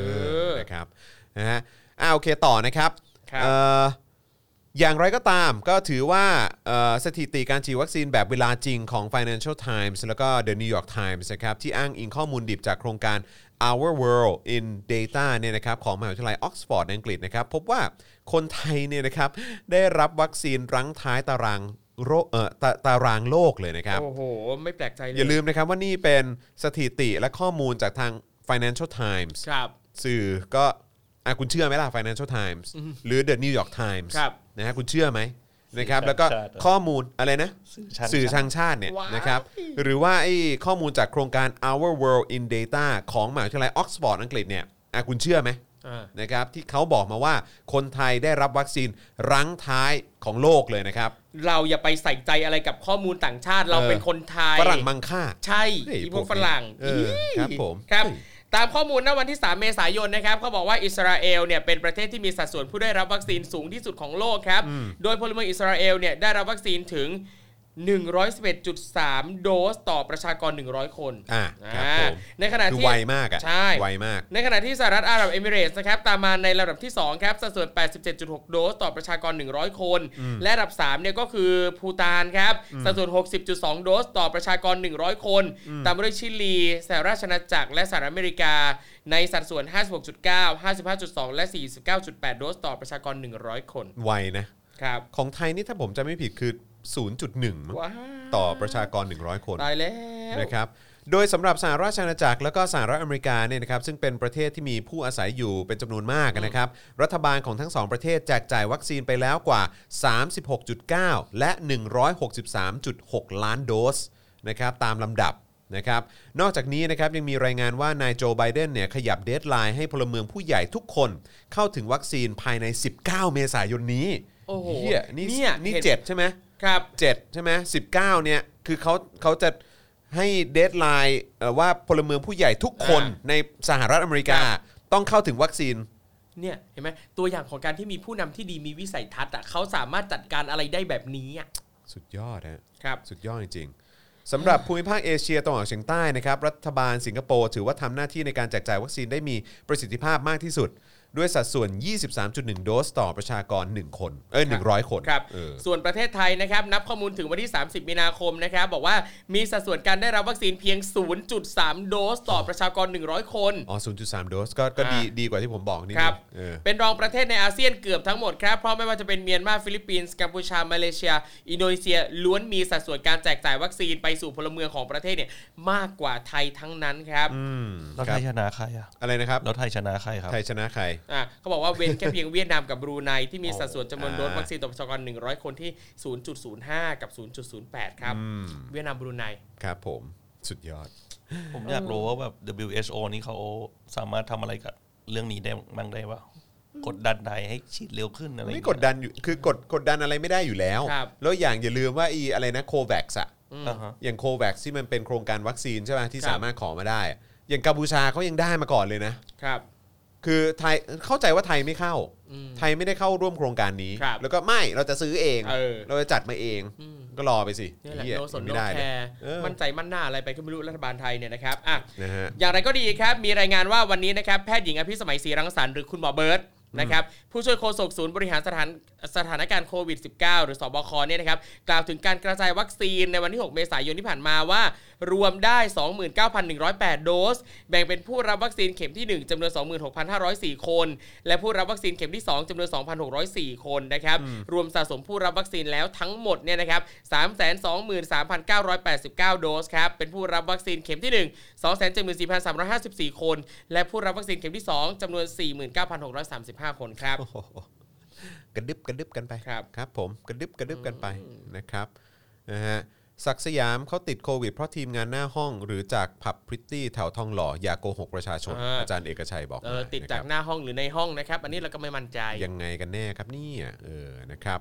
B: อ
C: อ
B: นะครับนะฮะอ่าโอเคต่อนะครับ
C: ครับ
B: เอ่ออย่างไรก็ตามก็ถือว่าเอ่อสถิติการฉีดวัคซีนแบบเวลาจริงของ Financial Times แล้วก็ The New York Times นะครับที่อ้างอิงข้อมูลดิบจากโครงการ Our World in Data เนี่ยนะครับของมหาวิทยาลัยออกซฟอร์ดอังกฤษนะครับพบว่าคนไทยเนี่ยนะครับได้รับวัคซีนรั้งท้ายตารางโรเอ่อตาตารางโลกเลยนะครับ
C: โอ้โห ไม่แปลกใจเลย
B: อย่าลืมนะครับว่านี่เป็นสถิติและข้อมูลจากทาง Financial Times
C: ครับ
B: สื่อก็อ่ะคุณเชื่อไหมล่ะ Financial Times หรือ The New York Times
C: ครับ
B: นะฮะคุณเชื่อไหมนะครับ
D: สื่อ
B: แล้วก็
D: ต่างชาติ
B: ข้อมูลอะไรนะ
D: สื่อชัน
B: สื่อทางชาติเนี่ย
C: ว้าย
B: นะครับ หรือว่าไอ้ข้อมูลจากโครงการ Our World in Data ของมหาวิทยาลัยออกซฟอร์ดอังกฤษเนี่ยอ่ะคุณเชื่อไหม
C: อ่า
B: นะครับ ที่เขาบอกมาว่าคนไทยได้รับวัคซีนรั้งท้ายของโลกเลยนะครับ
C: เราอย่าไปใส่ใจอะไรกับข้อมูลต่างชาติ เรา
B: เออ
C: เป็นคนไทย
B: ฝรั่งมังค่า
C: ใช่
B: เฮ้ย
C: อีพวก
B: พวกนี้
C: ฝรั่ง
B: เออครับผม
C: ครับ
B: เฮ้ย
C: ตามข้อมูลณวันที่ 3 เมษายนนะครับเขาบอกว่าอิสราเอลเนี่ยเป็นประเทศที่มีสัดส่วนผู้ได้รับวัคซีนสูงที่สุดของโลกครับ โดยพลเมืองอิสราเอลเนี่ยได้รับวัคซีนถึง 111.3 โดสต่อประชากร 100 คน
B: อ่ะครับ
C: อ่า
B: ผม
C: ในขณะ
B: คือ
C: ที่
B: ไวมากอ่ะ
C: ใช่
B: ไวมาก
C: ในขณะที่สหรัฐอาหรับเอมิเรตส์นะครับตามมาในลำดับที่ 2 ครับ สัดส่วน 87.6 โดสต่อประชากร 100 คน และอันดับ3เนี่ยก็คือภูตานครับ สัดส่วน 60.2 โดสต่อประชากร 100 คน ตามมาด้วยชิลีสหราชอาณาจักรและสหรัฐอเมริกา ในสัดส่วน 56.9 55.2 และ 49.8 โดสต่อประชากร 100 คน
B: ไวนะ
C: ครับ
B: ของไทยนี่ถ้าผมจะไม่ผิดคือ 0.1มั้ง
C: ว้าว
B: ต่อประชากร 100 คน
C: ตายแล้ว
B: นะครับ โดยสำหรับสหราชอาณาจักรแล้วก็สหรัฐอเมริกาเนี่ยนะครับซึ่งเป็นประเทศที่มีผู้อาศัยอยู่เป็นจำนวนมากนะครับ รัฐบาลของทั้งสองประเทศแจกจ่ายวัคซีนไปแล้วกว่า 36.9 และ 163.6 ล้านโดสนะครับตามลำดับนะครับ นอกจากนี้นะครับยังมีรายงานว่านายโจไบเดนเนี่ยขยับเดทไลน์ให้พลเมืองผู้ใหญ่ทุกคนเข้าถึงวัคซีนภายใน 19 เมษายนนี้
C: โอ้โห
B: เหี้ยนี่นี่
C: ห็
B: เจ็ดใช่ไหม
C: ครับ
B: 7 ใช่ไหมสิเนี่ย คือเขาเขาจะให้เดทไลน์เอ่อว่าพลเมืองผู้ใหญ่ทุกคน
C: อ่า
B: ในสหรัฐอเมริกา ต้องเข้าถึงวัคซีน
C: เนี่ยเห็นไหมตัวอย่างของการที่มีผู้นำที่ดีมีวิสัยทัศน์อ่ะเขาสามารถจัดการอะไรได้แบบนี้อ่ะ
B: สุดยอดฮะ
C: ครับ
B: สุดยอดจริงๆสำหรับภูมิภาคเอเชียตะวันออกเฉียงใต้นะครับรัฐบาลสิงคโปร์ถือว่าทำหน้าที่ในการแจกจ่ายวัคซีนได้มีประสิทธิภาพมากที่สุด ด้วยสัดส่วน 23.1 โดสต่อประชากร 1 คน เอ้ย 100 คน
C: ครับ
B: เออ
C: ส่วนประเทศไทยนะครับนับข้อมูลถึงวันที่ 30 มีนาคมนะครับบอกว่ามีสัดส่วนการได้รับวัคซีนเพียง 0.3 โดสต่อประชากร 100 คน
B: อ๋อ 0.3 โดสก็ก็ดี
C: อ่า
B: ดีกว่าที่ผมบอกนี่
C: ครับ
B: เออ
C: เป็นรองประเทศในอาเซียนเกือบทั้งหมดครับ เพราะไม่ว่าจะเป็นเมียนมาฟิลิปปินส์กัมพูชา มาเลเซีย อินโดนีเซียล้วนมีสัดส่วนการแจกจ่ายวัคซีนไปสู่พลเมืองของประเทศเนี่ยมากกว่าไทยทั้งนั้นครับ
B: อืม
D: แล้ว
B: ค
D: ไท
B: รับ
D: ยชนะใครอ่ะ
B: อะไรนะครับ
D: แล้วไทยชนะใครครับ
B: ไทยชนะใคร
C: อ่ะเขาบอกว่าเว้นแค่เพียงเวียดนามกับบรูไนที่มีสัดส่วนจำนวนโดสวัคซีนต่อประชากร 100 คนที่ 0.05 กับ 0.08 ครับเวียดนามบรูไน
B: ครับผมสุดยอด
D: ผมอยากรู้ว่าแบบ WHO นี่เขาสามารถทำอะไรกับเรื่องนี้ได้บ้างได้ปะกดดันไทยให้ฉีดเร็วขึ้นอะไรอย่าง
B: ไม่
D: เงี้ย
B: กดดันอยู่คือกดกดดันอะไรไม่ได้อยู่แล้ว
C: ครับ
B: แล้วอย่างอย่าลืมว่าอีอะไรนะโคแวคอะ
D: อ่าฮะ
B: อย่างโคแวคที่มันเป็นโครงการวัคซีนใช่ไหมที่
C: ครับ
B: สามารถขอมาได้ อย่างกัมพูชาเขายังได้มาก่อนเลยนะ
C: ครับ
B: คือไทยเข้าใจว่าไทยไม่เข้า
C: อืม
B: ไทยไม่ได้เข้าร่วมโครงการนี้
C: ครับ
B: แล้วก็ไม่เราจะซื้อเอง
C: เออ
B: จะจัดมาเอง
C: อืม
B: ก็รอไปสิ
C: นี่แหละ
B: เหี้ย
C: โนสนโน
B: ไม่ได้
C: แค
B: เลย
C: ร์
B: เออ
C: มั่นใจมั่นหน้าอะไรไปก็ไม่รู้รัฐบาลไทยเนี่ยนะครับอ่ะ
B: นะฮะ
C: อย่างไรก็ดีครับ มีรายงานว่าวันนี้นะครับ แพทย์หญิงอภิสมัยศรีรังสรรค์หรือคุณหมอเบิร์ต นะครับผู้ช่วยโฆษกศูนย์บริหารสถานสถานการณ์โควิด -19 หรือสบคเนี่ยนะครับกล่าวถึงการกระจายวัคซีนในวันที่ 6 เมษายนที่ผ่านมาว่า รวมได้ 29,108 โดส แบ่งเป็นผู้รับวัคซีนเข็มที่ 1จำนวน 26,504 คน และผู้รับวัคซีนเข็มที่ 2จำนวน 2,604 คนนะครับรวมสะสมผู้รับวัคซีนแล้วทั้งหมดเนี่ยนะครับ323,989 โดสครับเป็นผู้รับวัคซีนเข็มที่ 1 274,354 คน และผู้รับวัคซีนเข็มที่ 2จำนวน 49,635 คนครับ
B: โอ้โหกระดึบกระดึบกันไป
C: ครับ
B: ครับผมกระดึบกระดึบกันไปนะครับนะฮะศักดิ์สยามเขาติดโควิด เพราะทีมงานหน้าห้อง หรือจากผับพริตตี้แถวทองหล่ออย่าโกหกประชาชน
C: อ่า
B: อาจารย์เอกชัยบอก
C: เออ
B: ม
C: ติดจาก
B: นะค
C: หน้าห้องหรือในห้องนะครับ อันนี้เราก็ไม่มั่นใจ
B: รับยังไงกันแน่ครับเนี่ยเออนะครับ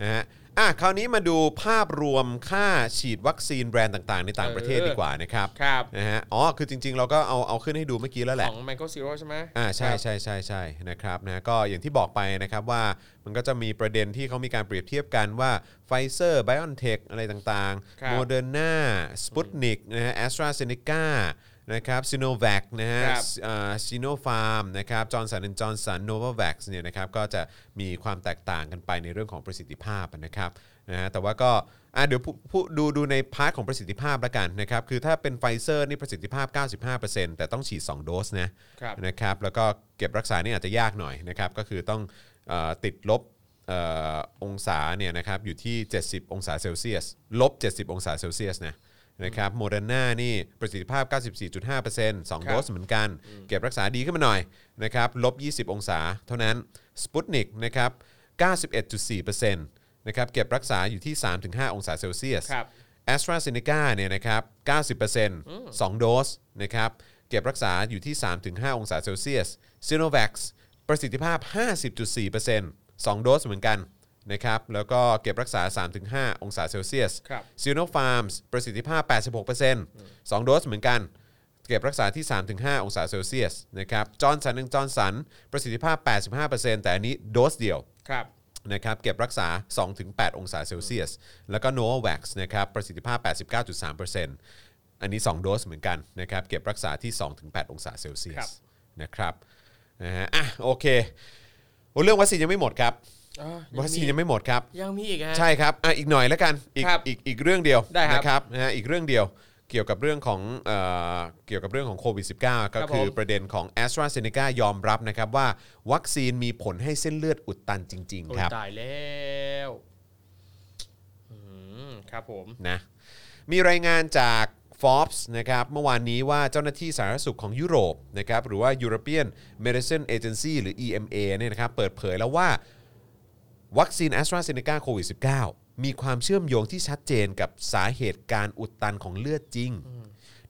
B: นะฮะอ่ะคราวนี้มาดูภาพรวมค่าฉีดวัคซีนแบรนด์ต่างๆ ในต่างประเทศ
C: เออ
B: ดีกว่านะครับ
C: ครับ
B: นะฮะอ๋อคือจริง ๆ เราก็เอาเอาขึ้นให้ดูเมื่อกี้แล้วแหละ
C: ของ Mango Zero ใช่ไหม
B: อ่าใช่
C: ครับ
B: ใช่ใช่ใช่นะครับนะก็อย่างที่บอกไปนะครับว่ามันก็จะมีประเด็นที่เขามีการเปรียบเทียบกันว่าไฟเซอร์ไบออนเทคอะไรต่าง
C: ครั
B: ๆ
C: บ
B: โมเดอร์นาสปุตนิกนะฮะแอสตราเซเนกานะครับซีโนแวคนะฮะ
C: ครับ
B: ซีโนฟาร์มนะครับจอร์นสันจอร์นสันโนวาแวคเนี่ยนะครับก็จะมีความแตกต่างกันไปในเรื่องของประสิทธิภาพนะครับนะฮะแต่ว่าก็อ่ะเดี๋ยวผู้ผู้ดูดูในพาร์ทของประสิทธิภาพละกันนะครับคือถ้าเป็นไฟเซอร์นี่ประสิทธิภาพ 95%แต่ต้องฉีดสองโดสนะ
C: ครับ
B: นะครับแล้วก็เก็บรักษานี่อาจจะยากหน่อยนะครับก็คือต้องเออติดลบเออองศาเนี่ยนะครับอยู่ที่ 70 องศาเซลเซียสลบ 70 องศาเซลเซียสนะนะครับโมเดอร์นานี่ประสิทธิภาพ 94.5% 2
C: ครั
B: โด
C: บ
B: สเหมือนกัน เก็บรักษาดีขึ้นมาหน่อยนะครับลบ 20 องศาเท่านั้นสปุตนิกนะครับ 91.4%นะครับเก็บรักษาอยู่ที่ 3-5 องศาเซลเซียส
C: ครับ
B: แอสตราเซเนกาเนี่ยนะครับ 90% 2 โดสนะครับ เก็บรักษาอยู่ที่ 3-5 องศาเซลเซียสซีโนแวคประสิทธิภาพ 50.4% 2 โดสเหมือนกันนะครับ แล้วก็เก็บรักษา 3-5 องศาเซลเซียส
C: ครับ
B: ซีโนฟาร์มประสิทธิภาพ 86% 2 โดสเหมือนกัน เก็บรักษาที่ 3-5 องศาเซลเซียสนะครับจอร์นสันจอร์นสันประสิทธิภาพ 85%แต่อันนี้โดสเดียว
C: ครับ
B: นะครับเก็บรักษา 2-8 องศาเซลเซียส แล้วก็ n o v a v a x นะครับประสิทธิภาพ 89.3%อันนี้ 2 โดสเหมือนกันนะครับเก็บรักษาที่ 2-8 องศาเซลเซีย
C: ครั
B: ส
C: บ
B: นะครับนะฮะอ่ะโอเคโอ้เรื่องวัคซีนยังไม่หมดครับ
C: อ่ะ
B: วัคซีนยังไม่หมดครับ
C: ยังมีอีกฮะ
B: ใช่ครับอ่ะอีกหน่อยแล้วกัน อีก
C: ครับ
B: อีกอีกเรื่องเดียว
C: ได้ครับ
B: นะครับนะฮะอีกเรื่องเดียวเกี่ยวกับเรื่องของเอ่อเกี่ยวกับเรื่องของโควิด -19 ก็
C: ครับ
B: คือ
C: ผม
B: ประเด็นของ a s t r a z เซ e cายอมรับนะครับว่าวัคซีนมีผลให้เส้นเลือดอุดตันจริง
C: โอ้
B: ๆ
C: ย
B: ครับ
C: ตายแล้วอืมครับผม
B: นะมีรายงานจาก Forbes นะครับเมื่อวานนี้ว่าเจ้าหน้าที่สาธารณสุขของยุโรปนะครับหรือว่า European Medicine Agency หรือ EMA เนี่ยนะครับเปิดเผยแล้วว่า วัคซีน a s t r a z เซ e c a โควิด -19 มีความเชื่อมโยงที่ชัดเจนกับสาเหตุการอุดตันของเลือดจริง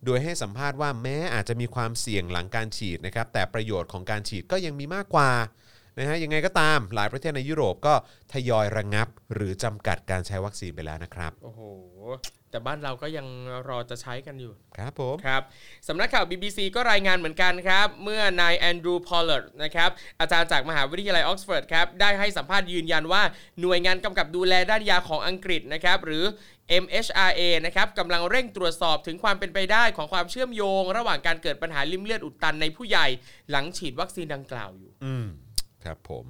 B: โดยให้สัมภาษณ์ว่าแม้อาจจะมีความเสี่ยงหลังการฉีดนะครับแต่ประโยชน์ของการฉีดก็ยังมีมากกว่านะฮะยังไงก็ตามหลายประเทศในยุโรปก็ทยอยระงงับ หรือจำกัดการใช้วัคซีนไปแล้วนะครับ
C: โอ้โห แต่บ้านเราก็ยังรอจะใช้กันอยู่
B: ครับผม
C: ครับสำนักข่าว BBC ก็รายงานเหมือนกันครับ เมื่อนายแอนดรูว์พอลลาร์ดนะครับอาจารย์จากมหาวิทยาลัยออกซฟอร์ดครับ ได้ให้สัมภาษณ์ยืนยันว่าหน่วยงานกำกับดูแลด้านยาของอังกฤษนะครับ หรือ MHRA นะครับกำลังเร่งตรวจสอบถึงความเป็นไปได้ของความเชื่อมโยง ระหว่างการเกิดปัญหาลิ่มเลือดอุดตันในผู้ใหญ่ หลังฉีดวัคซีนดังกล่าวอยู่
B: อืมครับผม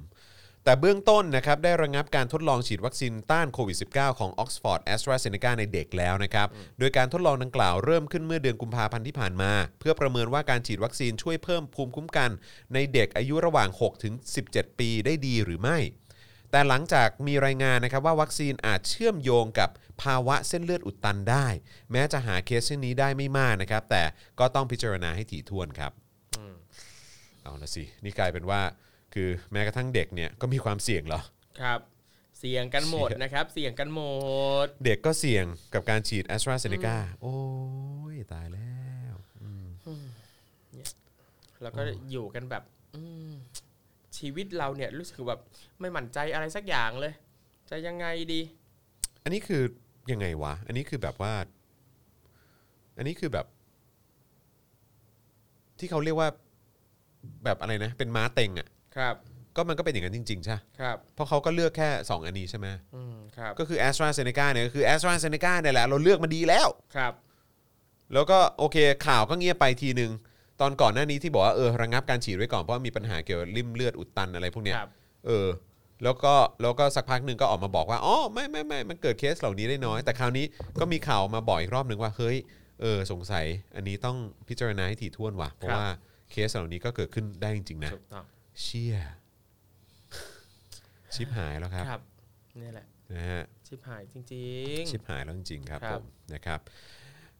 B: แต่เบื้องต้นนะครับได้ระงงับการทดลองฉีดวัคซีนต้านโควิด -19 ของ Oxford a s t r a z e ซ e c a ในเด็กแล้วนะครับ โดยการทดลองดังกล่าวเริ่มขึ้นเมื่อเดือนกุมภาพันธ์ที่ผ่านมา เพื่อประเมินว่าการฉีดวัคซีนช่วยเพิ่มภูมิคุ้มกัน ในเด็กอายุระหว่าง 6 ถึง 17 ปีได้ดีหรือไม่ แต่หลังจากมีรายงานนะครับว่าวัคซีนอาจเชื่อมโยงกับภาวะเส้นเลือดอุดตันได้ แม้จะหาเคสเช่นนี้ได้ไม่มากนะครับแต่ก็ต้องพิจารณาให้ถี่ถ้วนครับ เอาละสินี่กลายเป็นว่าคือแม้กระทั่งเด็กเนี่ยก็มีความเสี่ยงเหรอ
C: ครับ เสี่ยงกันหมด
B: เชี่ย
C: นะครับ เสี่ยงกันหมด
B: เด็กก็เสี่ยงกับการฉีดแอสตราเซเนกาโอ้ย ตายแล้วอืม
C: แล้วก็อยู่กันแบบอืมชีวิตเราเนี่ยรู้สึกแบบไม่หมั่นใจอะไรสักอย่างเลย จะยังไงดี
B: อันนี้คือยังไงวะ อันนี้คือแบบว่า อันนี้คือแบบ ที่เขาเรียกว่าแบบอะไรนะ เป็นม้าเต็งอะ่ะ
C: ครับ
B: ก็มันก็เป็นอย่างนั้นจริง ๆ ใช่
C: ครับ
B: เพราะเขาก็เลือกแค่ 2 อันนี้ใช่ไหม
C: อืมครับ
B: ก็คือแอสตราเซเนกาเนี่ยก็คือแอสตราเซเนกาเนี่ยแหละเราเลือกมาดีแล้ว
C: ครับ
B: แล้วก็โอเคข่าวก็เงียบไปทีหนึ่ง ตอนก่อนหน้านี้ที่บอกว่าเออระงับการฉีดไว้ก่อนเพราะว่ามีปัญหาเกี่ยวกับริ่มเลือดอุดตันอะไรพวกเนี้ย
C: ครับ
B: เออ แล้วก็แล้วก็สักพักหนึ่งก็ออกมาบอกว่าอ๋อไม่ไม่ไม่มันเกิดเคสเหล่านี้ได้น้อย แต่คราวนี้ก็มีข่าวมาบอกอีกรอบหนึ่งว่าเฮ้ยเออสงสัยอันนี้ต้องพิจารณาให้ถี่ถ้วนว่ะเพราะว่าเคสเหล่านี้ก็เกิดขึ้นได้จริงๆนะ
C: ถูกต้อง
B: เชี่ยชิบหายแล้วครับ
C: ครับนี่แหละ
B: นะฮะ
C: ชิบหายจริง
B: ชิบหายแล้วจริงๆครับ
C: ค
B: ผ
C: รับ
B: มนะครับ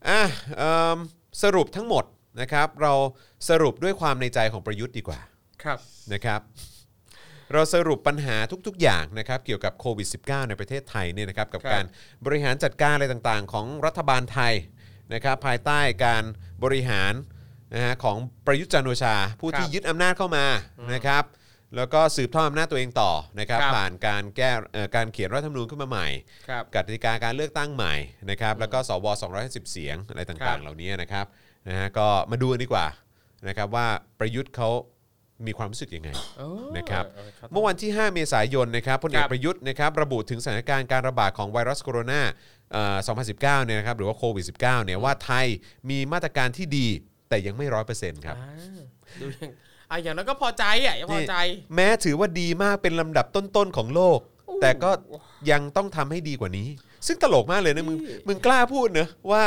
B: อ่ะเอิ่มสรุปทั้งหมดนะครับ เราสรุปด้วยความในใจของประยุทธ์ดีกว่า
C: ๆครับ
B: นะครับ เราสรุปปัญหาทุกๆ อย่างนะครับ เกี่ยวกับโควิด -19 ในประเทศไทยเนี่ยนะครับ กับ
C: ครับ
B: การบริหารจัดการอะไรต่างๆ ของรัฐบาลไทยนะครับ ภายใต้การบริหารนะฮะของประยุทธ์จันทร์โอชา ผู้ที่ยึดอำนาจเข้ามานะครับ แล้วก็สืบทอดอำนาจตัวเองต่อนะครับ
C: ครับ
B: ผ่านการแก้เอ่อการเขียนรัฐธรรมนูญขึ้นมาใหม่
C: ครับ
B: กติกาการเลือกตั้งใหม่นะครับ แล้วก็สว250 เสียงอะไร
C: ครั
B: ต่างๆ
C: บ
B: เหล่านี้นะครับนะฮะก็มาดูกันดีกว่านะครับว่าประยุทธ์เขามีความรู้สึกยังไง
C: โอ้
B: นะครับ
C: เออครับ
B: เมื่อวันที่ 5 เมษายนนะครับพลเอ
C: ค
B: ก
C: รับ
B: ประยุทธ์นะครับระบุถึงสถานการณ์การระบาดของไวรัสโคโรนาเอ่อ2019 เนี่ยนะครับหรือว่าโควิด -19 เนี่ยว่าไทยมีมาตรการที่ดีแต่ยังไม่ร้อยเปอร์เซ็นต์ครับ
C: าดูอย่างอ่ะอย่างนั้นก็พอใจอ่ะยังพอใจ
B: แม้ถือว่าดีมากเป็นลำดับต้นๆของโลก
C: โอ้โห
B: แต่ก็ยังต้องทำให้ดีกว่านี้ ซึ่งตลกมากเลยนะมึง
C: นี่
B: มึงกล้าพูดเนอะว่า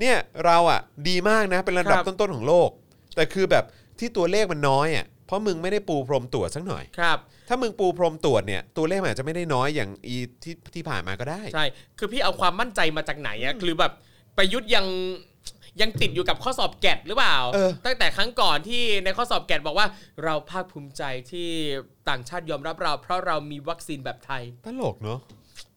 B: เนี่ยเราอ่ะดีมากนะเป็นลำดับ
C: ครับ
B: ต้นๆของโลก แต่คือแบบที่ตัวเลขมันน้อยอ่ะเพราะมึงไม่ได้ปูพรมตรวจสักหน่อย
C: ครับ
B: ถ้ามึงปูพรมตรวจเนี่ยตัวเลขมันอาจจะไม่ได้น้อยอย่างอีที่ที่ผ่านมาก็ได้
C: ใช่ คือพี่เอาความมั่นใจมาจากไหนอะหรือแบบประยุทธ์ยังยังติดอยู่กับข้อสอบแกดหรือเปล่า
B: เออ
C: ตั้งแต่ครั้งก่อนที่ในข้อสอบแกดบอกว่า เราภาคภูมิใจที่ต่างชาติยอมรับเรา เพราะเรามีวัคซีนแบบไทย
B: ตลกเนาะ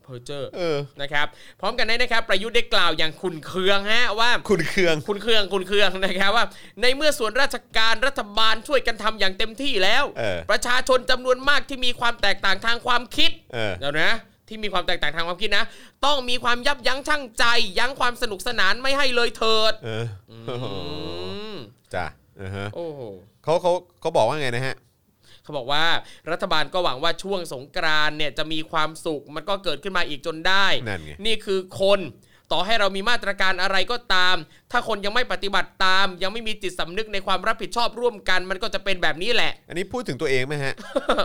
C: เพอเจอร์
B: เออ
C: นะครับ พร้อมกันนั้นนะครับ ประยุทธ์ได้กล่าวอย่างขุนเคืองฮะว่า
B: คุณเคือง
C: คุณเครืองคุณเครืองนะครับว่า ในเมื่อส่วนราชการรัฐบาลช่วยกันทำอย่างเต็มที่แล้ว
B: เออ
C: ประชาชนจำนวนมากที่มีความแตกต่างทางความคิด
B: เออ
C: เดี๋ยวนะที่มีความแตกต่างทางความคิดนะ ต้องมีความยับยั้งชั่งใจ ยั้งความสนุกสนานไม่ให้เลยเถิด
B: เออ
C: อืม
B: จ้ะอือฮะ
C: โอ้โห
B: เขาเขาเขาบอกว่าไงนะฮะ
C: เขาบอกว่ารัฐบาลก็หวังว่าช่วงสงกรานต์เนี่ยจะมีความสุขมันก็เกิดขึ้นมาอีกจนได้
B: นั่นไง
C: นี่คือคนต่อให้เรามีมาตรการอะไรก็ตาม ถ้าคนยังไม่ปฏิบัติตาม ยังไม่มีจิตสำนึกในความรับผิดชอบร่วมกัน มันก็จะเป็นแบบนี้แหละ
B: อันนี้พูดถึงตัวเองไหม ฮะ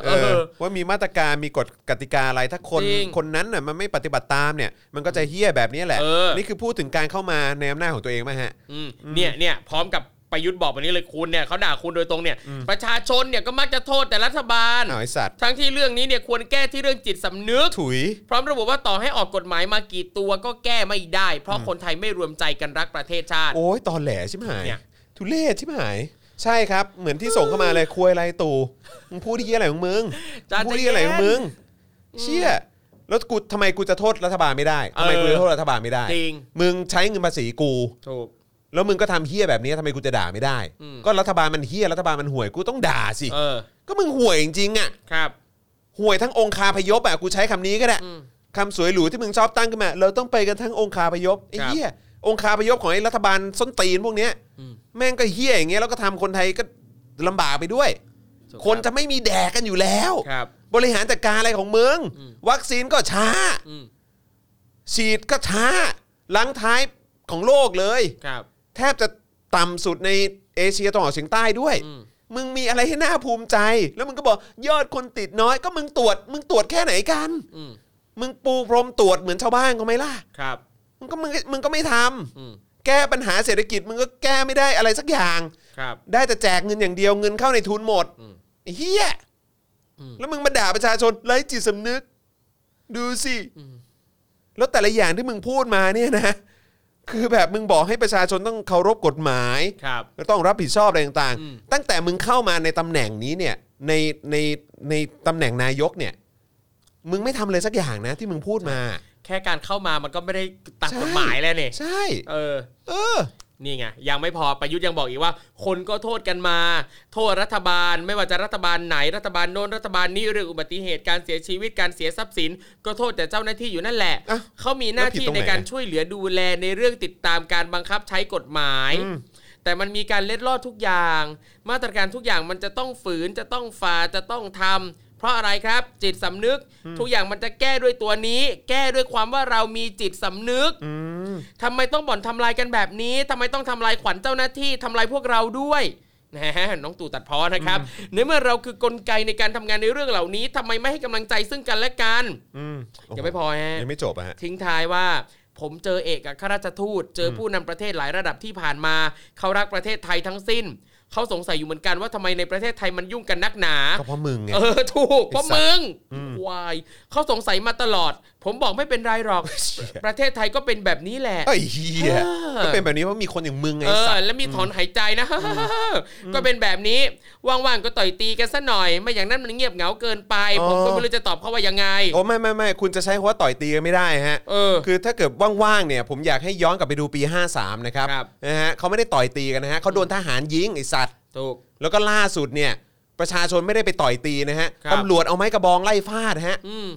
B: เอ
C: เอ
B: อ
C: อ
B: ว่ามีมาตรการมีกฎกติกาอะไรถ้าคน
C: จริง
B: คนนั้นน่ะมันไม่ปฏิบัติตามเนี่ย มันก็จะเฮี้ยแบบนี้แหละ
C: เออ
B: นี่คือพูดถึงการเข้ามาในอำนาจของตัวเองไหมฮะ
C: อืมเนี่ยเนี่ยพร้อมกับประยุทธ์บอกแบบนี้เลยคุณเนี่ยเขาด่าคุณโดยตรงเนี่ย ประชาชนเนี่ยก็มักจะโทษแต่รัฐบาล
B: อ้าวไอสัตว์
C: ทั้งที่เรื่องนี้เนี่ยควรแก้ที่เรื่องจิตสำนึก
B: ถุย
C: พร้อมระบุว่าต่อให้ออกกฎหมายมากี่ตัวก็แก้ไม่ได้ เพราะคนไทยไม่รวมใจกันรักประเทศชาติ
B: โอ้ยตอนแหลชิบหาย
C: เนี่ย
B: ทุเรศชิบหาย ใช่ครับ เหมือนที่ส่งเข้ามาเลยคุยอะไรตู่มึงพูดที่อะไรของมึง
C: จาน
B: มึงพูด
C: จะ
B: ที่อะไรของมึง
C: เย็
B: เชี่ยแล้วกูทำไมกูจะโทษรัฐบาลไม่ได้ทำไมกูจะโทษรัฐบาลไม่ได้
C: จริง
B: มึงใช้เงินภาษีกู
C: นถูก
B: แล้วมึงก็ทำเฮี้ยแบบนี้ทำไมกูจะด่าไม่ได้
C: อืม
B: ก็รัฐบาลมันเฮี้ยรัฐบาลมันห่วยกูต้องด่าสิ
C: เออ
B: ก็มึงห่วยจริงๆอ่ะ
C: ครับ
B: ห่วยทั้งองคาพยพอ่ะกูใช้คำนี้ก็ได้
C: อืม
B: คำสวยหรูที่มึงชอบตั้งขึ้นมาเราต้องไปกันทั้งองคาพยพไอ้
C: ครับ
B: เหี้ยองคาพยพของไอ้รัฐบาลส้นตีนพวกเนี้ย
C: อืม
B: แม่งก็เหี้ยอย่างเงี้ยแล้วก็ทำคนไทยก็ลำบากไปด้วย
C: ถูก
B: คน
C: รับ
B: จะไม่มีแดกกันอยู่แล้ว
C: ครับ
B: บริหารจัดการอะไรของมึง
C: อืม
B: วัคซีนก็ช้า
C: อืม
B: ฉีดก็ช้าลังท้ายของโลกเลย
C: ครับ
B: แทบจะต่ำสุดในเอเชียตะวันออกเฉียงใต้ด้วย
C: อืม
B: มึงมีอะไรให้น่าภูมิใจ แล้วมึงก็บอกยอดคนติดน้อยก็มึงตรวจ มึงตรวจแค่ไหนกัน
C: อืม
B: มึงปูพรมตรวจเหมือนชาวบ้านเขาไหมล่ะ
C: ครับ
B: มึงก็มึงมึงก็ไม่ทำ
C: อืม
B: แก้ปัญหาเศรษฐกิจ มึงก็แก้ไม่ได้อะไรสักอย่าง
C: ครับ
B: ได้แต่แจกเงินอย่างเดียวเงินเข้าในทุนหมด
C: อืม
B: ไอ้เฮีย
C: อืม
B: แล้วมึงมาด่าประชาชนไร้จิตสำนึก ดูสิ
C: อืม
B: แล้วแต่ละอย่างที่มึงพูดมาเนี่ยนะ คือแบบมึงบอกให้ประชาชนต้องเคารพกฎหมาย
C: ครับ
B: ก็ต้องรับผิดชอบอะไรต่าง
C: อืม
B: ๆ ตั้งแต่มึงเข้ามาในตำแหน่งนี้เนี่ยในในในตำแหน่งนายกเนี่ย มึงไม่ทำเลยสักอย่างนะที่มึงพูดมา
C: แค่การเข้ามามันก็ไม่ได้ตาม
B: ใช่
C: กฎหมายแล้วเนี่ย
B: ใช่
C: เออ
B: เออ
C: นี่ไงยังไม่พอประยุทธ์ยังบอกอีกว่า คนก็โทษกันมา โทษรัฐบาล ไม่ว่าจะรัฐบาลไหนรัฐบาลโน้นรัฐบาลนี้เรื่องอุบัติเหตุการเสียชีวิตการเสียทรัพย์สิน ก็โทษแต่เจ้าหน้าที่อยู่นั่นแหละ
B: อ่ะ
C: เขามีหน้าที่
B: แล้วผิดตรงไห
C: ใน
B: น
C: การช่วยเหลือดูแลในเรื่องติดตามการบังคับใช้กฎหมาย
B: อืม
C: แต่มันมีการเล็ดลอดทุกอย่าง มาตรการทุกอย่างมันจะต้องฝืนจะต้องฝ่าจะต้องทำเพราะอะไรครับ จิตสำนึก ทุกอย่างมันจะแก้ด้วยตัวนี้ แก้ด้วยความว่าเรามีจิตสำนึก
B: อืม
C: ทำไมต้องบ่อนทำลายกันแบบนี้ ทำไมต้องทำลายขวัญเจ้าหน้าที่ ทำลายพวกเราด้วย นะฮะน้องตู่ตัดพ้อนะครับ ในเมื่อเราคือกลไกในการทำงานในเรื่องเหล่านี้ทำไมไม่ให้กำลังใจซึ่งกันและกัน
B: อืม
C: ยังไม่พอฮะ
B: ยังไม่จบอะฮะ
C: ทิ้งท้ายว่า ผมเจอเอกอัครราชทูต เจอผู้นำประเทศหลายระดับที่ผ่านมา เขารักประเทศไทยทั้งสิ้น เขาสงสัยอยู่เหมือนกันว่าทำไมในประเทศไทยมันยุ่งกันนักหนา
B: ก็เพราะมึงไง
C: เออ ถูกเพราะ
B: ไอ้สัตว์
C: มึง
B: อืม
C: วายเขาสงสัยมาตลอด ผมบอกไม่เป็นไรหรอก ประเทศไทยก็เป็นแบบนี้แหละ
B: ไอ้เหี้ย
C: เออ
B: ก็เป็นแบบนี้เพราะมีคนอย่างมึงไง
C: เออ
B: สัตว์
C: แล้วมีถอนหายใจนะ ก็เป็นแบบนี้ ว่างๆก็ต่อยตีกันซะหน่อย ไม่อย่างนั้นมันเงียบเหงาเกินไป ผมก็ไม่รู้จะตอบเขาว่ายังไง
B: โอ้ไม่ไม่ไม่คุณจะใช้คำว่าต่อยตีกันไม่ได้ฮะ
C: เออ
B: คือถ้าเกิดว่างๆเนี่ย ผมอยากให้ย้อนกลับไปดูปี 53 นะครับ
C: ครับ
B: นะฮะเขาไม่ได้ต่อยตีกันนะฮะเขาโดนทหารยิงไอสัตว์
C: ถูก
B: แล้วก็ล่าสุดเนี่ย ประชาชนไม่ได้ไปต่อยตีนะฮะ
C: ครับ
B: ตำรวจเอาไม้กระบองไล่ฟาดฮะ
C: อืม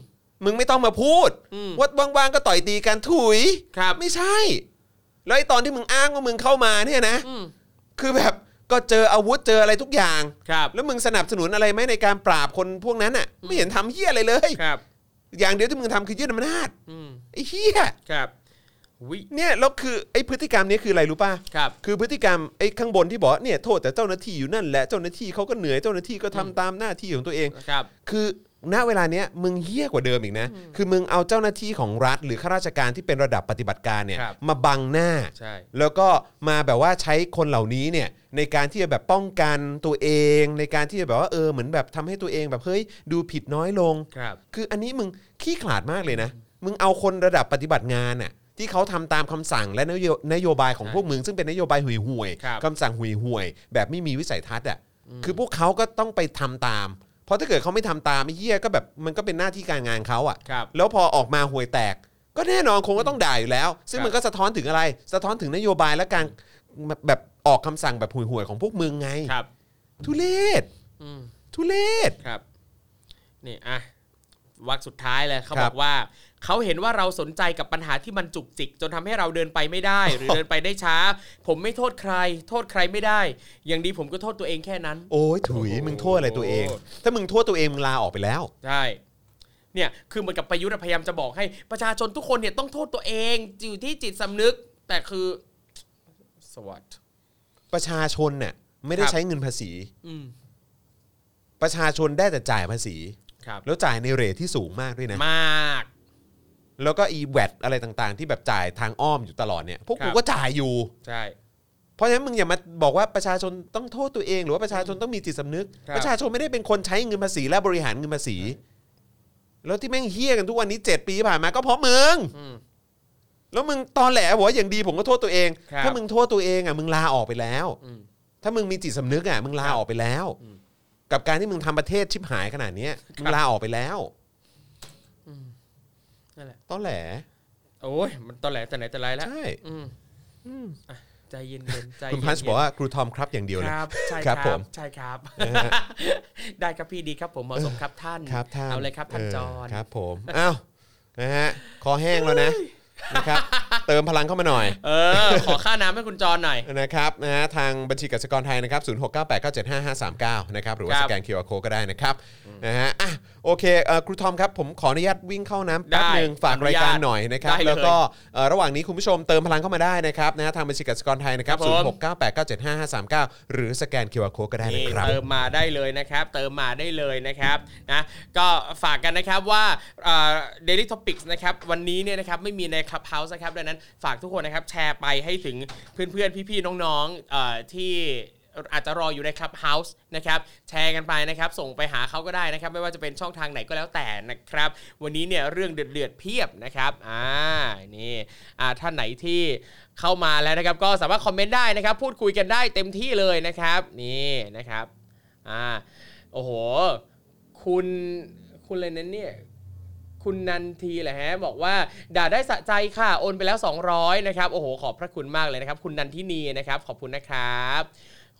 B: มึงไม่ต้องมาพูด
C: อืม
B: ว่าว่างๆก็ต่อยตีกันถุย
C: ครับ
B: ไม่ใช่ แล้วไอ้ตอนที่มึงอ้างว่ามึงเข้ามาเนี่ยนะ
C: อืม
B: คือแบบก็เจออาวุธเจออะไรทุกอย่าง
C: ครับ
B: แล้วมึงสนับสนุนอะไรไหมในการปราบคนพวกนั้นอ่ะ ไม่เห็นทำเฮี้ยอะไรเลย
C: ครับ
B: อย่างเดียวที่มึงทำคือยืดอำนาจ
C: อืม
B: ไอ้เฮี้ย
C: ครับวิ
B: เนี่ยแล้วคือไอ้พฤติกรรมเนี้ยคืออะไรรู้ป่ะ
C: ครับ
B: คือพฤติกรรมไอ้ข้างบนที่บอกว่าเนี่ยโทษแต่เจ้าหน้าที่อยู่นั่นแหละเจ้าหน้าที่เขาก็เหนื่อยเจ้าหน้าที่ก็ทำตามหน้าที่ของตัวเอง
C: ครับ
B: คือณเวลาเนี้ยมึงเฮี้ยกว่าเดิมอีกนะ คือมึงเอาเจ้าหน้าที่ของรัฐ หรือข้าราชการที่เป็นระดับปฏิบัติการเนี่ย
C: ครับ
B: มาบังหน้า
C: ใช่
B: แล้วก็มาแบบว่าใช้คนเหล่านี้เนี่ยในการที่จะแบบป้องกันตัวเอง ในการที่จะแบบว่าเออเหมือนแบบทำให้ตัวเองแบบเฮ้ยดูผิดน้อยลง
C: ครับ
B: คืออันนี้มึงขี้ขลาดมากเลยนะ มึงเอาคนระดับปฏิบัติงานน่ะที่เขาทำตามคำสั่งและนโยนโยบายของ
C: ใช่
B: พวกมึงซึ่งเป็นนโยบายห่วยห่วยๆ
C: ครับ
B: คำสั่งห่วยห่วยๆแบบไม่มีวิสัยทัศน์อ่ะคือพวกเขาก็ต้องไปทำตาม เพราะถ้าเกิดเขาไม่ทำตามไอ้เหี้ยก็แบบมันก็เป็นหน้าที่การงานเขาอ่ะ
C: ครับ
B: แล้วพอออกมาห่วยแตก ก็แน่นอนคงก็ต้องด่าอยู่แล้ว ซึ่ง
C: ครับ
B: มันก็สะท้อนถึงอะไร สะท้อนถึงนโยบายและการแบบออกคำสั่งแบบห่วยๆของพวกมึงไง
C: ครับ
B: ทุเลศ
C: อืม
B: ทุเลศ
C: ครับ นี่อ่ะวักสุดท้ายเลยเขา
B: ครับ บ
C: อกว่า เขาเห็นว่าเราสนใจกับปัญหาที่มันจุกจิก จนทำให้เราเดินไปไม่ได้ หรือ เดินไปได้ช้า ผมไม่โทษใคร โทษใครไม่ได้ อย่างดีผมก็โทษตัวเองแค่นั้น
B: โอ้ยถุย
C: โอ้โห
B: มึงโทษอะไรตัวเอง ถ้ามึงโทษตัวเองมึงลาออกไปแล้ว
C: ใช่ เนี่ย คือเหมือนกับประยุทธ์อะพยายามจะบอกให้ประชาชนทุกคนเนี่ยต้องโทษตัวเอง อยู่ที่จิตสำนึก แต่คือ สวัสด
B: ประชาชนเนี่ยไม่ได้
C: ครับ
B: ใช้เงินภาษี
C: อืม
B: ประชาชนได้แต่จ่ายภาษี
C: ครับ
B: แล้วจ่ายในเรทที่สูงมากด้วยนะ
C: มาก
B: แล้วก็อีแวดอะไรต่างๆ ที่แบบจ่ายทางอ้อมอยู่ตลอดเนี่ย พวก
C: ครั
B: กู
C: บ
B: ก็จ่ายอยู่
C: ใช่
B: เพราะฉะนั้นมึงอย่ามาบอกว่าประชาชนต้องโทษตัวเอง หรือว่าประชาชนต้องมีจิตสำนึก
C: ครับ
B: ประชาชนไม่ได้เป็นคนใช้เงินภาษีและบริหารเงินภาษี แล้วที่แม่งเฮี้ยกันทุกวันนี้ 7 ปีที่ผ่านมาก็เพราะมึง
C: อืม
B: แล้วมึงตอนแหลบอกว่าอย่างดีผมก็โทษตัวเอง
C: ครับ
B: ถ้ามึงโทษตัวเองอ่ะมึงลาออกไปแล้ว
C: อืม
B: ถ้ามึงมีจิตสำนึกอ่ะมึงลาออกไปแล้ว
C: อืม
B: กับการที่มึงทำประเทศชิบหายขนาดเนี้ยมึงลาออกไปแล้ว
C: อืมนั่นแหละ
B: ตอนแหล
C: โอ้ย มันตอนแหลแต่ไหนแต่ไรแล้ว
B: ใช่
C: อืมอ่ะใจเย็นเย็นๆใจเย็นๆ
B: คุณพันช์บอกว่าครูทอมครับอย่างเดียวเลย
C: ครับ ใช่ค
B: ครั
C: รับบ
B: ผม
C: ใช่ครับ ได้ครับพี่ดีครับผมเหมาะสมครับท่าน
B: ครับท่าน
C: เอาเลยครับท่าน
B: เ
C: จอน
B: ครับผมอ้าวนะฮะคอแห้งแล้วนะนะครับ เติมพลังเข้ามาหน่อย
C: เออ ขอค่าน้ำให้คุณจอนหน่อย
B: นะครับนะฮะทางบัญชีกสิกรไทยนะครับ0 6 9 8 9 7 5 5 3 9นะครับหรือว่า
C: ครั
B: ส
C: บ
B: แกน QR Code ก็ได้นะครับนะฮะอ่ะโอเคเอ่อครูทอมครับ ผมขออนุญาตวิ่งเข้าน้ำแป๊บหนึ่ง
C: ได้
B: ฝากรายการ
C: อนุญาต
B: หน่อยนะครับ
C: ได้เลย
B: แล้วก็เอ่อระหว่างนี้คุณผู้ชมเติมพลังเข้ามาได้นะครับนะฮะทางบัญชีกสิกรไทยนะครับ
C: ครับผ
B: 0
C: ม
B: 6 9 8 9 7 5 5 3 9 หรือสแกน QR Code ก็ได้นะ
C: นี่
B: ครับ
C: เติมมาได้เลยนะครับ เติมมาได้เลยนะครับนะก็ฝากกันนะครับว่าเดลิทอพิกส์นะครับวันนี้เนี่ยนะครับไม่มีในคลับเฮาส์นะครับดังนั้นฝากทุกคนนะครับแชร์ไปให้ถึงเพื่อนๆ พี่ๆ น้องๆเอ่อที่อาจจะรออยู่ในคลับเฮาส์นะครับแชร์กันไปนะครับ ส่งไปหาเขาก็ได้นะครับ ไม่ว่าจะเป็นช่องทางไหนก็แล้วแต่นะครับ วันนี้เนี่ยเรื่องเดือดๆเพียบนะครับอ่านี่อ่าท่านไหนที่เข้ามาแล้วนะครับ ก็สามารถคอมเมนต์ได้นะครับ พูดคุยกันได้เต็มที่เลยนะครับ นี่นะครับอ่าโอ้โห คุณคุณอะไรนั้นเนี่ย คุณนันทีแหละฮะบอกว่าด่าได้สะใจค่ะโอนไปแล้ว 200นะครับโอ้โหขอบพระคุณมากเลยนะครับ คุณนันทินีนะครับ ขอบคุณนะครับ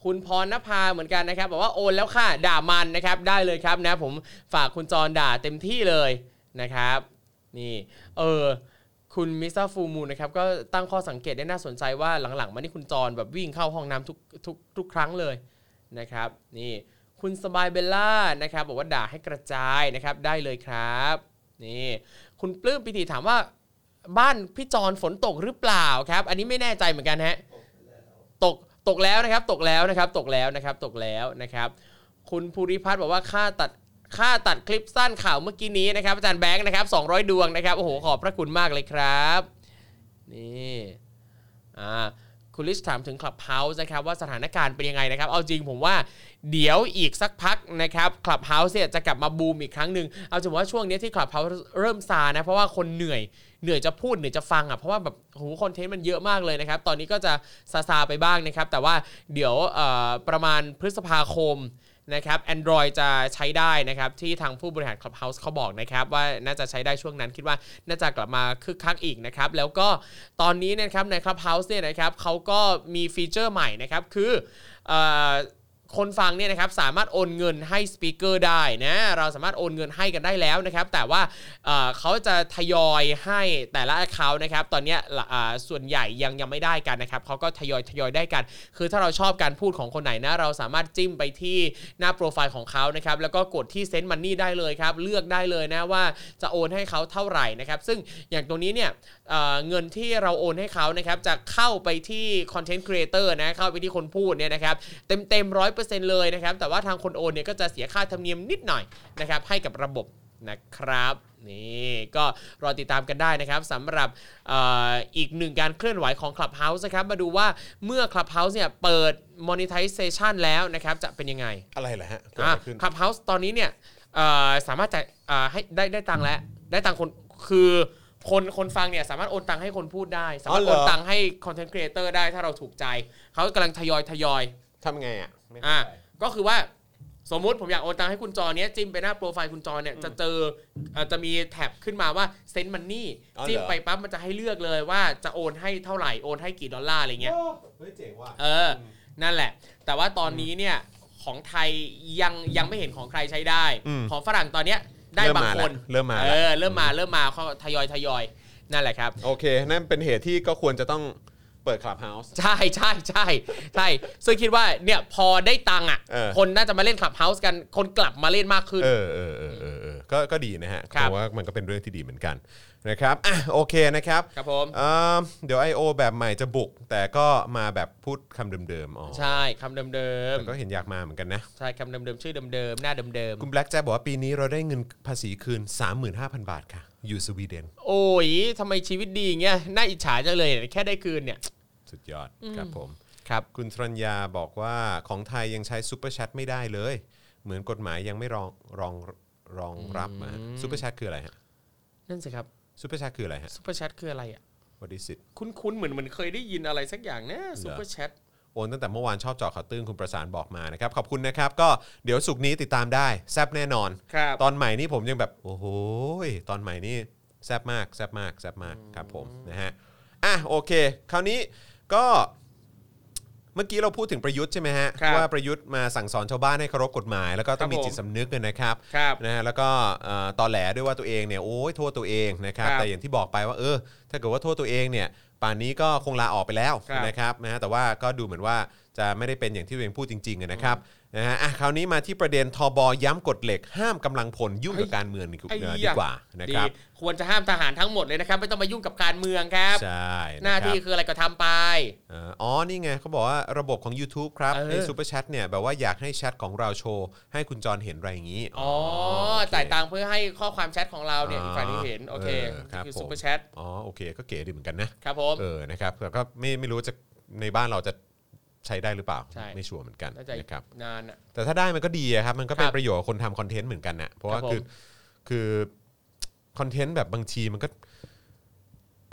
C: คุณพรณภาเหมือนกันนะครับบอกว่าโอนแล้วค่ะ ด่ามันนะครับ ได้เลยครับนะ ผมฝากคุณจรด่าเต็มที่เลยนะครับ นี่ เออ คุณมิสเตอร์ฟูมูนะครับ ก็ตั้งข้อสังเกตได้น่าสนใจว่าหลังๆ มานี่คุณจรแบบวิ่งเข้าห้องน้ำทุกทุกทุกครั้งเลยนะครับ นี่ คุณสบายเบลล่านะครับ บอกว่าด่าให้กระจายนะครับ ได้เลยครับ นี่ คุณปลื้มปิติถามว่า บ้านพี่จรฝนตกหรือเปล่าครับ อันนี้ไม่แน่ใจเหมือนกันฮะ ตกต ตกแล้วนะครับตกแล้วนะครับตกแล้วนะครับตกแล้วนะครับ คุณภูริพัฒน์บอกว่าค่าตัดค่าตัดคลิปสั้นข่าวเมื่อกี้นี้นะครับอาจารย์แบงค์นะครับ200 ดวงนะครับโอ้โหขอบพระคุณมากเลยครับนี่อ่าคุณลิสถามถึงคลับเฮาส์นะครับว่าสถานการณ์เป็นยังไงนะครับ เอาจริงผมว่าเดี๋ยวอีกสักพักนะครับคลับเฮาส์เนี่ยจะกลับมาบูมอีกครั้งหนึ่งเอาจริงว่าช่วงเนี้ยที่คลับเฮาส์เริ่มซานะเพราะว่าคนเหนื่อย เหนื่อยจะพูดเหนื่อยจะฟังอ่ะเพราะว่าแบบโหคอนเทนต์มันเยอะมากเลยนะครับ ตอนนี้ก็จะซาซาๆไปบ้างนะครับ แต่ว่าเดี๋ยวเอ่อประมาณพฤษภาคมนะครับ Android จะใช้ได้นะครับ ที่ทางผู้บริหาร Clubhouse เขาบอกนะครับ ว่าน่าจะใช้ได้ช่วงนั้นคิดว่าน่าจะกลับมาคึกคักอีกนะครับ แล้วก็ตอนนี้นะครับใน Clubhouse เนี่ยนะครับเขาก็มีฟีเจอร์ใหม่นะครับคือเอ่อ คนฟังเนี่ยนะครับสามารถโอนเงินให้สปีกเกอร์ได้นะเราสามารถโอนเงินให้กันได้แล้วนะครับ แต่ว่าเอ่อเขาจะทยอยให้แต่ละเขานะครับ ตอนเนี้ยละอ่าส่วนใหญ่ยังยังไม่ได้กันนะครับเขาก็ทยอยทยอยได้กัน คือถ้าเราชอบการพูดของคนไหนนะเราสามารถจิ้มไปที่หน้าโปรไฟล์ของเขานะครับ แล้วก็กดที่เซ็นมันนี่ได้เลยครับ เลือกได้เลยนะว่าจะโอนให้เขาเท่าไหร่นะครับ ซึ่งอย่างตรงนี้เนี่ยเอ่อเงินที่เราโอนให้เขานะครับจะเข้าไปที่คอนเทนต์ครีเอเตอร์นะเข้าไปที่คนพูดเนี่ยนะครับ เต็มเต็มร้อยเปอร์เซ็นต์เลยนะครับ แต่ว่าทางคนโอนเนี่ยก็จะเสียค่าธรรมเนียมนิดหน่อยนะครับ ให้กับระบบนะครับนี่ก็รอติดตามกันได้นะครับสำหรับเอออีกหนึ่งการเคลื่อนไหวของ Clubhouse นะครับ มาดูว่าเมื่อ Clubhouse เนี่ยเปิด monetization แล้วนะครับ จะเป็นยังไง
B: อะไรเหรอฮะเกิด
C: อ่ะ
B: อะไรขึ้น
C: Clubhouse ตอนนี้เนี่ยเอ่อสามารถจะเอ่อให้ได้ได้ตังค์แล้ว ได้ตังค์คนคือคนคนฟังเนี่ยสามารถโอนตังค์ให้คนพูดได้ สามารถ
B: อ๋อเห
C: โอ
B: รอ
C: นตังค์ให้คอนเทนต์ครีเอเตอร์ได้ถ้าเราถูกใจเขากำลังทยอยทยอย
B: ทำไงอ่ะไม่
C: อ่ะก็คือว่าสมมุติผมอยากโอนตังค์ให้คุณจอเนี้ยจิ้มไปหน้าโปรไฟล์คุณจอเนี่ยจะเจอเอ่อจะมีแท็บขึ้นมาว่าเซน d m มันนี่
B: อ๋อเหรอ
C: จิ้มไปปั๊บมันจะให้เลือกเลยว่าจะโอนให้เท่าไหร่โอนให้กี่ดอลลาร์อะไรเงี้ย
B: เฮ้ยเจ๋งว่ะ
C: เออ นั่นแหละ แต่ว่าตอนนี้เนี่ยของไทยยังยังไม่เห็นของใครใช้ได้
B: อืม
C: ของฝรั่งตอนเนี้ยได้
B: เริ่ม
C: บาง
B: มา
C: ค
B: แล้ว
C: น
B: เริ่มมา
C: เอ
B: แล้ว
C: อเริ่มมาเริ่มมาเขาทยอยทยอยนั่นแหละครับ
B: โอเค นั่นเป็นเหตุที่ก็ควรจะต้องเปิดคลับเฮาส์
C: ใช่ใช่ใช่ใช่ซึ่งคิดว่าเนี่ยพอได้ตังค์อ่ะ
B: เออ
C: คนน่าจะมาเล่นคลับเฮาส์กันคนกลับมาเล่นมากขึ้น
B: เออเออเออเออเออก็ก็ดีนะฮะ
C: ครับ
B: ผมว่ามันก็เป็นเรื่องที่ดีเหมือนกันนะครับอ่ะโอเคนะครับ
C: ครับผม
B: เอ่อเดี๋ยว I.O. แบบใหม่จะบุก แต่ก็มาแบบพูดคำเดิมๆอ๋อ
C: ใช่คำเดิม
B: แต่ก็เห็นอยากมาเหมือนกันนะ
C: ๆใช่คำเดิมๆชื่อเดิมๆหน้าเดิม
B: คุณแบล็กแจ๊บบอกว่าปีนี้เราได้เงินภาษีคืน 35,000 บาทค่ะ อยู่สวีเดน
C: ๆโอ้ยทำไมชีวิตดีอย่างเงี้ยน่าอิจฉาจังเลยเนี่ยแค่ได้คืนเนี่ย
B: สุดยอดครับผม
C: ครับ
B: คุณทรัญญาบอกว่าของไทยยังใช้ซูเปอร์แชทไม่ได้เลย เหมือนกฎหมายยังไม่รองรองรองรับอะฮะซูเปอร์แชทคืออะไรฮะ
C: นั่นสิครับ
B: ซูเปอร์แชทคืออะไรฮะ
C: ซูเปอร์แชทคืออะไรอ่ะ
B: what is it
C: คุ้นๆเหมือนเหมือนเคยได้ยินอะไรสักอย่างนะซูเปอร์แชท
B: โอนตั้งแต่เมื่อวานชอบเจอข่าวตื้นคุณประสานบอกมานะครับ ขอบคุณนะครับ ก็เดี๋ยวสุกร์นี้ติดตามได้ แซบแน่นอน
C: ครับ
B: ตอนใหม่นี่ผมยังแบบ โอ้โหยตอนใหม่นี่แซบมากแซบมากแซบมากครับผมนะฮะอ่ะโอเค คราวนี้ก็เมื่อกี้เราพูดถึงประยุทธ์ใช่ไหมฮะ
C: ครับ
B: ว่าประยุทธ์มาสั่งสอนชาวบ้านให้เคารพกฎหมาย แล้วก็ต้องมี
C: ครับผม
B: จิตสำนึกด้วยนะครับ
C: ครับ
B: นะฮะแล้วก็เอ่อตอแหลด้วยว่าตัวเองเนี่ยโอ้ยโทษตัวเองนะครับ
C: ครับ
B: แต่อย่างที่บอกไปว่าเออ ถ้าเกิดว่าโทษตัวเองเนี่ยป่านนี้ก็คงลาออกไปแล้ว
C: ครับ
B: นะครับนะฮะแต่ว่าก็ดูเหมือนว่าจะไม่ได้เป็นอย่างที่ตัวเองพูดจริงๆอะนะครับนะฮะอ่ะคราวนี้มาที่ประเด็นทบย้ำกฎเหล็ก ห้ามกำลังพลยุ่งกับการเมืองดีกว่า
C: ไอ้
B: เอ่อดี
C: เหี้ย
B: กว่านะครับ
C: ดีควรจะห้ามทหารทั้งหมดเลยนะครับ ไม่ต้องมายุ่งกับการเมืองครับ
B: ใช่
C: หน้า
B: ะครับ
C: ที่คืออะไรก็ทำไป
B: เอ่ออ๋อ นี่ไงเขาบอกว่าระบบของ YouTube ครับ
C: เออ
B: ในซูเปอร์แชทเนี่ย แบบว่าอยากให้แชทของเราโชว์ ให้คุณจรเห็นอะไรอย่างนี้
C: อ๋อ
B: โอเค
C: จ่ายตังค์เพื่อให้ข้อความแชทของเราเนี่ยอีกฝ่ายนี้เห็นโอเค
B: เออครับ
C: คือ
B: ผม
C: ซูเปอร์แชท
B: อ๋อโอเคก็เก๋ดีเหมือนกันนะครับ
C: ผม
B: เออนะครับแต่ก็ไม่ไม่รู้จะในบ้านเราจะใช้ได้หรือเปล่า
C: ใช่
B: ไม่ชัวร์เหมือนกัน
C: น่าจะอีก
B: นะครับ
C: นานอะ
B: แต่ถ้าได้มันก็ดีอะครับ มันก็เป็
C: คน รับ
B: ประโยชน์กับคนทำคอนเทนต์เหมือนกันน่ะเพราะว่า
C: ครับผม
B: คือคือคอนเทนต์แบบบางทีมันก็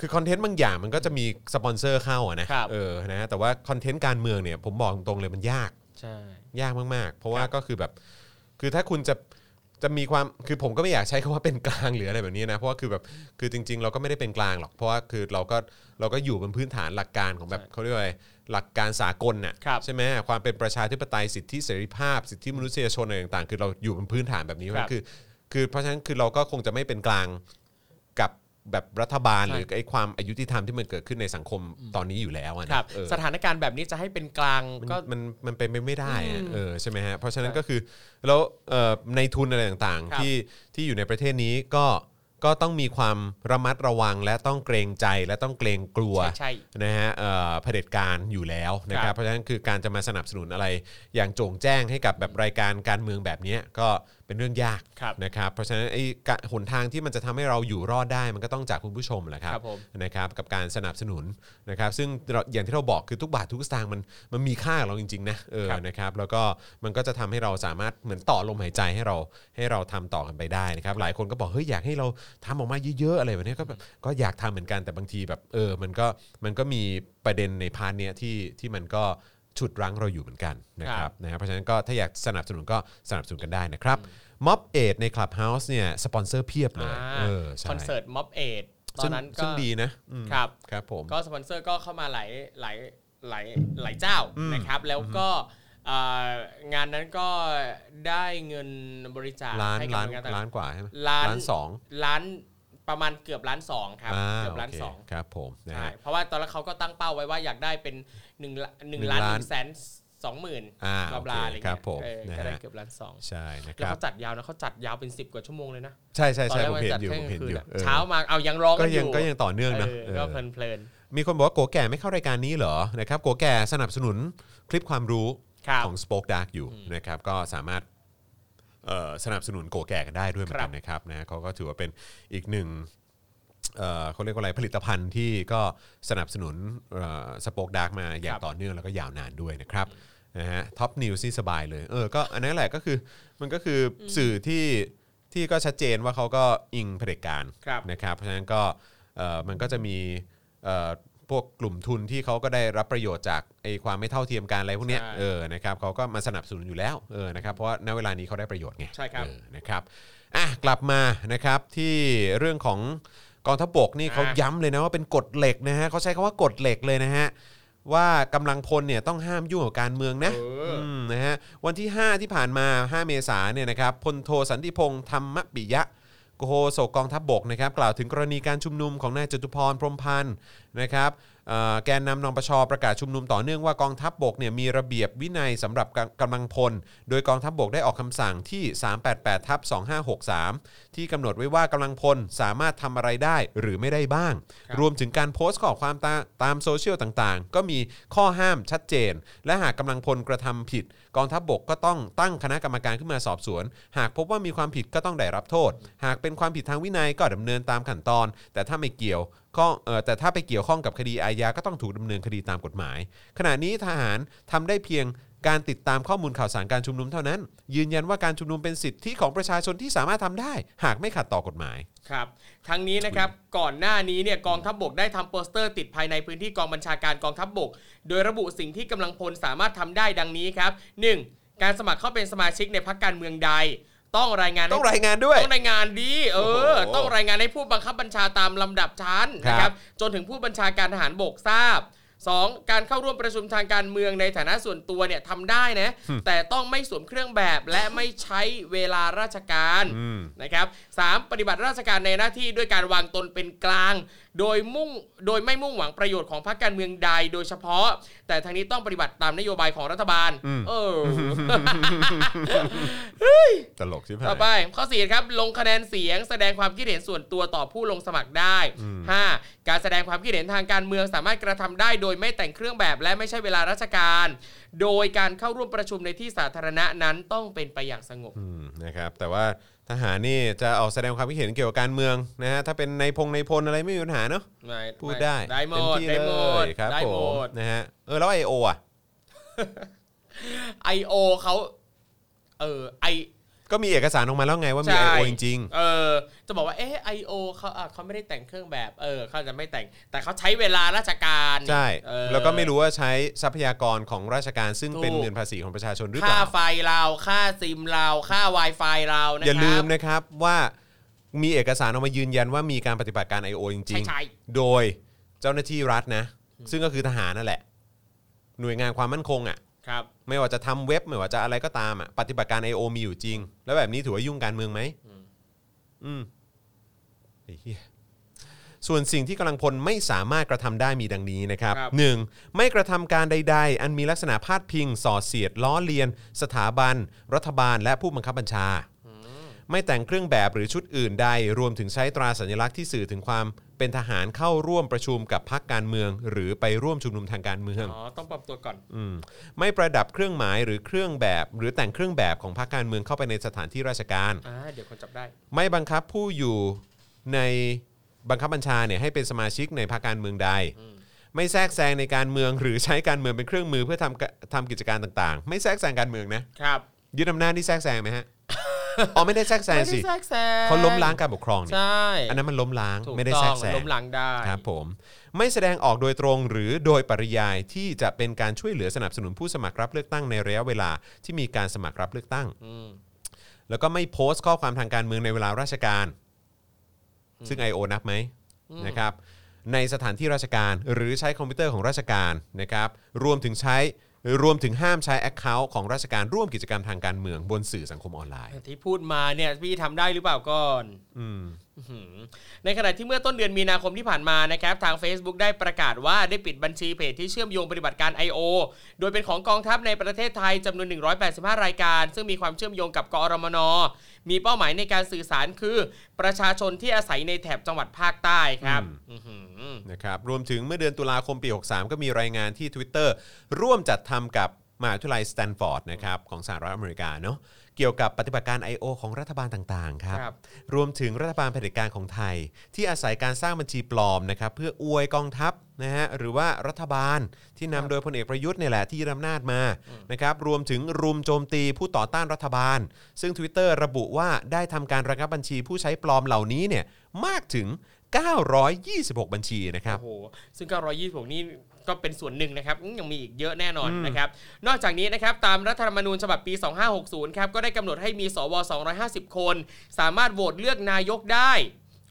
B: คือคอนเทนต์บางอย่างมันก็จะมีสปอนเซอร์เข้าอะนะครับ เออนะแต่ว่าคอนเทนต์การเมืองเนี่ย ผมบอกตรงๆเลยมันยาก
C: ใช่
B: ยากมากๆ เพราะว่าก็คือแบบ คือถ้าคุณจะจะมีความคือผมก็ไม่อยากใช้คำว่าเป็นกลางหรืออะไรแบบนี้นะเพราะว่าคือแบบคือจริง ๆ เราก็ไม่ได้เป็นกลางหรอกเพราะว่าคือเราก็เราก็อยู่บนพื้นฐานหลักการของแบบ
C: ใช่
B: เขาเรียกว่าอะไรหลักการสากลน่ะ
C: ครับ
B: ใช่ไหมความเป็นประชาธิปไตยสิทธิเสรีภาพ สิทธิมนุษยชนอะไรต่างๆ คือเราอยู่บนพื้นฐานแบบนี้
C: ครับ
B: มันคือคือเพราะฉะนั้นคือเราก็คงจะไม่เป็นกลางกับแบบรัฐบาล
C: ใช่
B: หรือไอ้ความอายุติธรรมที่มันเกิดขึ้นในสังคมตอนนี้อยู่แล้วอะนะครับ เออ
C: สถานการณ์แบบนี้จะให้เป็นกลาง
B: มัน
C: ก็
B: มันมันเป็นไปไม่ได้อะ
C: อืม
B: เออใช่ไหมฮะเพราะฉะนั้น
C: ใช่
B: ก็คือแล้วเอ่อในทุนอะไรต่างๆ
C: ครับ
B: ที่ที่อยู่ในประเทศนี้ก็ ก็ต้องมีความระมัดระวังและต้องเกรงใจและต้องเกรงกลัว
C: ใช่ใช่
B: นะฮะเอ่อเผด็จการอยู่แล้วนะค
C: ครั
B: รับบ เพราะฉะนั้นคือการจะมาสนับสนุนอะไร อย่างโจ่งแจ้งให้กับแบบรายการการเมืองแบบเนี้ยก็เป็นเรื่องยาก
C: ครับ
B: นะครับเพราะฉะนั้นไอ้กะหนทางที่มันจะทำให้เราอยู่รอดได้มันก็ต้องจากคุณผู้ชมแหละครับ
C: ครับผม
B: นะครับกับการสนับสนุนนะครับซึ่งเราอย่างที่เราบอกคือทุกบาททุกสตางค์มันมันมีค่ากับเราจริงๆนะเออ
C: ครับ
B: นะครับแล้วก็มันก็จะทำให้เราสามารถเหมือนต่อลมหายใจให้เราให้เราทำต่อกันไปได้นะครับหลายคนก็บอกเฮ้ยอยากให้เราทำออกมาเยอะๆอะไรแบบเนี้ยก็แบบก็อยากทำเหมือนกันแต่บางทีแบบเออมันก็มันก็มีประเด็นในพาร์ทเนี้ยที่ที่มันก็ฉุดรั้งเราอยู่เหมือนกันนะค
C: ครั
B: รับบ นะฮะเพราะฉะนั้นก็ถ้าอยากสนับสนุนก็สนับสนุนกันได้นะครับม็อบเอดในคลับเฮาส์เนี่ยสปอนเซอร์เพียบเลยเออใช่
C: คอนเสิร์ตม็อบเอดตอ
B: ซึ่
C: น
B: ง
C: นั้นก็
B: ซึ่งดีนะอืม
C: ครับ
B: ครับผม
C: ก็สปอนเซอร์ก็เข้ามาหลายหลายหลายหลายเจ้านะครับ แล้วก็เอ่องานนั้นก็ได้เงินบริจาค
B: ล้าน
C: ให้กั
B: ล้า
C: บ
B: น
C: งานต่าง
B: ล้านกว่าใช่ไหม
C: ล้าน
B: ล้านสอง
C: ๆล้านประมาณเกือบล้านสองครับ
B: อ่
C: เกือบล้าน
B: โค
C: สอง
B: ครับผมนะ
C: ใช่
B: ฮะ
C: เพราะว่าตอนแรกเขาก็ตั้งเป้าไว้ว่าอยากได้เป็นหนึ่งละหนึ่งล้าน
B: หนึ่ง
C: ห
B: ล้าน
C: นึ่งแสนสองหมื่น
B: อ่า
C: บลาบลา
B: โอเค
C: อะไรเงี้ย
B: ครับผม
C: เออ
B: นะฮะ
C: ก็ได้เกือบล้านสอง
B: ใช่นะค
C: แล้
B: รับ
C: วเขาจัดยาวนะเขาจัดยาวเป็นสิบกว่าชั่วโมงเลยนะ
B: ใช่ใช่
C: ตอน
B: ใช่
C: แรก
B: ผม
C: ว่า
B: เห็น
C: จัด
B: อยู่
C: เที่
B: ผ
C: ย
B: ม
C: ง
B: เห็น
C: คื
B: อนยู่
C: อะ
B: ออ
C: เช้ามาเอายังร้อง
B: ก็
C: กันอ
B: ยัง
C: ยู่
B: ก็ยังต่อเนื่องนะ
C: เออ
B: เออ
C: ก็เพลิน
B: มีคนบอกว่าโกแก่ไม่เข้ารายการนี้เหรอนะครับโกแก่สนับสนุนคลิปความรู้
C: ๆครับ
B: ของ Spoke Dark อยู่นะครับก็สามารถเอ่อสนับสนุนโกแก่กันได้ด้วยเหมือนกันนะครับนะเขาก็ถือว่าเป็นอีกหนึ่งเอ่อเขาเรียกว่าอะไรผลิตภัณฑ์ที่ก็สนับสนุนสป็อกดาร์กมาอย่าง
C: ครับ
B: ต่อเนื่องแล้วก็ยาวนานด้วยนะครับนะฮะท็อปนิวซี่สบายเลยเออก็อันนั้นแหละก็คือมันก็คืออสื่อที่ที่ก็ชัดเจนว่าเขาก็อิงเผด็จการ
C: ครับ
B: นะครับเพราะฉะนั้นก็เอ่อมันก็จะมีเอ่อพวกกลุ่มทุนที่เขาก็ได้รับประโยชน์จากไอ้ความไม่เท่าเทียมกันอะไรพวกเนี้ย
C: ใช่
B: เออนะครับเขาก็มาสนับสนุนอยู่แล้วเออนะครับเพราะว่าณเวลานี้เขาได้ประโยชน์ไง
C: ใช่ครับ
B: เออนะครับอ่ะกลับมานะครับที่เรื่องของกองทัพบกนี่
C: อ่ะ
B: เขาย้ำเลยนะว่าเป็นกฎเหล็กนะฮะเขาใช้คำว่ากฎเหล็กเลยนะฮะว่ากำลังพลเนี่ยต้องห้ามยุ่งกับการเมืองนะ
C: เออ
B: มนะฮะวันที่ 5 ที่ผ่านมา 5 เมษายนเนี่ยนะครับพลโทสันติพงษ์ธรรมปิยะโฆษกกองทัพบบกนะครับกล่าวถึงกรณีการชุมนุมของนายจตุพรพรหมพันธ์นะครับเอ่อแกนนำนปชประกาศชุมนุมต่อเนื่องว่ากองทัพบบกเนี่ยมีระเบียบวินัยสำหรับกำลังพล โดยกองทัพบบกได้ออกคำสั่งที่ 388ทับ2563 ที่กำหนดไว้ว่ากำลังพลสามารถทำอะไรได้หรือไม่ได้บ้าง
C: ครับ
B: รวมถึงการโพสต์ข้อความตาตามโซเชียลต่างๆ ก็มีข้อห้ามชัดเจน และหากกำลังพลกระทำผิด กองทัพบบกก็ต้องตั้งคณะกรรมการขึ้นมาสอบสวน หากพบว่ามีความผิดก็ต้องได้รับโทษ หากเป็นความผิดทางวินัยก็ดำเนินตามขั้นตอน แต่ถ้าไม่เกี่ยวข้องเอ่อแต่ถ้าไปเกี่ยวข้องกับคดีอาญาก็ต้องถูกดำเนินคดีตามกฎหมาย ขณะนี้ทหารทำได้เพียงการติดตามข้อมูลข่าวสารการชุมนุมเท่านั้น ยืนยันว่าการชุมนุมเป็นสิทธิของประชาชนที่สามารถทำได้ หากไม่ขัดต่อกฎหมาย
C: ครับทั้งนี้นะครับก่อนหน้านี้เนี่ยกองทัพบกได้ทำโปสเตอร์ติดภายในพื้นที่กองบัญชาการกองทัพบก โดยระบุสิ่งที่กำลังพลสามารถทำได้ดังนี้ครับ 1. การสมัครเข้าเป็นสมาชิกในพรรคการเมืองใด ต้องรายงานให้
B: ต้องรายงานด้วย
C: ต้องรายงานดี เอ
B: โอ้
C: อ
B: โห
C: ต้องรายงานให้ผู้บังคับบัญชาตามลำดับชั้นนะ
B: ค
C: ค
B: รั
C: รับ บ จนถึงผู้บัญชาการทหารบกทราบ 2. การเข้าร่วมประชุมทางการเมืองในฐานะส่วนตัวเนี่ยทำได้นะ แต่ต้องไม่สวมเครื่องแบบและไม่ใช้เวลาราชการนะครับ 3. ปฏิบัติราชการในหน้าที่ด้วยการวางตนเป็นกลาง โดยมุ่งโดยไม่มุ่งหวังประโยชน์ของพรรคการเมืองใดโดยเฉพาะ แต่ทางนี้ต้องปฏิบัติตามนโยบายของรัฐบาล เออ
B: ตลกใช่ไหม
C: ต่อไปข้อ4ครับลงคะแนนเสียงแสดงความคิดเห็นส่วนตัวต่อผู้ลงสมัครได้ 5. การแสดงความคิดเห็นทางการเมืองสามารถกระทำได้ โดยไม่แต่งเครื่องแบบและไม่ใช่เวลาราชการ โดยการเข้าร่วมประชุมในที่สาธารณะนั้นต้องเป็นไปอย่างสงบ
B: อืมนะครับแต่ว่าทหารนี่จะออกแสดงความคิดเห็นเกี่ยวกับการเมืองนะฮะถ้าเป็นในพงในพลอะไรไม่มีปัญหาเนาะพูดได้
C: ได้หม
B: เต็
C: ด
B: ที่
C: ได้หมด
B: เลยครับ
C: ได้
B: ผ
C: หม
B: ม
C: ด
B: นะฮะเออแล้วไอโออ่ะ
C: ไอโอเขาเออไอ
B: ก็มีเอกสารออกมาแล้วไงว่ามีไอ
C: ใช่
B: โอจริง
C: เออจะบอกว่าเอไอโอเขาอ่ะเขาไม่ได้แต่งเครื่องแบบเออเขาจะไม่แต่ง แต่เขาใช้เวลาราชการ
B: ๆ ใช่
C: เออ
B: แล้วก็ไม่รู้ว่าใช้ทรัพยากรของราชการซึ่ง
C: ถูก
B: เป็นเงินภาษีของประชาชนหรือเป
C: ค่า
B: ล่า
C: ไฟเราค่าซิมเราค่า Wi-Fi เรา
B: อ
C: นะครับ
B: ย่าลืมนะครับว่ามีเอกสารออกมายืนยันว่ามีการปฏิบัติการ IO จ
C: ใช่
B: ริง
C: ใช่
B: ๆ โดยเจ้าหน้าที่รัฐนะ ซึ่งก็คือทหารนั่นแหละ หน่วยงานความมั่นคงอ่ะ
C: ครับ
B: ไม่ว่าจะทำเว็บ ไม่ว่าจะอะไรก็ตามอ่ะปฏิบัติการ IO มีอยู่จริง แล้วแบบนี้ถือว่ายุ่งการเมืองไหมอืมไอ้เหี้ยส่วนสิ่งที่กำลังพลไม่สามารถกระทำได้มีดังนี้นะครับ
C: ครับ
B: 1. ไม่กระทำการใด ๆ อันมีลักษณะพาดพิง ส่อเสียด ล้อเลียน สถาบัน รัฐบาล และผู้บังคับบัญชา ไม่แต่งเครื่องแบบหรือชุดอื่นใด รวมถึงใช้ตราสัญลักษณ์ที่สื่อถึงความเป็นทหารเข้าร่วมประชุมกับพรรคการเมือง หรือไปร่วมชุมนุมทางการเมือง
C: อ๋อต้องปรับตัวก่อน
B: อืมไม่ประดับเครื่องหมายหรือเครื่องแบบ หรือแต่งเครื่องแบบของพรรคการเมืองเข้าไปในสถานที่ราชการ
C: อ่าเดี๋ยวคนจับได้
B: ไม่บังคับผู้อยู่ในบังคับบัญชาเนี่ยให้เป็นสมาชิกในพรรคการเมืองใด ไม่แทรกแซงในการเมืองหรือใช้การเมืองเป็นเครื่องมือเพื่อทำกะทำกิจการต่างๆ ไม่แทรกแซงการเมืองนะครับ ยึดอำนาจนี่แทรกแซงไหมฮะ อ๋อไม่ได้แทรกแซงสิ
C: ไม่ได้แทรกแซง
B: เขาล้มล้างการปกครองนี่
C: ใช่
B: อันนั้นมันล้มล้าง
C: ถูก
B: ไม่ได้
C: ต้
B: แทร
C: อง
B: กแซง
C: ล้มหลังได้
B: ครับผมไม่แสดงออกโดยตรงหรือโดยปริยายที่จะเป็นการช่วยเหลือสนับสนุนผู้สมัครรับเลือกตั้งในระยะเวลาที่มีการสมัครรับเลือกตั้ง
C: อืม
B: แล้วก็ไม่โพสต์ข้อความทางการเมืองในเวลาราชการ ซึ่ง I.O. นับไหมนะครับในสถานที่ราชการหรือใช้คอมพิวเตอร์ของราชการนะครับรวมถึงใช้รวมถึงห้ามใช้ Account ของราชการร่วมกิจกรรมทางการเมืองบนสื่อสังคมออนไลน์
C: ที่พูดมาเนี่ยพี่ทำได้หรือเปล่าก่อน
B: อืม
C: อื้อหือในขณะที่เมื่อต้นเดือนมีนาคมที่ผ่านมานะครับ ทาง Facebook ได้ประกาศว่าได้ปิดบัญชีเพจที่เชื่อมโยงปฏิบัติการ I.O. โดยเป็นของกองทัพในประเทศไทยจำนวน 185 รายการ ซึ่งมีความเชื่อมโยงกับกอรมน มีเป้าหมายในการสื่อสารคือ ประชาชนที่อาศัยในแถบจังหวัดภาคใต้ครับอื้อหือ
B: นะครับรวมถึงเมื่อเดือนตุลาคมปี 63 ก็มีรายงานที่ Twitter ร่วมจัดทำกับมหาวิทยาลัยสแตนฟอร์ดนะครับของสหรัฐอเมริกาเนาะเกี่ยวกับปฏิบัติการ I.O. ของรัฐบาลต่างๆครับ
C: ครับ
B: รวมถึงรัฐบาลเผด็จการของไทย ที่อาศัยการสร้างบัญชีปลอมนะครับเพื่ออวยกองทัพนะฮะหรือว่ารัฐบาลที่นำโดยพลเอกประยุทธ์เนี่ยแหละที่ยึดอำนาจมานะครับรวมถึงรุมโจมตีผู้ต่อต้านรัฐบาล ซึ่ง Twitter ระบุว่าได้ทำการระงับบัญชีผู้ใช้ปลอมเหล่านี้เนี่ยมากถึง 926 บัญชีนะครับ
C: โอ้โห ซึ่ง 926 นี่ก็เป็นส่วนหนึ่งนะครับอืมยังมีอีกเยอะแน่นอนนะครับ นอกจากนี้นะครับ ตามรัฐธรรมนูญฉบับปี 2560 ครับ ก็ได้กำหนดให้มีสว 250 คน สามารถโหวตเลือกนายกได้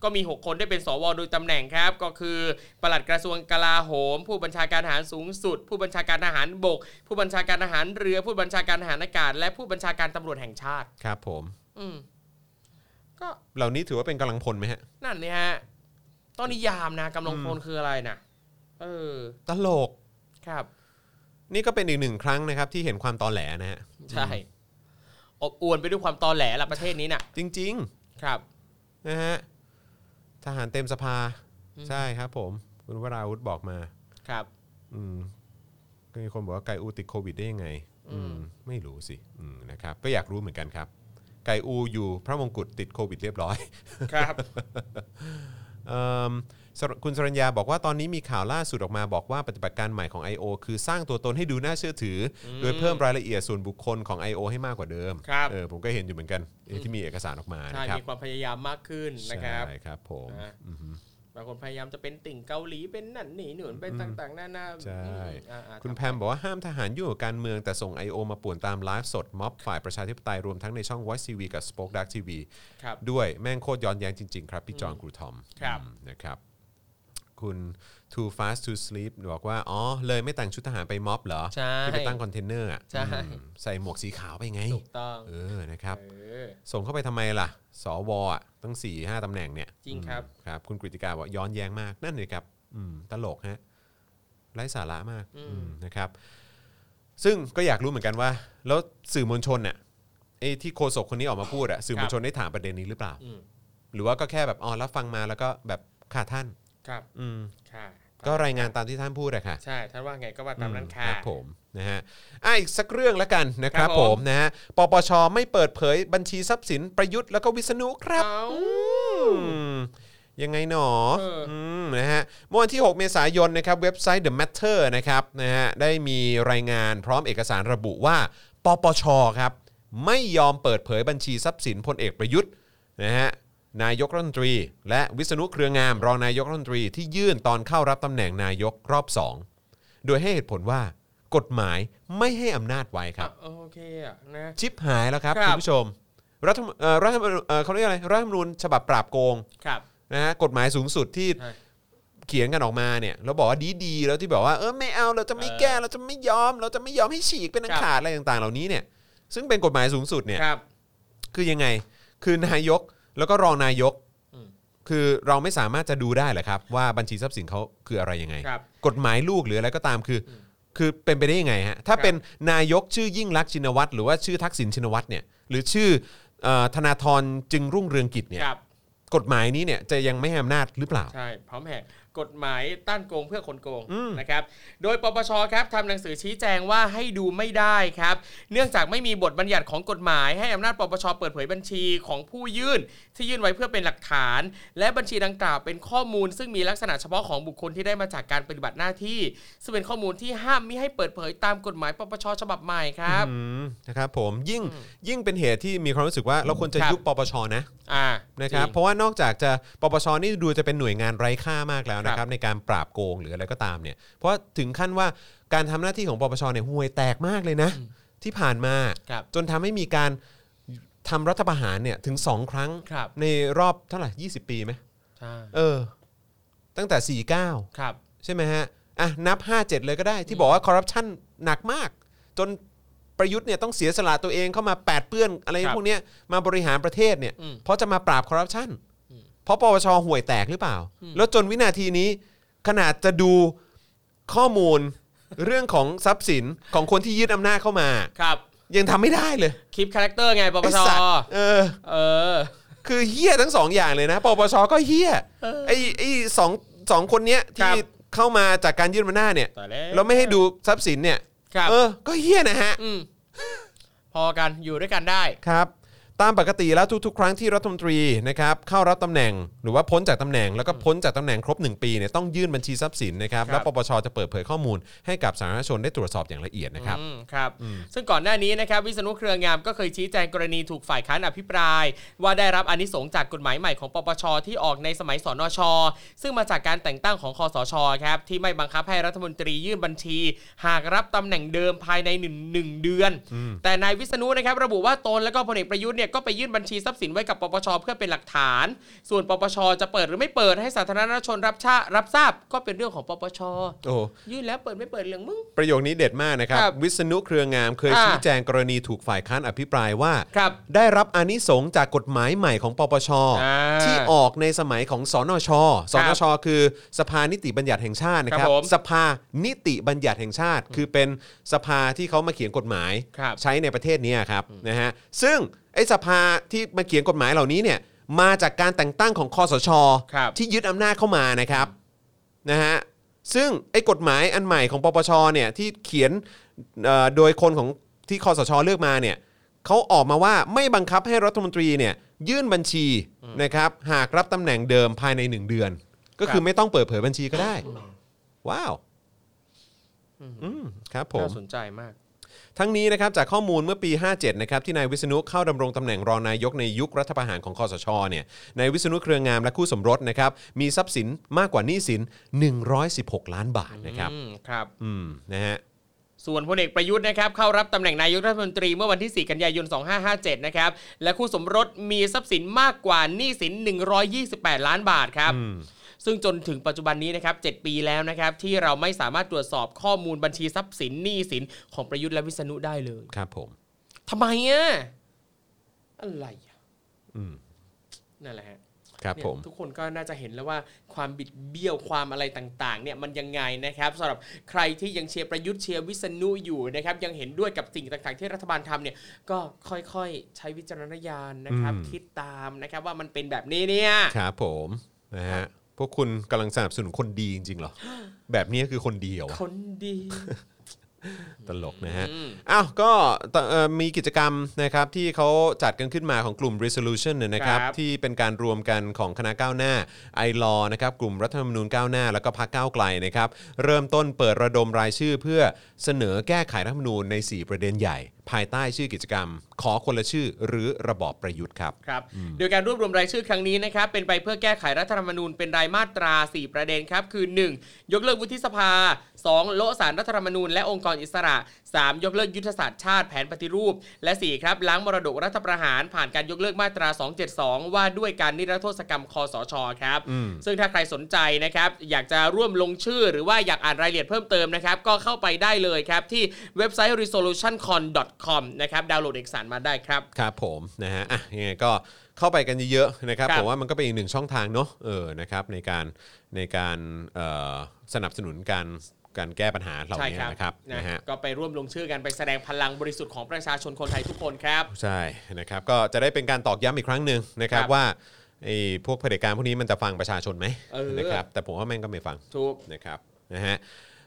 C: ก็มี 6 คนได้เป็นสว โดยตำแหน่งครับ ก็คือปลัดกระทรวงกลาโหม ผู้บัญชาการทหารสูงสุด ผู้บัญชาการทหารบก ผู้บัญชาการทหารเรือ ผู้บัญชาการทหารอากาศ และผู้บัญชาการตำรวจแห่งชาติ
B: ครับผม
C: อืมก็
B: เหล่านี้ถือว่าเป็นกำลังพลไหมฮะ
C: นั่นเนี่ยฮะต้องนิยามนะกำลังพลคืออะไรนะเออ
B: ตลก
C: ครับ
B: นี่ก็เป็นอีกหนึ่งครั้งนะครับที่เห็นความตอแหลนะฮะ
C: ใช่ อบอวนไปด้วยความตอแหลละประเทศนี้น่ะ
B: จริง ๆ
C: ครับ
B: นะฮะทหารเต็มสภา
C: อืม
B: ใช่ครับผม คุณวราวุธบอกมา
C: ครับ
B: อืมก็มีคนบอกว่าไก่อูติดโควิดได้ยังไง อืมไม่รู้สิอืมนะครับ ก็อยากรู้เหมือนกันครับ ไก่อูอยู่พระมงกุฎติดโควิดเรียบร้อย
C: ครับ
B: เอิ่มสรคุณสรัญญาบอกว่าตอนนี้มีข่าวล่าสุดออกมาบอกว่าปฏิบัติการใหม่ของ I.O. คือสร้างตัวตนให้ดูน่าเชื่อถืออโดยเพิ่มรายละเอียดส่วนบุคคลของ I.O. ให้มากกว่าเดิม
C: ครับ
B: เออผมก็เห็นอยู่เหมือนกันที่มีเอกสารออกมา
C: ใช่
B: นะครับ
C: มีความพยายามมากขึ้นนะครับ
B: ใช่ครับผม
C: นะ
B: อือฮึ
C: บางคนพยายามจะเป็นติ่งเกาหลีเป็นนั่นนี่หนุนเป็นต่างๆหน้าหน้า
B: ใช่
C: คุ
B: คุณ ณแพมบอกว่าห้ามทหารยุ่งกับการเมืองแต่ส่ง I.O. มาป่วนตามไลฟ์สด ม็อบฝ่ายประชาธิปไตยรวมทั้งในช่อง Voice TV กับ Spoke Dark TV
C: ครับ
B: ด้วยแม่งโคตรย้อนแย้งจริง ๆ ครับ พี่จอนครูทอม
C: ครับ
B: อืมนะครับ คุณ too fast to sleep บอกว่า อ๋อ เลยไม่แต่งชุดทหารไปม็อบเหรอ
C: ใช่
B: ที่ไปตั้งคอนเทนเนอร์อะ
C: ใช่
B: อืมใส่หมวกสีขาวไปไง
C: ถูกต้อง
B: เออนะครับ
C: เออ
B: ส่งเข้าไปทำไมล่ะ สวอ่ะตั้ง4ี่ห้าตำแหน่งเนี่ย
C: จริงครับ
B: อืมครับ คุณกฤติกาบอกย้อนแย้งมากนั่นเลยครับอืมตลกฮะไร้สาระมากอืมนะครับ ซึ่งก็อยากรู้เหมือนกันว่า แล้วสื่อมวลชนเนี่ยไอ้ที่โฆษกคนนี้ออกมาพูดอะสื่อมวลชนได้ถามประเด็นนี้หรือเปล่า
C: อืม
B: หรือว่าก็แค่แบบอ๋อรับฟังมาแล้วก็แบบค่ะท่าน
C: ครับ
B: อืม
C: ค่ะ
B: ก็รายงานตามที่ท่านพูดอะค่ะ
C: ใช่ ท่านว่าไงก็ว่าตามนั้นค่ะ
B: รับผมนะฮะอ่ะอีกสักเรื่องละกันนะครับ
C: ครับ
B: ผ
C: ผม ม
B: นะฮะปปชไม่เปิดเผยบัญชีทรัพย์สินประยุทธ์แล้วก็วิษณุครับ
C: เอ้า
B: อืมยังไงหนอ
C: เอออื
B: มนะฮะเมื่อวันที่ 6 เมษายนนะครับเว็บไซต์ The Matter นะครับนะฮะได้มีรายงานพร้อมเอกสารระบุว่า ปปชครับ ไม่ยอมเปิดเผยบัญชีทรัพย์สินพลเอกประยุทธ์นะฮะนายกรัฐมนตรี และวิษณุเครืองาม รองนายกรัฐมนตรีที่ยื่นตอนเข้ารับตำแหน่งนายกรอบ 2 โดยให้เหตุผลว่า กฎหมายไม่ให้อำนาจไว้ครับ
C: ะโอเคอ่ะนะ
B: ชิปหายแล้วครับ
C: ครั
B: คุ
C: บ
B: ณผู้ชมรัฐธรรมเอ่อรัฐธรรมเอ่อเขาเรียกอะไรรัฐธรรมนูญฉบับปราบโกง
C: ครับ
B: นะฮะกฎหมายสูงสุดที่
C: ใช่
B: เขียนกันออกมาเนี่ยเราบอกว่าดีๆ แล้วที่บอกว่าเออไม่เอาเราจะไม่แก้เราจะไม่ยอม เราจะไม่ยอมให้ฉีกเป็นอันขาดอะไรต่างๆ เหล่านี้เนี่ยซึ่งเป็นกฎหมายสูงสุดเนี่ย
C: ครับ
B: คือยังไง คือนายกแล้วก็รองนายก
C: อืม
B: คือเราไม่สามารถจะดูได้เหรอครับ ว่าบัญชีทรัพย์สินเขาคืออะไรยังไง
C: ครับ
B: กฎหมายลูกหรืออะไรก็ตามคือ คือเป็นไปได้ยังไงฮะถ้า
C: ครับ
B: เป็นนายกชื่อยิ่งรักษณ์ชินวัตรหรือว่าชื่อทักษิณชินวัตรเนี่ยหรือชื่อ เอ่อธนาธรจึงรุ่งเรืองกิจเนี่ย
C: ครับ
B: กฎหมายนี้เนี่ยจะยังไม่ให้อำนาจหรือเปล่า
C: ใช่พร้อมแหกกฎหมายต้านโกงเพื่อคนโกงนะครับ โดยปปชครับทำหนังสือชี้แจงว่าให้ดูไม่ได้ครับ เนื่องจากไม่มีบทบัญญัติของกฎหมาย ให้อำนาจปปชเปิดเผยบัญชีของผู้ยื่น ที่ยื่นไว้เพื่อเป็นหลักฐาน และบัญชีดังกล่าวเป็นข้อมูล ซึ่งมีลักษณะเฉพาะของบุคคลที่ได้มาจากการปฏิบัติหน้าที่ ซึ่งเป็นข้อมูลที่ห้ามมิให้เปิดเผยตามกฎหมายปปชฉบับใหม่ครับ
B: อืมนะครับผมยิ่งยิ่งเป็นเหตุที่มีความรู้สึกว่าเราควรจะ
C: ครับ
B: ยุบปปชนะ
C: อ่า
B: นะ
C: นะครับ
B: เพราะว่านอกจากจะปปชนี่ดูจะเป็นหน่วยงานไร้ค่ามากแล้วนะค
C: ครั
B: รับบ ในการปราบโกงหรืออะไรก็ตามเนี่ย เพราะถึงขั้นว่าการทำหน้าที่ของปปชเนี่ยห่วยแตกมากเลยนะ ที่ผ่านมา
C: ครับ
B: จนทำให้มีการทำรัฐประหารเนี่ยถึง 2 ครั้ง
C: ครับ
B: ในรอบเท่าไหร่20 ปีไหม
C: ใช่
B: เออ ตั้งแต่ 49
C: ครับ
B: ใช่ไหมฮะ อ่ะ นับ 57 เลยก็ได้ ที่บอกว่าคอร์รัปชันหนักมาก จนประยุทธ์เนี่ยต้องเสียสละตัวเองเข้ามาแปดเปื้อน อะไร
C: ครับ
B: พวกเนี้ยมาบริหารประเทศเนี่ย
C: อืม
B: เพราะจะมาปราบคอร์รัปชัน
C: อืม
B: เพราะปปชห่วยแตกหรือเปล่า
C: อืม
B: แล้วจนวินาทีนี้ ขนาดจะดูข้อมู ล เรื่องของทรัพย์สินของคนที่ยึดอำนาจเข้ามา
C: ครับ
B: ยังทำไม่ได้เลย
C: คลิปคาแรคเตอร์ไงปป
B: ไอ้
C: ช
B: สัตว์เออ
C: เออ
B: คือเฮี้ยทั้งสองอย่างเลยนะ ปปชก็เฮี้ยไอ้ไอ้สองสองคนเนี้ย
C: ครั
B: ที่
C: บ
B: เข้ามาจากการยื่นอำนาจเนี่ย
C: แต่แล้ว
B: แล้วไม่ให้ดูทรัพย์สินเนี่ย
C: ครับ
B: เออ ก็เฮี้ยนะฮะ
C: มพอกันอยู่ด้วยกันได้
B: ครับ ตามปกติแล้วทุกๆ ครั้งที่รัฐมนตรีนะครับเข้ารับตำแหน่งหรือว่าพ้นจากตำแหน่งแล้วก็พ้นจากตำแหน่งครบ 1 ปีเนี่ยต้องยื่นบัญชีทรัพย์สินนะครับแล้วปปชจะเปิดเผยข้อมูลให้กับสาธารณชนได้ตรวจสอบอย่างละเอียดนะครับ
C: อืมครับ ซึ่งก่อนหน้านี้นะครับ วิษณุเครืองามก็เคยชี้แจงกรณีถูกฝ่ายค้านอภิปราย ว่าได้รับอานิสงส์จากกฎหมายใหม่ของปปชที่ออกในสมัยสนช ซึ่งมาจากการแต่งตั้งของคอสชครับที่ไม่บังคับให้รัฐมนตรียื่นบัญชี หากรับตำแหน่งเดิมภายในหนึ่งหนึ่งเดือน แต่นายวิษณุนะครับระบุว่าตนและก็พลเอกประยุทธ์เนี่ยก็ไปยื่นบัญชีทรัพย์สินไว้กับปปชเพื่อเป็นหลักฐาน ส่วนปปชจะเปิดหรือไม่เปิดให้สาธารณชนรับชารับทราบก็เป็นเรื่องของปปช
B: โอ้
C: ยื่นแล้วเปิดไม่เปิดเรื่องมึง
B: ประโยคนี้เด็ดมากนะครับ
C: ครับ
B: วิษณุเครืองามเคย
C: อ่า
B: ชี้แจงกรณีถูกฝ่ายค้านอภิปรายว่า
C: ครับ
B: ได้รับอานิสงส์จากกฎหมายใหม่ของปปช
C: อ่า
B: ที่ออกในสมัยของสนช สนช คือสภานิติบัญญัติแห่งชาตินะค
C: ค
B: รั
C: รับ บผม
B: สภานิติบัญญัติแห่งชาติ คือเป็นสภาที่เขามาเขียนกฎหมาย
C: ครับ
B: ใช้ในประเทศเนี้ยครับนะฮะซึ่งไอ้สภาที่มาเขียนกฎหมายเหล่านี้เนี่ยมาจากการแต่งตั้งของคอสช
C: ครับ
B: ที่ยึดอำนาจเข้ามานะครับนะฮะซึ่งไอ้กฎหมายอันใหม่ของปปชเนี่ยที่เขียนเอ่อโดยคนของที่คอสชเลือกมาเนี่ยเขาออกมาว่าไม่บังคับให้รัฐมนตรีเนี่ยยื่นบัญชีนะครับหากรับตำแหน่งเดิมภายใน 1 เดือน ก็คือไม่ต้องเปิดเผยบัญชีก็ได้ ว้าวอืมครับผม
C: น่าสนใจมาก
B: ทั้งนี้นะครับจากข้อมูลเมื่อปี 57 นะครับที่นายวิษณุเข้าดำรงตำแหน่งรองนายกในยุครัฐประหารของคอสชเนี่ยนายวิษณุเครืองามและคู่สมรสนะครับมีทรัพย์สินมากกว่าหนี้สิน 116 ล้านบาทนะครับ
C: อืมครับ
B: อืมนะฮะ
C: ส่วนพลเอกประยุทธ์นะครับเข้ารับตำแหน่งนายกรัฐมนตรีเมื่อวันที่ 4 กันยายน 2557 นะครับ และคู่สมรสมีทรัพย์สินมากกว่าหนี้สิน 128 ล้านบาทครับ ซึ่งจนถึงปัจจุบันนี้นะครับ 7 ปีแล้วนะครับ ที่เราไม่สามารถตรวจสอบข้อมูลบัญชีทรัพย์สินหนี้สินของประยุทธ์และวิษณุได้เลย
B: ครับผม
C: ทำไมอ่ะอะไรอ่ะ
B: อืม
C: นั่นแหละฮะ
B: ครับ
C: เนี่ย
B: ผม
C: ทุกคนก็น่าจะเห็นแล้วว่าความบิดเบี้ยวความอะไรต่างๆเนี่ยมันยังไงนะครับสำหรับใครที่ยังเชียร์ประยุทธ์เชียร์วิษณุอยู่นะครับยังเห็นด้วยกับสิ่งต่างๆ ที่รัฐบาลทำเนี่ยก็ค่อยๆ ใช้วิจารณญาณนะครับ
B: อืม
C: คิดตามนะครับว่ามันเป็นแบบนี้เนี่ย
B: ครับผมนะฮะพวกคุณกำลังสนับสนุนคนดีจริงๆเหรอ แบบนี้คือคนดีเหรอวะ
C: คนดี
B: ตลกนะฮะ
C: อืม
B: อ้าว ก็ตเอ่อมีกิจกรรมนะครับที่เขาจัดกันขึ้นมาของกลุ่ม resolution เนี่ยนะครับ
C: ครับ
B: ที่เป็นการรวมกันของคณะก้าวหน้าไอรอนะครับ กลุ่มรัฐธรรมนูญก้าวหน้า แล้วก็พรรคก้าวไกลนะครับ เริ่มต้นเปิดระดมรายชื่อเพื่อเสนอแก้ไขรัฐธรรมนูญใน 4 ประเด็นใหญ่ ภายใต้ชื่อกิจกรรม ขอคนละชื่อหรือระบอบประยุทธ์ครับ
C: ครับโดยการรวบรวมรายชื่อครั้งนี้นะครับเป็นไปเพื่อแก้ไขรัฐธรรมนูญเป็นรายมาตรา 4 ประเด็นครับคือ 1. ยกเลิกวุฒิสภา 2. โละสารรัฐธรรมนูญและองค์กรอิสระ 3. ยกเลิกยุทธศาสตร์ชาติแผนปฏิรูป และ 4 ครับล้างมรดกรัฐประหาร ผ่านการยกเลิกมาตรา 272 ว่าด้วยการนิรโทษกรรมคอสชครับ ซึ่งถ้าใครสนใจนะครับอยากจะร่วมลงชื่อหรือว่าอยากอ่านรายละเอียดเพิ่มเติมนะครับก็เข้าไปได้เลยครับที่เว็บไซต์ resolutioncon.com นะครับดาวน์โหลดเอกสารมาได้ครับ
B: ครับผมนะฮะอ่ะยังไงก็เข้าไปกันเยอะๆนะครับ
C: ครับ
B: ผมว่ามันก็เป็นอีกหนึ่งช่องทางเนาะเออนะครับในการในการเอ่อสนับสนุนการ การแก้ปัญหาเหล่า
C: ใช่
B: นี้
C: ครับ
B: นะครับ
C: นะ
B: นะฮะ
C: ก็ไปร่วมลงชื่อกันไปแสดงพลังบริสุทธิ์ของประชาชนคนไทยทุกคนครับ
B: ใช่นะครับก็จะได้เป็นการตอกย้ำอีกครั้งหนึ่งนะครับ
C: ครับ
B: ว่าไอ้พวกเผด็จการพวกนี้มันจะฟังประชาชนไหม
C: เออ
B: นะครับแต่ผมว่าแม่งก็ไม่ฟัง
C: ถูก
B: นะครับนะฮะ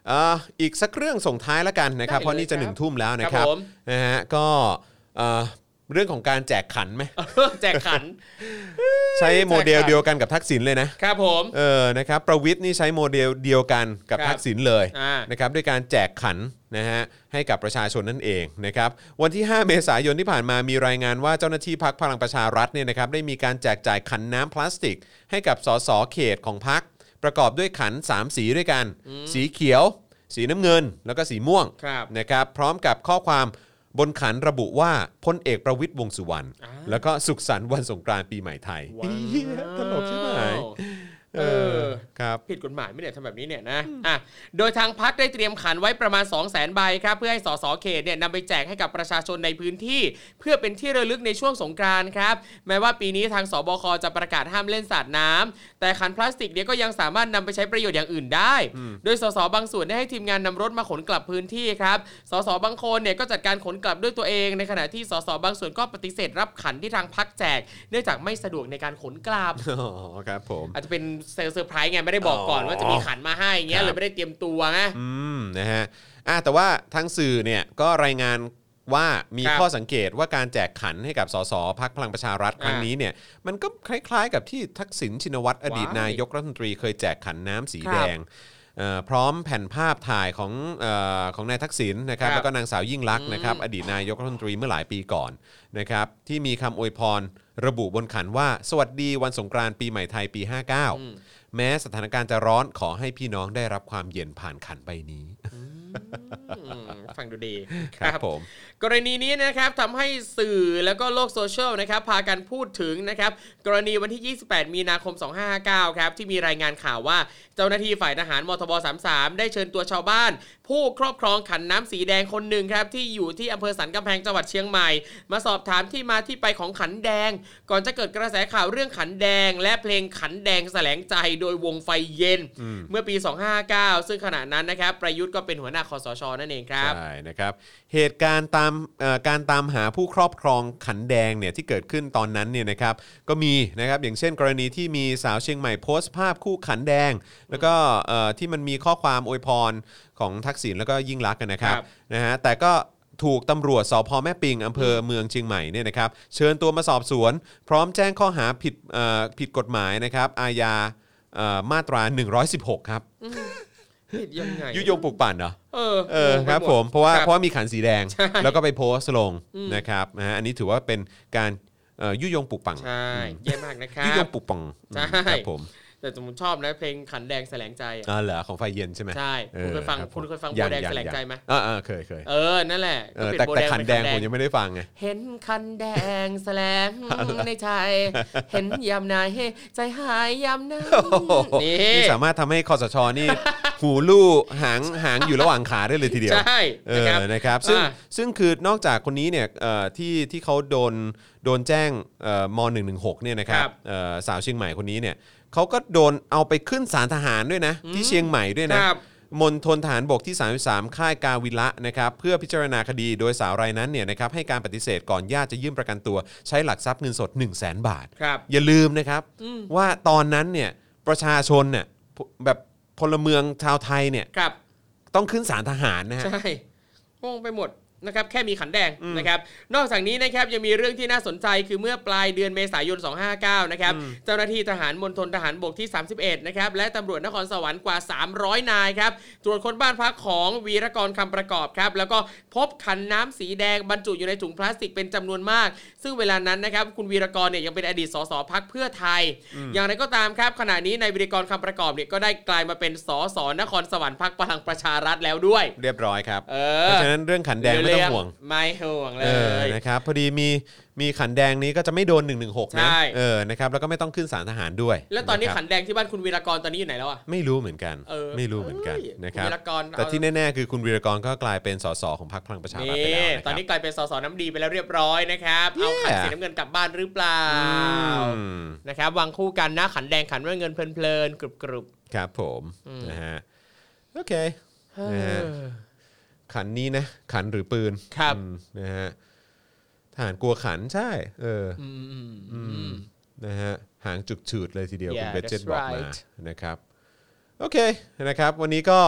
B: เอ่ออีกสักเรื่องส่งท้ายละกันนะครับ
C: ได้เลย
B: เพราะนี่จะ
C: ครับ
B: หนึ่งทุ่มแล้วนะครับ
C: ครับผม
B: นะฮะก็เอ่อเรื่องของการแจกขันไหม
C: แจก ขัน
B: ใช้โมเดล
C: แจกขัน
B: เดียวกันกับทักษิณเลยนะครับ
C: ผม
B: เออนะครับประวิทย์นี่ใช้โมเดลเดียวกันกับ
C: ครับ
B: ทักษิณเลย
C: อ่าน
B: นะครับด้วยการแจกขันนะฮะให้กับประชาชนนั่นเองนะครับวันที่ 5 เมษายนที่ผ่านมามีรายงานว่าเจ้าหน้าที่พักพลังประชารัฐเนี่ยนะครับได้มีการแจกจ่ายขันน้ำพลาสติก ให้กับสสเขตของพัก ประกอบด้วยขัน 3 สีด้วยกัน สีเขียว สีน้ำเงิน แล้วก็สีม่วง
C: ครับ
B: นะครับพร้อมกับข้อความบนขันระบุว่าพลเอกประวิทย์วงษ์สุวรรณ
C: อ่า
B: แล้วก็สุขสันต์วันสงกรานต์ปีใหม่ไทยเหี้ยตลกใช่ไหม
C: เออ
B: ครับ
C: ผิดกฎหมายไม่เนี่ยทำแบบนี้เนี่ยนะอ่ะโดยทางพักได้เตรียมขันไว้ประมาณ 2 0 0 0 0 0ใบครับ เพื่อให้สสเขตเนี่ยนำไปแจกให้กับประชาชนในพื้นที่ เพื่อเป็นที่ระลึกในช่วงสงกรานต์ครับ แม้ว่าปีนี้ทางสบคจะประกาศห้ามเล่นสาดน้ำแต่ขันพลาสติกเนี่ยก็ยังสามารถนำไปใช้ประโยชน์อย่างอื่นได้ โดยสสบางส่วนได้ให้ทีมงานนำรถมาขนกลับพื้นที่ครับสสบางคนเนี่ยก็จัดการขนกลับด้วยตัวเอง ในขณะที่สสบางส่วนก็ปฏิเสธรับขันที่ทางพักแจก เนื่องจากไม่สะดวกในการขนกลับ
B: อ๋อครับผม
C: อาจจะเป็นเซลล์เซอร์ไพรส์ไง ไม่ได้บอกก่อน
B: อ๋อ
C: ว่าจะมีขันมาให้อย่างเงี้
B: ครั
C: ย
B: บ
C: เลยไม่ได้เตรียมตัวไง
B: อืมนะฮะอ่ะแต่ว่าทางสื่อเนี่ยก็รายงานว่ามี
C: ครับ
B: ข้อสังเกตว่าการแจกขันให้กับสสพักพลังประชารัฐครั้งนี้เนี่ยมันก็คล้ายๆกับที่ทักษิณชินวัตรอดีต
C: ว้าย
B: นายกรัฐมนตรีเคยแจกขันน้ำสี
C: ครับ
B: แดงเอ่อพร้อมแผ่นภาพถ่ายของเออของนายทักษิณนะครับ
C: ครับ
B: แล้วก็นางสาวยิ่งลักษณ์นะครับอดีตนายกรัฐมนตรีเมื่อหลายปีก่อนนะครับที่มีคำอวยพรระบุบนขันว่า สวัสดีวันสงกรานต์ปีใหม่ไทยปี
C: อืม
B: 59 แม้สถานการณ์จะร้อนขอให้พี่น้องได้รับความเย็นผ่านขันใบนี้
C: อืมฟังดูดี
B: ครับผม
C: กรณีนี้นะครับทำให้สื่อแล้วก็โลกโซเชียลนะครับพากันพูดถึงนะครับ กรณีวันที่ 28 มีนาคม 2559 ครับ ที่มีรายงานข่าวว่า เจ้าหน้าที่ฝ่ายทหารมทบ 33 ได้เชิญตัวชาวบ้าน ผู้ครอบครองขันน้ำสีแดงคนหนึ่งครับ ที่อยู่ที่อำเภอสันกำแพงจังหวัดเชียงใหม่ มาสอบถามที่มาที่ไปของขันแดง ก่อนจะเกิดกระแสข่าวเรื่องขันแดง และเพลงขันแดงแสลงใจโดยวงไฟเย็น เมื่อปี 259 ซึ่งขณะนั้นนะครับประยุทธ์ก็เป็นหัวหน้าคอสชนั่นเองครับ
B: ใช่นะครับเหตุการณ์ตามเอ่อการตามหาผู้ครอบครองขันแดงเนี่ยที่เกิดขึ้นตอนนั้นเนี่ยนะครับก็มีนะครับอย่างเช่นกรณีที่มีสาวเชียงใหม่โพสต์ภาพคู่ขันแดง แล้วก็เอ่อที่มันมีข้อความอวยพรของทักษิณแล้วก็ยิ่งรักษณ์นะครับ
C: ครับ
B: นะฮะแต่ก็ถูกตำรวจสพแม่ปิงอำเภอเมืองเชียงใหม่เนี่ยนะครับเชิญตัวมาสอบสวน พร้อมแจ้งข้อหาผิดเอ่อผิดกฎหมายนะครับอาญาเอ่อมาตรา 116 ครับ
C: ผิดยังไง
B: ยุยงปลุกปั่นเหรอ
C: เออ
B: เออ
C: ไปหด
B: ครับผมเพราะว่า
C: ครับ
B: เพราะว่ามีขันสีแดง
C: ใช่
B: แล้วก็ไปโพสต์ลง
C: อืม
B: นะครับนะฮะอันนี้ถือว่าเป็นการเอ่อยุยงปลุกปัง
C: ใช่เย่มากนะครับ
B: ยุยงปลุกปัง
C: ใช่
B: ครับผม
C: แต่ผมชอบนะเพลงขันแดงแสลงใจอะ
B: อ่าเหรอของไฟเย็นใช่ไหม
C: ใช่
B: อ
C: คุ
B: อ
C: ณเคยฟัง
B: รับผม
C: คุณเคยฟังโบ
B: ยั
C: แดง
B: ยั
C: แสลงใจไหม
B: อ่าอ่าเคยเคย
C: เออนั่นแหละ
B: เออ
C: ก็
B: แต่
C: เปลี่ย
B: แต่
C: นโบ
B: ขันแด
C: เป็
B: งผมยังไม่ได้ฟังไง
C: เห็นคันแดงแสลงในใจเห็นยามนายใจหายยามนั้น นี่
B: นี่สามารถทำให้คอสชนี่ หูลู่หางหางอยู่ระหว่างขาได้เลยทีเดียว
C: ใช่
B: เอ
C: นะ
B: อ
C: ครับ
B: นะครับซึ่ง
C: อ่า
B: ซึ่งคือนอกจากคนนี้เนี่ยเอ่อที่ที่เขาโดนโดนแจ้งเอ่อม .116 เนี่ยนะครับ
C: ครับ
B: เอ่อสาวเชียงใหม่คนนี้เนี่ยเขาก็โดนเอาไปขึ้นศาลทหารด้วยนะ ที่เชียงใหม่ด้วยนะครับ มณฑลทหารบกที่ 33 ค่ายกาวิละนะครับเพื่อพิจารณาคดีโดยสาวรายนั้นเนี่ยนะครับให้การปฏิเสธก่อนญาติจะยื่นประกันตัว ใช้หลักทรัพย์เงินสด 1 0 0 0 0 0 บาท
C: ครับ
B: อย่าลืมนะครับว่าตอนนั้นเนี่ยประชาชนเนี่ยพแบบพลเมืองชาวไทยเนี่ย
C: ครับ
B: ต้องขึ้นศาลทหารนะฮะ
C: ใช่งงไปหมดนะครับ แค่มีขันแดงนะครับ นอกจากนี้นะครับยังมีเรื่องที่น่าสนใจคือเมื่อปลายเดือนเมษายน 259 นะครับ เจ้าหน้าที่ทหารมณฑลทหารบกที่ 31 นะครับ และตำรวจนครสวรรค์กว่า 300 นายครับ ตรวจค้นบ้านพักของวีรกรคำประกอบครับ แล้วก็พบขันน้ำสีแดงบรรจุอยู่ในถุงพลาสติกเป็นจำนวนมาก ซึ่งเวลานั้นนะครับ คุณวีรกรเนี่ยยังเป็นอดีตสสพักเพื่อไทย อย่างไรก็ตามครับขณะนี้นายวีรกรคำประกอบเนี่ยก็ได้กลายมาเป็นสสนครสวรรค์พักพลังประชารัฐแล้วด้วย
B: เรียบร้อยครับ
C: เอ
B: เพ
C: อ
B: ราะฉะนั้นเรื่องขันแดงไม่ต้องห่วง
C: ไม่ห่วงเล
B: เออย นะครับพอดีมีมีขันแดงนี้ก็จะไม่โดน 116 นะ
C: ใช่
B: เออนะครับแล้วก็ไม่ต้องขึ้นศาลทหารด้วย
C: แล้วตอน
B: ะ
C: นี้
B: ครับ
C: ขันแดงที่บ้านคุณวีรกรตอนนี้อยู่ไหนแล้วอ่ะ
B: ไม่รู้เหมือนกัน
C: เออ
B: ไม่รู้เหมือนกัน
C: เอ้ย
B: นะครับ
C: คุณวีรกรเอา
B: แต่ที่แน่ๆคือคุณวีรกรก็กลายเป็นสสของพรรคพลังประชารัฐไป
C: นี่
B: แล้วะครับ
C: ตอนนี้กลายเป็นสสน้ำดีไปแล้วเรียบร้อยนะครับ เอาขันสีน้ำเงินกลับบ้านหรือเปล่า
B: อืม
C: นะครับวางคู่กันนะขันแดงขันน้ำเงินเพลินๆกรุบกรุบ
B: ครับผมนะฮะโอเค
C: ๆ
B: นะฮะขันนี้นะ ขันหรือปืน
C: ครับ
B: อืมนะฮะทหารกลัวขันใช่ เอออนะฮะหางจุกฉูดเลยทีเดียว
C: Yeah,
B: คุณเบเจต
C: that's
B: บอกมา
C: right
B: นะครับ โอเคนะครับ วันนี้ก็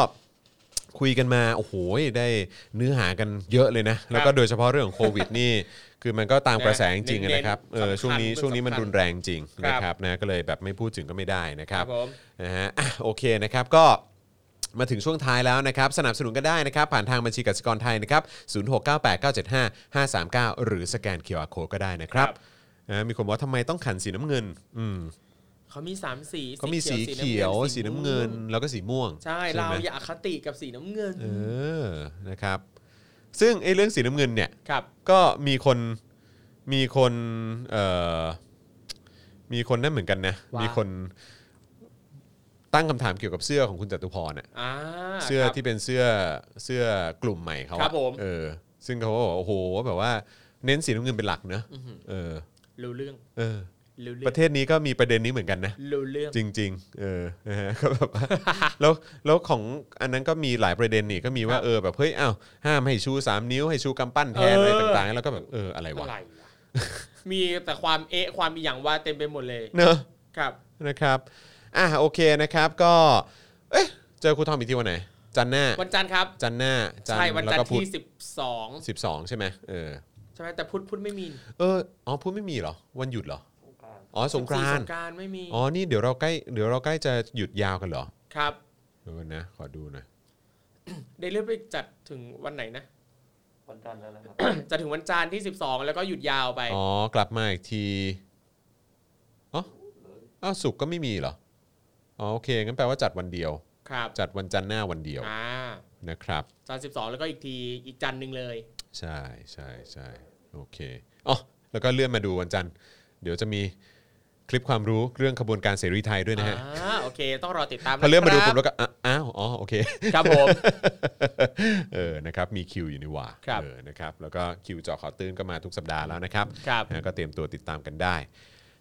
B: คุยกันมา โอ้โหได้เนื้อหากันเยอะเลยนะ แล้วก็โดยเฉพาะเรื่องของโควิด นี่ คือมันก็ตามกระแสจริงๆ
C: เน้นๆ
B: นะครับเออ
C: สำคั
B: ช่วงนี้
C: ญเรื่อง
B: ช่วงนี้มัน
C: สำคัญ
B: รุนแรงจริง
C: ครั
B: นะครับ
C: บ
B: นะก็เลยแบบไม่พูดถึงก็ไม่ได้นะค
C: ค
B: รั
C: รับ บผม
B: นะฮ ะอ่ะโอเคนะครับก็มาถึงช่วงท้ายแล้วนะครับ สนับสนุนกันได้นะครับ ผ่านทางบัญชีกสิกรไทยนะครับ 0698975539 หรือสแกน QR Code ก็ได้นะครับ
C: ครับ
B: นะฮะมีคนบอกว่าทำไมต้องขันสีน้ำเงินอืม
C: เขามีสามสี
B: ก็มีสีเขียว สีน้ำเงิน แล้วก็สีม่วง
C: ใช่
B: ไหม
C: เราอย่าอคติกับสีน้ำเงิน
B: เออนะครับ ซึ่งไอ้เรื่องสีน้ำเงินเนี่ย
C: ครับ
B: ก็มีคนมีคนเอ่อมีคนนั่นเหมือนกันนะ
C: ว่ามี
B: มีคนตั้งคำถามเกี่ยวกับเสื้อของคุณจตุพรน่ะ
C: อ่า
B: เสื้อ
C: ครับ
B: ที่เป็นเสื้อเสื้อกลุ่มใหม่เขาอะ
C: ครับผม
B: เออ ซึ่งเขาก็บอกว่าโอ้โหแบบว่าเน้นสีน้ำเงินเป็นหลักเนอะเออ
C: รู้เรื่อง
B: เออ
C: รู้
B: ป
C: เรื่อ
B: ระ
C: ง
B: เทศนี้ก็มีประเด็นนี้เหมือนกันนะ
C: รู้เรื่อง
B: จริง ๆ เออนะ ฮะก็แบบว่าแล้วแล้วของอันนั้นก็มีหลายประเด็นนี่ก็มีว่า
C: ครับ
B: เออแบบเฮ้ยอ้าวห้ามให้ชู 3 นิ้วให้ชูกำปั้นแทนอะไรต่างๆ แล้วก็แบบเอออะไรวะ
C: อะไรวะมีแต่ความเอ๊ะความมีอย่างว่าเต็มไปหมดเลย
B: เนอะ
C: ครับ
B: นะครับอ่ะโอเคนะครับก็เอ๊ะเจอครูทอมอีกทีวันไหน จันทร์หน้า
C: วันจันทร์ครับ
B: จันทร์หน้าจันท
C: ใช่วัน
B: ร์แล้
C: จัน
B: ว
C: ท
B: ก็
C: ร์
B: พุธ
C: ที่สิบสอง
B: สิบสองใช่ไหมเออ
C: ใช่ไหมแต่พุธพุธไม่มี
B: เออ อ๋อพูดไม่มีเหรอ วันหยุดเหรอ อ๋อ สงกราน
C: ส
B: ต์
C: งกรานต์ไม่มี
B: อ๋อ นี่เดี๋ยวเราใกล้ เดี๋ยวเราใกล้จะหยุดยาวกันเหรอ
C: ครับ
B: เดี๋ยวก่อนนะ ขอดูหน่อย
C: ได้เลื่อนไปจัดถึงวันไหนนะ
D: วันจันทร์แล้วนะครับ
C: จะถึงวันจันทร์ที่ 12 แล้วก็หยุดยาวไป
B: อ๋อ กลับมาอีกที อ๋ออ้าวศุกร์ก็ไม่มีเหรอ อ๋อ โอเค งั้นแปลว่าจัดวันเดียว
C: ครับ
B: จัดวันจันทร์หน้าวันเดียว
C: อ่า
B: นะครับ
C: จันทร์12 แล้วก็อีกทีอีกจันทร์หนึ่งเลย
B: ใช่ใช่ใช่โอเค อ๋อ แล้วก็เลื่อนมาดูวันจันทร์ เดี๋ยวจะมีคลิปความรู้เรื่องขบวนการเสรีไทยด้วยนะฮะ
C: อ่าโอเค ต้องรอติดตาม
B: พอเลื่อนมาดู
C: ะค
B: ผ
C: รั
B: มแล้วก็อ่ะอ้าว อ๋อ โอเค
C: ครับผม
B: เออ นะครับ มีคิวอยู่นี่หว่า
C: ครับ
B: เออ นะครับ แล้วก็คิวเจาะข่าวตื้นก็มาทุกสัปดาห์แล้วนะครับ
C: ครับ
B: นะก็เตรียมตัวติดตามกันได้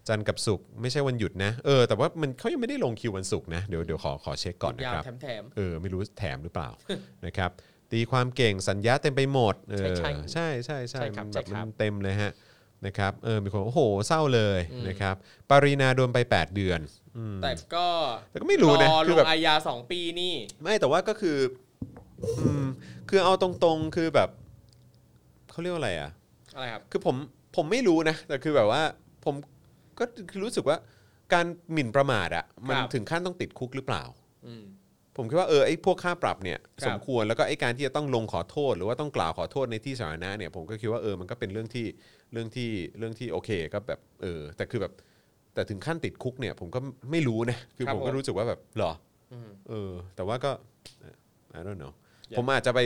B: จันทร์กับศุกร์ไม่ใช่วันหยุดนะ เออ แต่ว่ามันเขายังไม่ได้ลงคิววันศุกร์นะ เดี๋ยวเดี๋ยวขอขอเช็คก่อนนะ
C: ยาว
B: ครับ
C: แถม
B: เออ ไม่รู้แถมห รือเปล่า นะครับ ตีความเก่งสัญญาเต็มไปหมด เออ
C: ใช่
B: ใช่ใช่ใช่
C: ใช่ครับ
B: มัน
C: ใช่
B: แบบ
C: ครับ
B: มันเต็มเลยฮะ นะครับ เออ มีคนบอกโอ้โห เศร้าเลยนะครับ ปรินาโดนไป 8 เดือนอืม
C: ๆ แต่ก็
B: แต่ก็ไม่รู้นะ
C: รอล
B: คือง แบบ
C: อาญา 2 ปีนี่
B: ไม่แต่ว่าก็คืออืมคือเอาตรงๆคือแบบเขาเรียกว่าอะไรอ่ะ
C: อะไรครับ
B: คือผมผมไม่รู้นะ แต่คือแบบว่าผมก็คือรู้สึกว่าการหมิ่นประมาทอ่ะมัน
C: ครับ
B: ถึงขั้นต้องติดคุกหรือเปล่า
C: อืม
B: ผมคิดว่าเออไอ้พวกค่าปรับเนี่ย
C: ครับ
B: สมควรแล้วก็ไอ้การที่จะต้องลงขอโทษ หรือว่าต้องกล่าวขอโทษในที่สาธารณะเนี่ยผมก็คิดว่าเออมันก็เป็นเรื่องที่เรื่องที่เรื่องที่โอเคก็แบบเออ แต่คือแบบแต่ถึงขั้นติดคุกเนี่ยผมก็ไม่รู้นะคือ
C: ครับ
B: ผมก็
C: ผม
B: รู้สึกว่าแบบเหรอ
C: อืม
B: เออแต่ว่าก็ I don't know
C: Yeah.
B: ผมอาจจะไป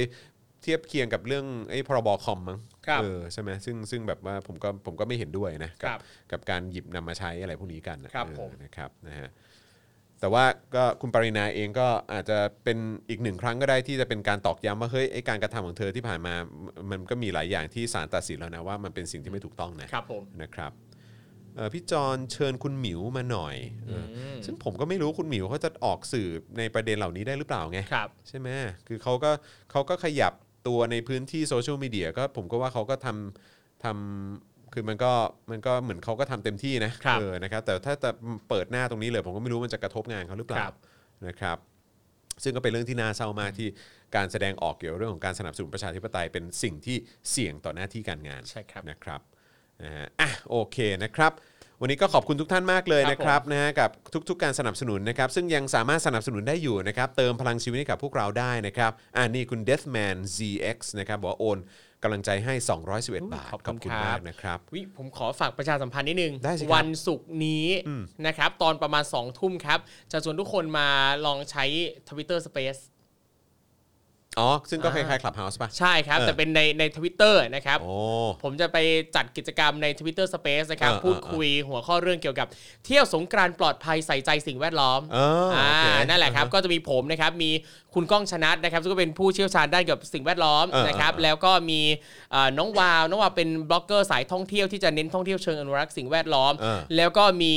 B: เทียบเคียงกับเรื่องไอ้พรบคอมมั้ง
C: ครับ
B: เออใช่ไหมซึ่งซึ่งแบบว่าผมก็ผมก็ไม่เห็นด้วยนะกั
C: ครับ
B: กับการหยิบนำมาใช้อะไรพวกนี้กันนะครับ เออ
C: ผม
B: นะครับนะฮะแต่ว่าก็คุณปรินาเองก็อาจจะเป็นอีกหนึ่งครั้งก็ได้ที่จะเป็นการตอกย้ำว่าเฮ้ยไอ้การกระทำของเธอที่ผ่านมา มันก็มีหลายอย่างที่ศาลตัดสินแล้วนะว่ามันเป็นสิ่งที่ไม่ถูกต้องนะ
C: ครับผม
B: นะครับเอ่อพี่จอนเชิญคุณหมิวมาหน่อยเอออ
C: ม
B: ซึ่งผมก็ไม่รู้คุณหมิวเขาจะออกสื่อในประเด็นเหล่านี้ได้หรือเปล่าไง
C: ครับ
B: ใช่ไหมคือเขาก็เขาก็ขยับตัวในพื้นที่โซเชียลมีเดียก็ผมก็ว่าเขาก็ทำทำคือมันก็มันก็เหมือนเขาก็ทำเต็มที่นะครับ เออนะครับแต่ถ้าจะเปิดหน้าตรงนี้เลย ผมก็ไม่รู้มันจะกระทบงานเขาหรือเปล่า
C: ครับ
B: นะครับ ซึ่งก็เป็นเรื่องที่น่าเศร้ามากที่การแสดงออกเกี่ยวกับเรื่องของการสนับสนุนประชาธิปไตยเป็นสิ่งที่เสี่ยงต่อหน้าที่การงาน
C: ใช่ครับ
B: นะครับนะฮะอ่ะโอเคนะครับ วันนี้ก็ขอบคุณทุกท่านมากเลยนะค
C: ครั
B: รับบ
C: ผม
B: นะฮะกับทุกๆ การสนับสนุนนะครับ ซึ่งยังสามารถสนับสนุนได้อยู่นะครับ เติมพลังชีวิตให้กับพวกเราได้นะครับอ่านี่คุณ Deathman ZX นะครับบอกว่าโอนกำลังใจให้ 211 บาท
C: ขอบคุณ
B: มา
C: ครั
B: ก
C: บ
B: นะครับ
C: วิผมขอฝากประชาสัมพันธ์นิดนึง
B: ได้สิครับ
C: วันศุกร์นี้นะครับ ตอนประมาณ2องทุ่มครับ จะชวนทุกคนมาลองใช้ Twitter Space
B: อ๋อ ซึ่งก็ค
C: อ่า
B: ล้ายๆ Clubhouse ป่ะ
C: ใช่ครับ
B: เออ
C: แต่เป็นในในทวิตเตอร์นะครับ
B: โอ้
C: ผมจะไปจัดกิจกรรมใน Twitter Space นะครับ
B: เออเออ
C: พูดคุยหัวข้อเรื่องเกี่ยวกับ เที่ยวสงกรานต์ปลอดภัยใส่ใจสิ่งแวดล้อม
B: เอออ่โอเค
C: นั่นแหละครับ
B: อ่าฮะ
C: ก็จะมีผมนะครับ มีคุณก้องชนัดนะครับซึ่งก็เป็นผู้เชี่ยวชาญด้านเกี่ยวกับสิ่งแวดล้อม
B: เออเออ
C: นะครับ
B: เออ
C: แล้วก็มีเอ่อน้องวาวน้องวาวเป็นบล็อกเกอร์สายท่องเที่ยวที่จะเน้นท่องเที่ยวเชิงอนุรักษ์สิ่งแวดล้อม
B: เออ
C: แล้วก็มี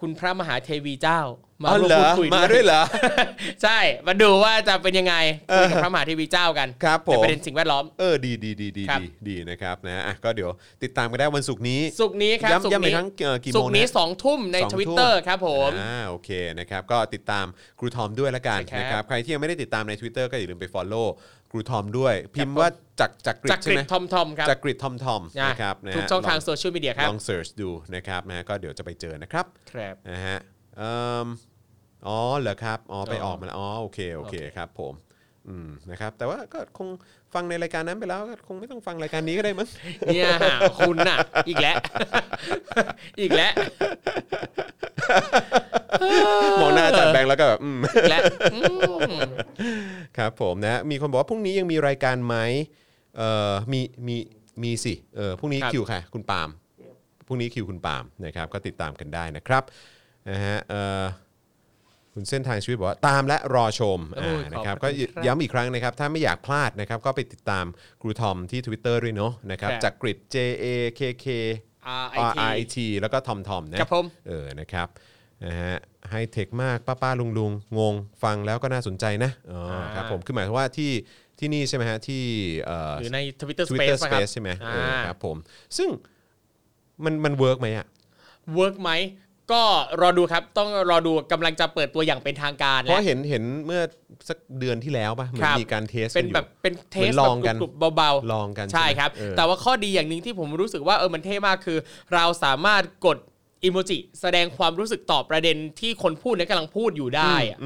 C: คุณพระมหาเทวีเจ้า มา
B: อ๋อ
C: ร่วม
B: เหรอ
C: พูดคุย
B: มาด้วยเหรอ
C: ใช่มาดูว่าจะเป็นยังไง
B: เออ
C: คุยกับพระมหาเทีวีเจ้ากัน
B: ครับผ
C: ใน
B: ม
C: ประเด็นสิ่งแวดล้อม
B: เออดีดีดีดี
C: ครับ
B: ดีดีนะครับนะอ่ะก็เดี๋ยวติดตามกันได้วันศุกร์นี้
C: สุกร์นี้ครับ
B: ย้ำ
C: ศุก
B: ย้ำ
C: ร์
B: อี
C: นี้
B: กครั้งเอ่อกี่โมงนะ
C: ศุกร์นี้สองทุ่มใน
B: สองทุ่ม
C: Twitter ครับผม
B: อ่าโอเคนะครับก็ติดตามครูทอมด้วยละกัน
C: ใช่ครับ
B: นะครับใครที่ยังไม่ได้ติดตามใน Twitter ก็อย่าลืมไป Follow ครูทอมด้วย พิมพ์
C: ผม
B: ว่าจักรจักรกริ
C: จาก
B: ด
C: ก
B: ใช่
C: ริ
B: ไหม
C: ดทอมทอมครับ
B: จักรกริดทอมทอมนะครับนะฮะ
C: ทุกช่องทาง
B: ล
C: โซเชียลมีเดียครับ
B: ลองเสิร์ชดูนะครับนะฮะก็เดี๋ยวจะไปเจอนะครับ
C: ครับ
B: นะฮะเอิ่มอ๋อเหรอครับ อ๋อ ไป
C: อ๋อ
B: ออกมาแล้ว อ๋อ โอเค โอเค
C: โอเค
B: ครับผม อืม นะครับ แต่ว่าก็คงฟังในรายการนั้นไปแล้วก็คงไม่ต้องฟังรายการนี้ก็ได้ มั้ง
C: เนี่ยคุณน่ะ อี กแล้ว อีกแล้ว
B: มองหน้าอาจัดแบงค์แล้วก็แบบอืม
C: อีกแล้วอืม
B: ครับผมนะ มีคนบอกว่าพรุ่งนี้ยังมีรายการไหมเอ่อ มี มี มีสิ เออพรุ่งนี้คิวค่ะ คุณปาล์มพรุ่งนี้คิวคุณปาล์มนะครับ ก็ติดตามกันได้นะครับ นะฮะ เอ่อ คุณเส้นทางชีวิตบอกว่าตามและรอชมอ่านะครับ ก็ย้ำอีกครั้งนะครับ ถ้าไม่อยากพลาดนะครับ ก็ไปติดตามครูทอมที่ Twitter ด้วยเนาะนะครับ จากกริด J A K K
C: อ่า
B: R
C: ไอ
B: I
C: ที
B: T แล้วก็ทอมทอมนะครับ
C: ผม
B: เออนะครับนะฮะไฮเทคมากป้าป้าลุงลุงงงฟังแล้วก็น่าสนใจนะอ๋ออา ครับผมคือหมายความว่าที่ที่นี่ใช่ไหมฮะที่เอ่อ
C: หรือใน Twitter
B: Twitter
C: Space นะครับ
B: Space ใช่ไหม
C: อ่า
B: เออครับผม ซึ่งมันมันเวิร์กไหมอ่ะ
C: เวิร์กไหม ก็รอดูครับ ต้องรอดูกำลังจะเปิดตัวอย่างเป็นทางการ
B: เพ
C: แล้ว
B: ราะเห็นเห็นเมื่อสักเดือนที่แล้วป่ะเหมือ
C: คน รับ
B: มีการเทสกั
C: เป็น น
B: อยู่
C: แบบเป็นเทส
B: เหมือนลอง
C: แบ
B: กัน
C: บกรุบๆเบาๆ
B: ลองกันใช่
C: ใช่
B: ไหม
C: ครับ
B: เออ
C: แต่ว่าข้อดีอย่างหนึ่งที่ผมรู้สึกว่าเออมันเท่มากคือ เราสามารถกดอิโมจิแสดงความรู้สึกต่อประเด็นที่คนพูดเนี่ยกำลังพูดอยู่ได้อะ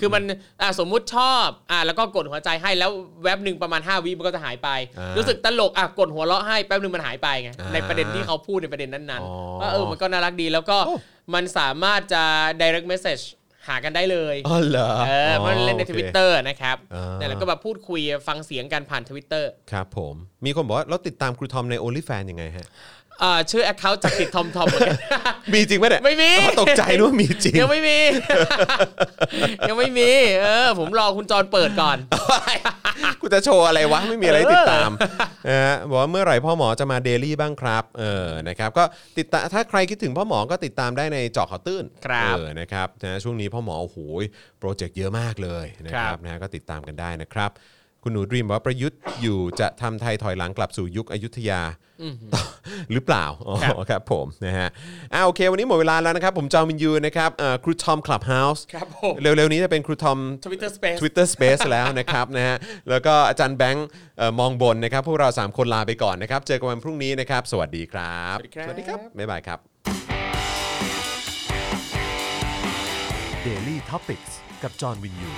C: คือมันอ่ะสมมุติชอบอ่ะแล้วก็กดหัวใจให้แล้วแว็บหนึ่งประมาณ 5 วิมันก็จะหายไป
B: อ่ารู้
C: รู้สึกตลกอ่ะกดหัวเราะให้แป๊บหนึ่งมันหายไปไง
B: อ่า
C: ในประเด็นที่เขาพูดในประเด็นนั้น
B: อ๋อ
C: ๆว่าเออมันก็น่ารักดีแล้วก็
B: โอ้
C: มันสามารถจะ direct message หากันได้เลย
B: อ๋อเหรอ
C: เออมันเล่นใน
B: โอค
C: ทวิตเตอร์นะครับ
B: อ่า
C: แต่แล้วก็แบบพูดคุยฟังเสียงกันผ่านทวิตเตอร์
B: ครับผม มีคนบอกว่าเราติดตามครูทอมใน OnlyFans ยังไงฮะ
C: อ่าชื่อแอคเคาท์จากติดทอมทอมเหมือนกัน
B: มีจริงไหมเนี่ย
C: ไม่มี
B: อ๋อตกใจนึกว่ามีจริง
C: ยังไม่มี ยังไม่มี เออ ผมรอคุณจรเปิดก่อน
B: กูจะโชว์อะไรวะ ไม่มีอะไรให้ติดตามนะฮะบอกว่าเมื่อไหร่พ่อหมอจะมาเดลี่บ้างครับเออนะครับก็ติดตามถ้าใครคิดถึงพ่อหมอก็ติดตามได้ในเจอข่าวตื้น
C: ครับ
B: เออนะครับนะช่วงนี้พ่อหมอโอ้โหโปรเจกต์เยอะมากเลยนะค
C: ครั
B: รับบ นะฮะก็ติดตามกันได้นะครับ คุณหนูดรีมบอกว่าประยุทธ์อยู่จะทำไทยถอยหลังกลับสู่ยุคอยุธยาต่อหรือเปล่าอ๋อครับผมนะฮะอ่าโอเค วันนี้หมดเวลาแล้วนะครับ ผมจอมินยูนะครับเอ่อครูทอมคลับเฮาส์
C: ครับผม
B: เร็วๆนี้จะเป็นครูทอม
C: ทวิตเตอร์สเปซ
B: Twitter Space แล้วนะครับ นะฮะ แล้วก็อาจารย์แบงค์เอ่อมองบนนะครับ พวกเรา 3 คนลาไปก่อนนะครับ เจอกันวันพรุ่งนี้นะครับ สวัสดีครับ
C: สวัสดีครับ
B: สวัสดีครับ บ๊ายบายครับ
A: Daily t o p i c กกับจอห์นวินยู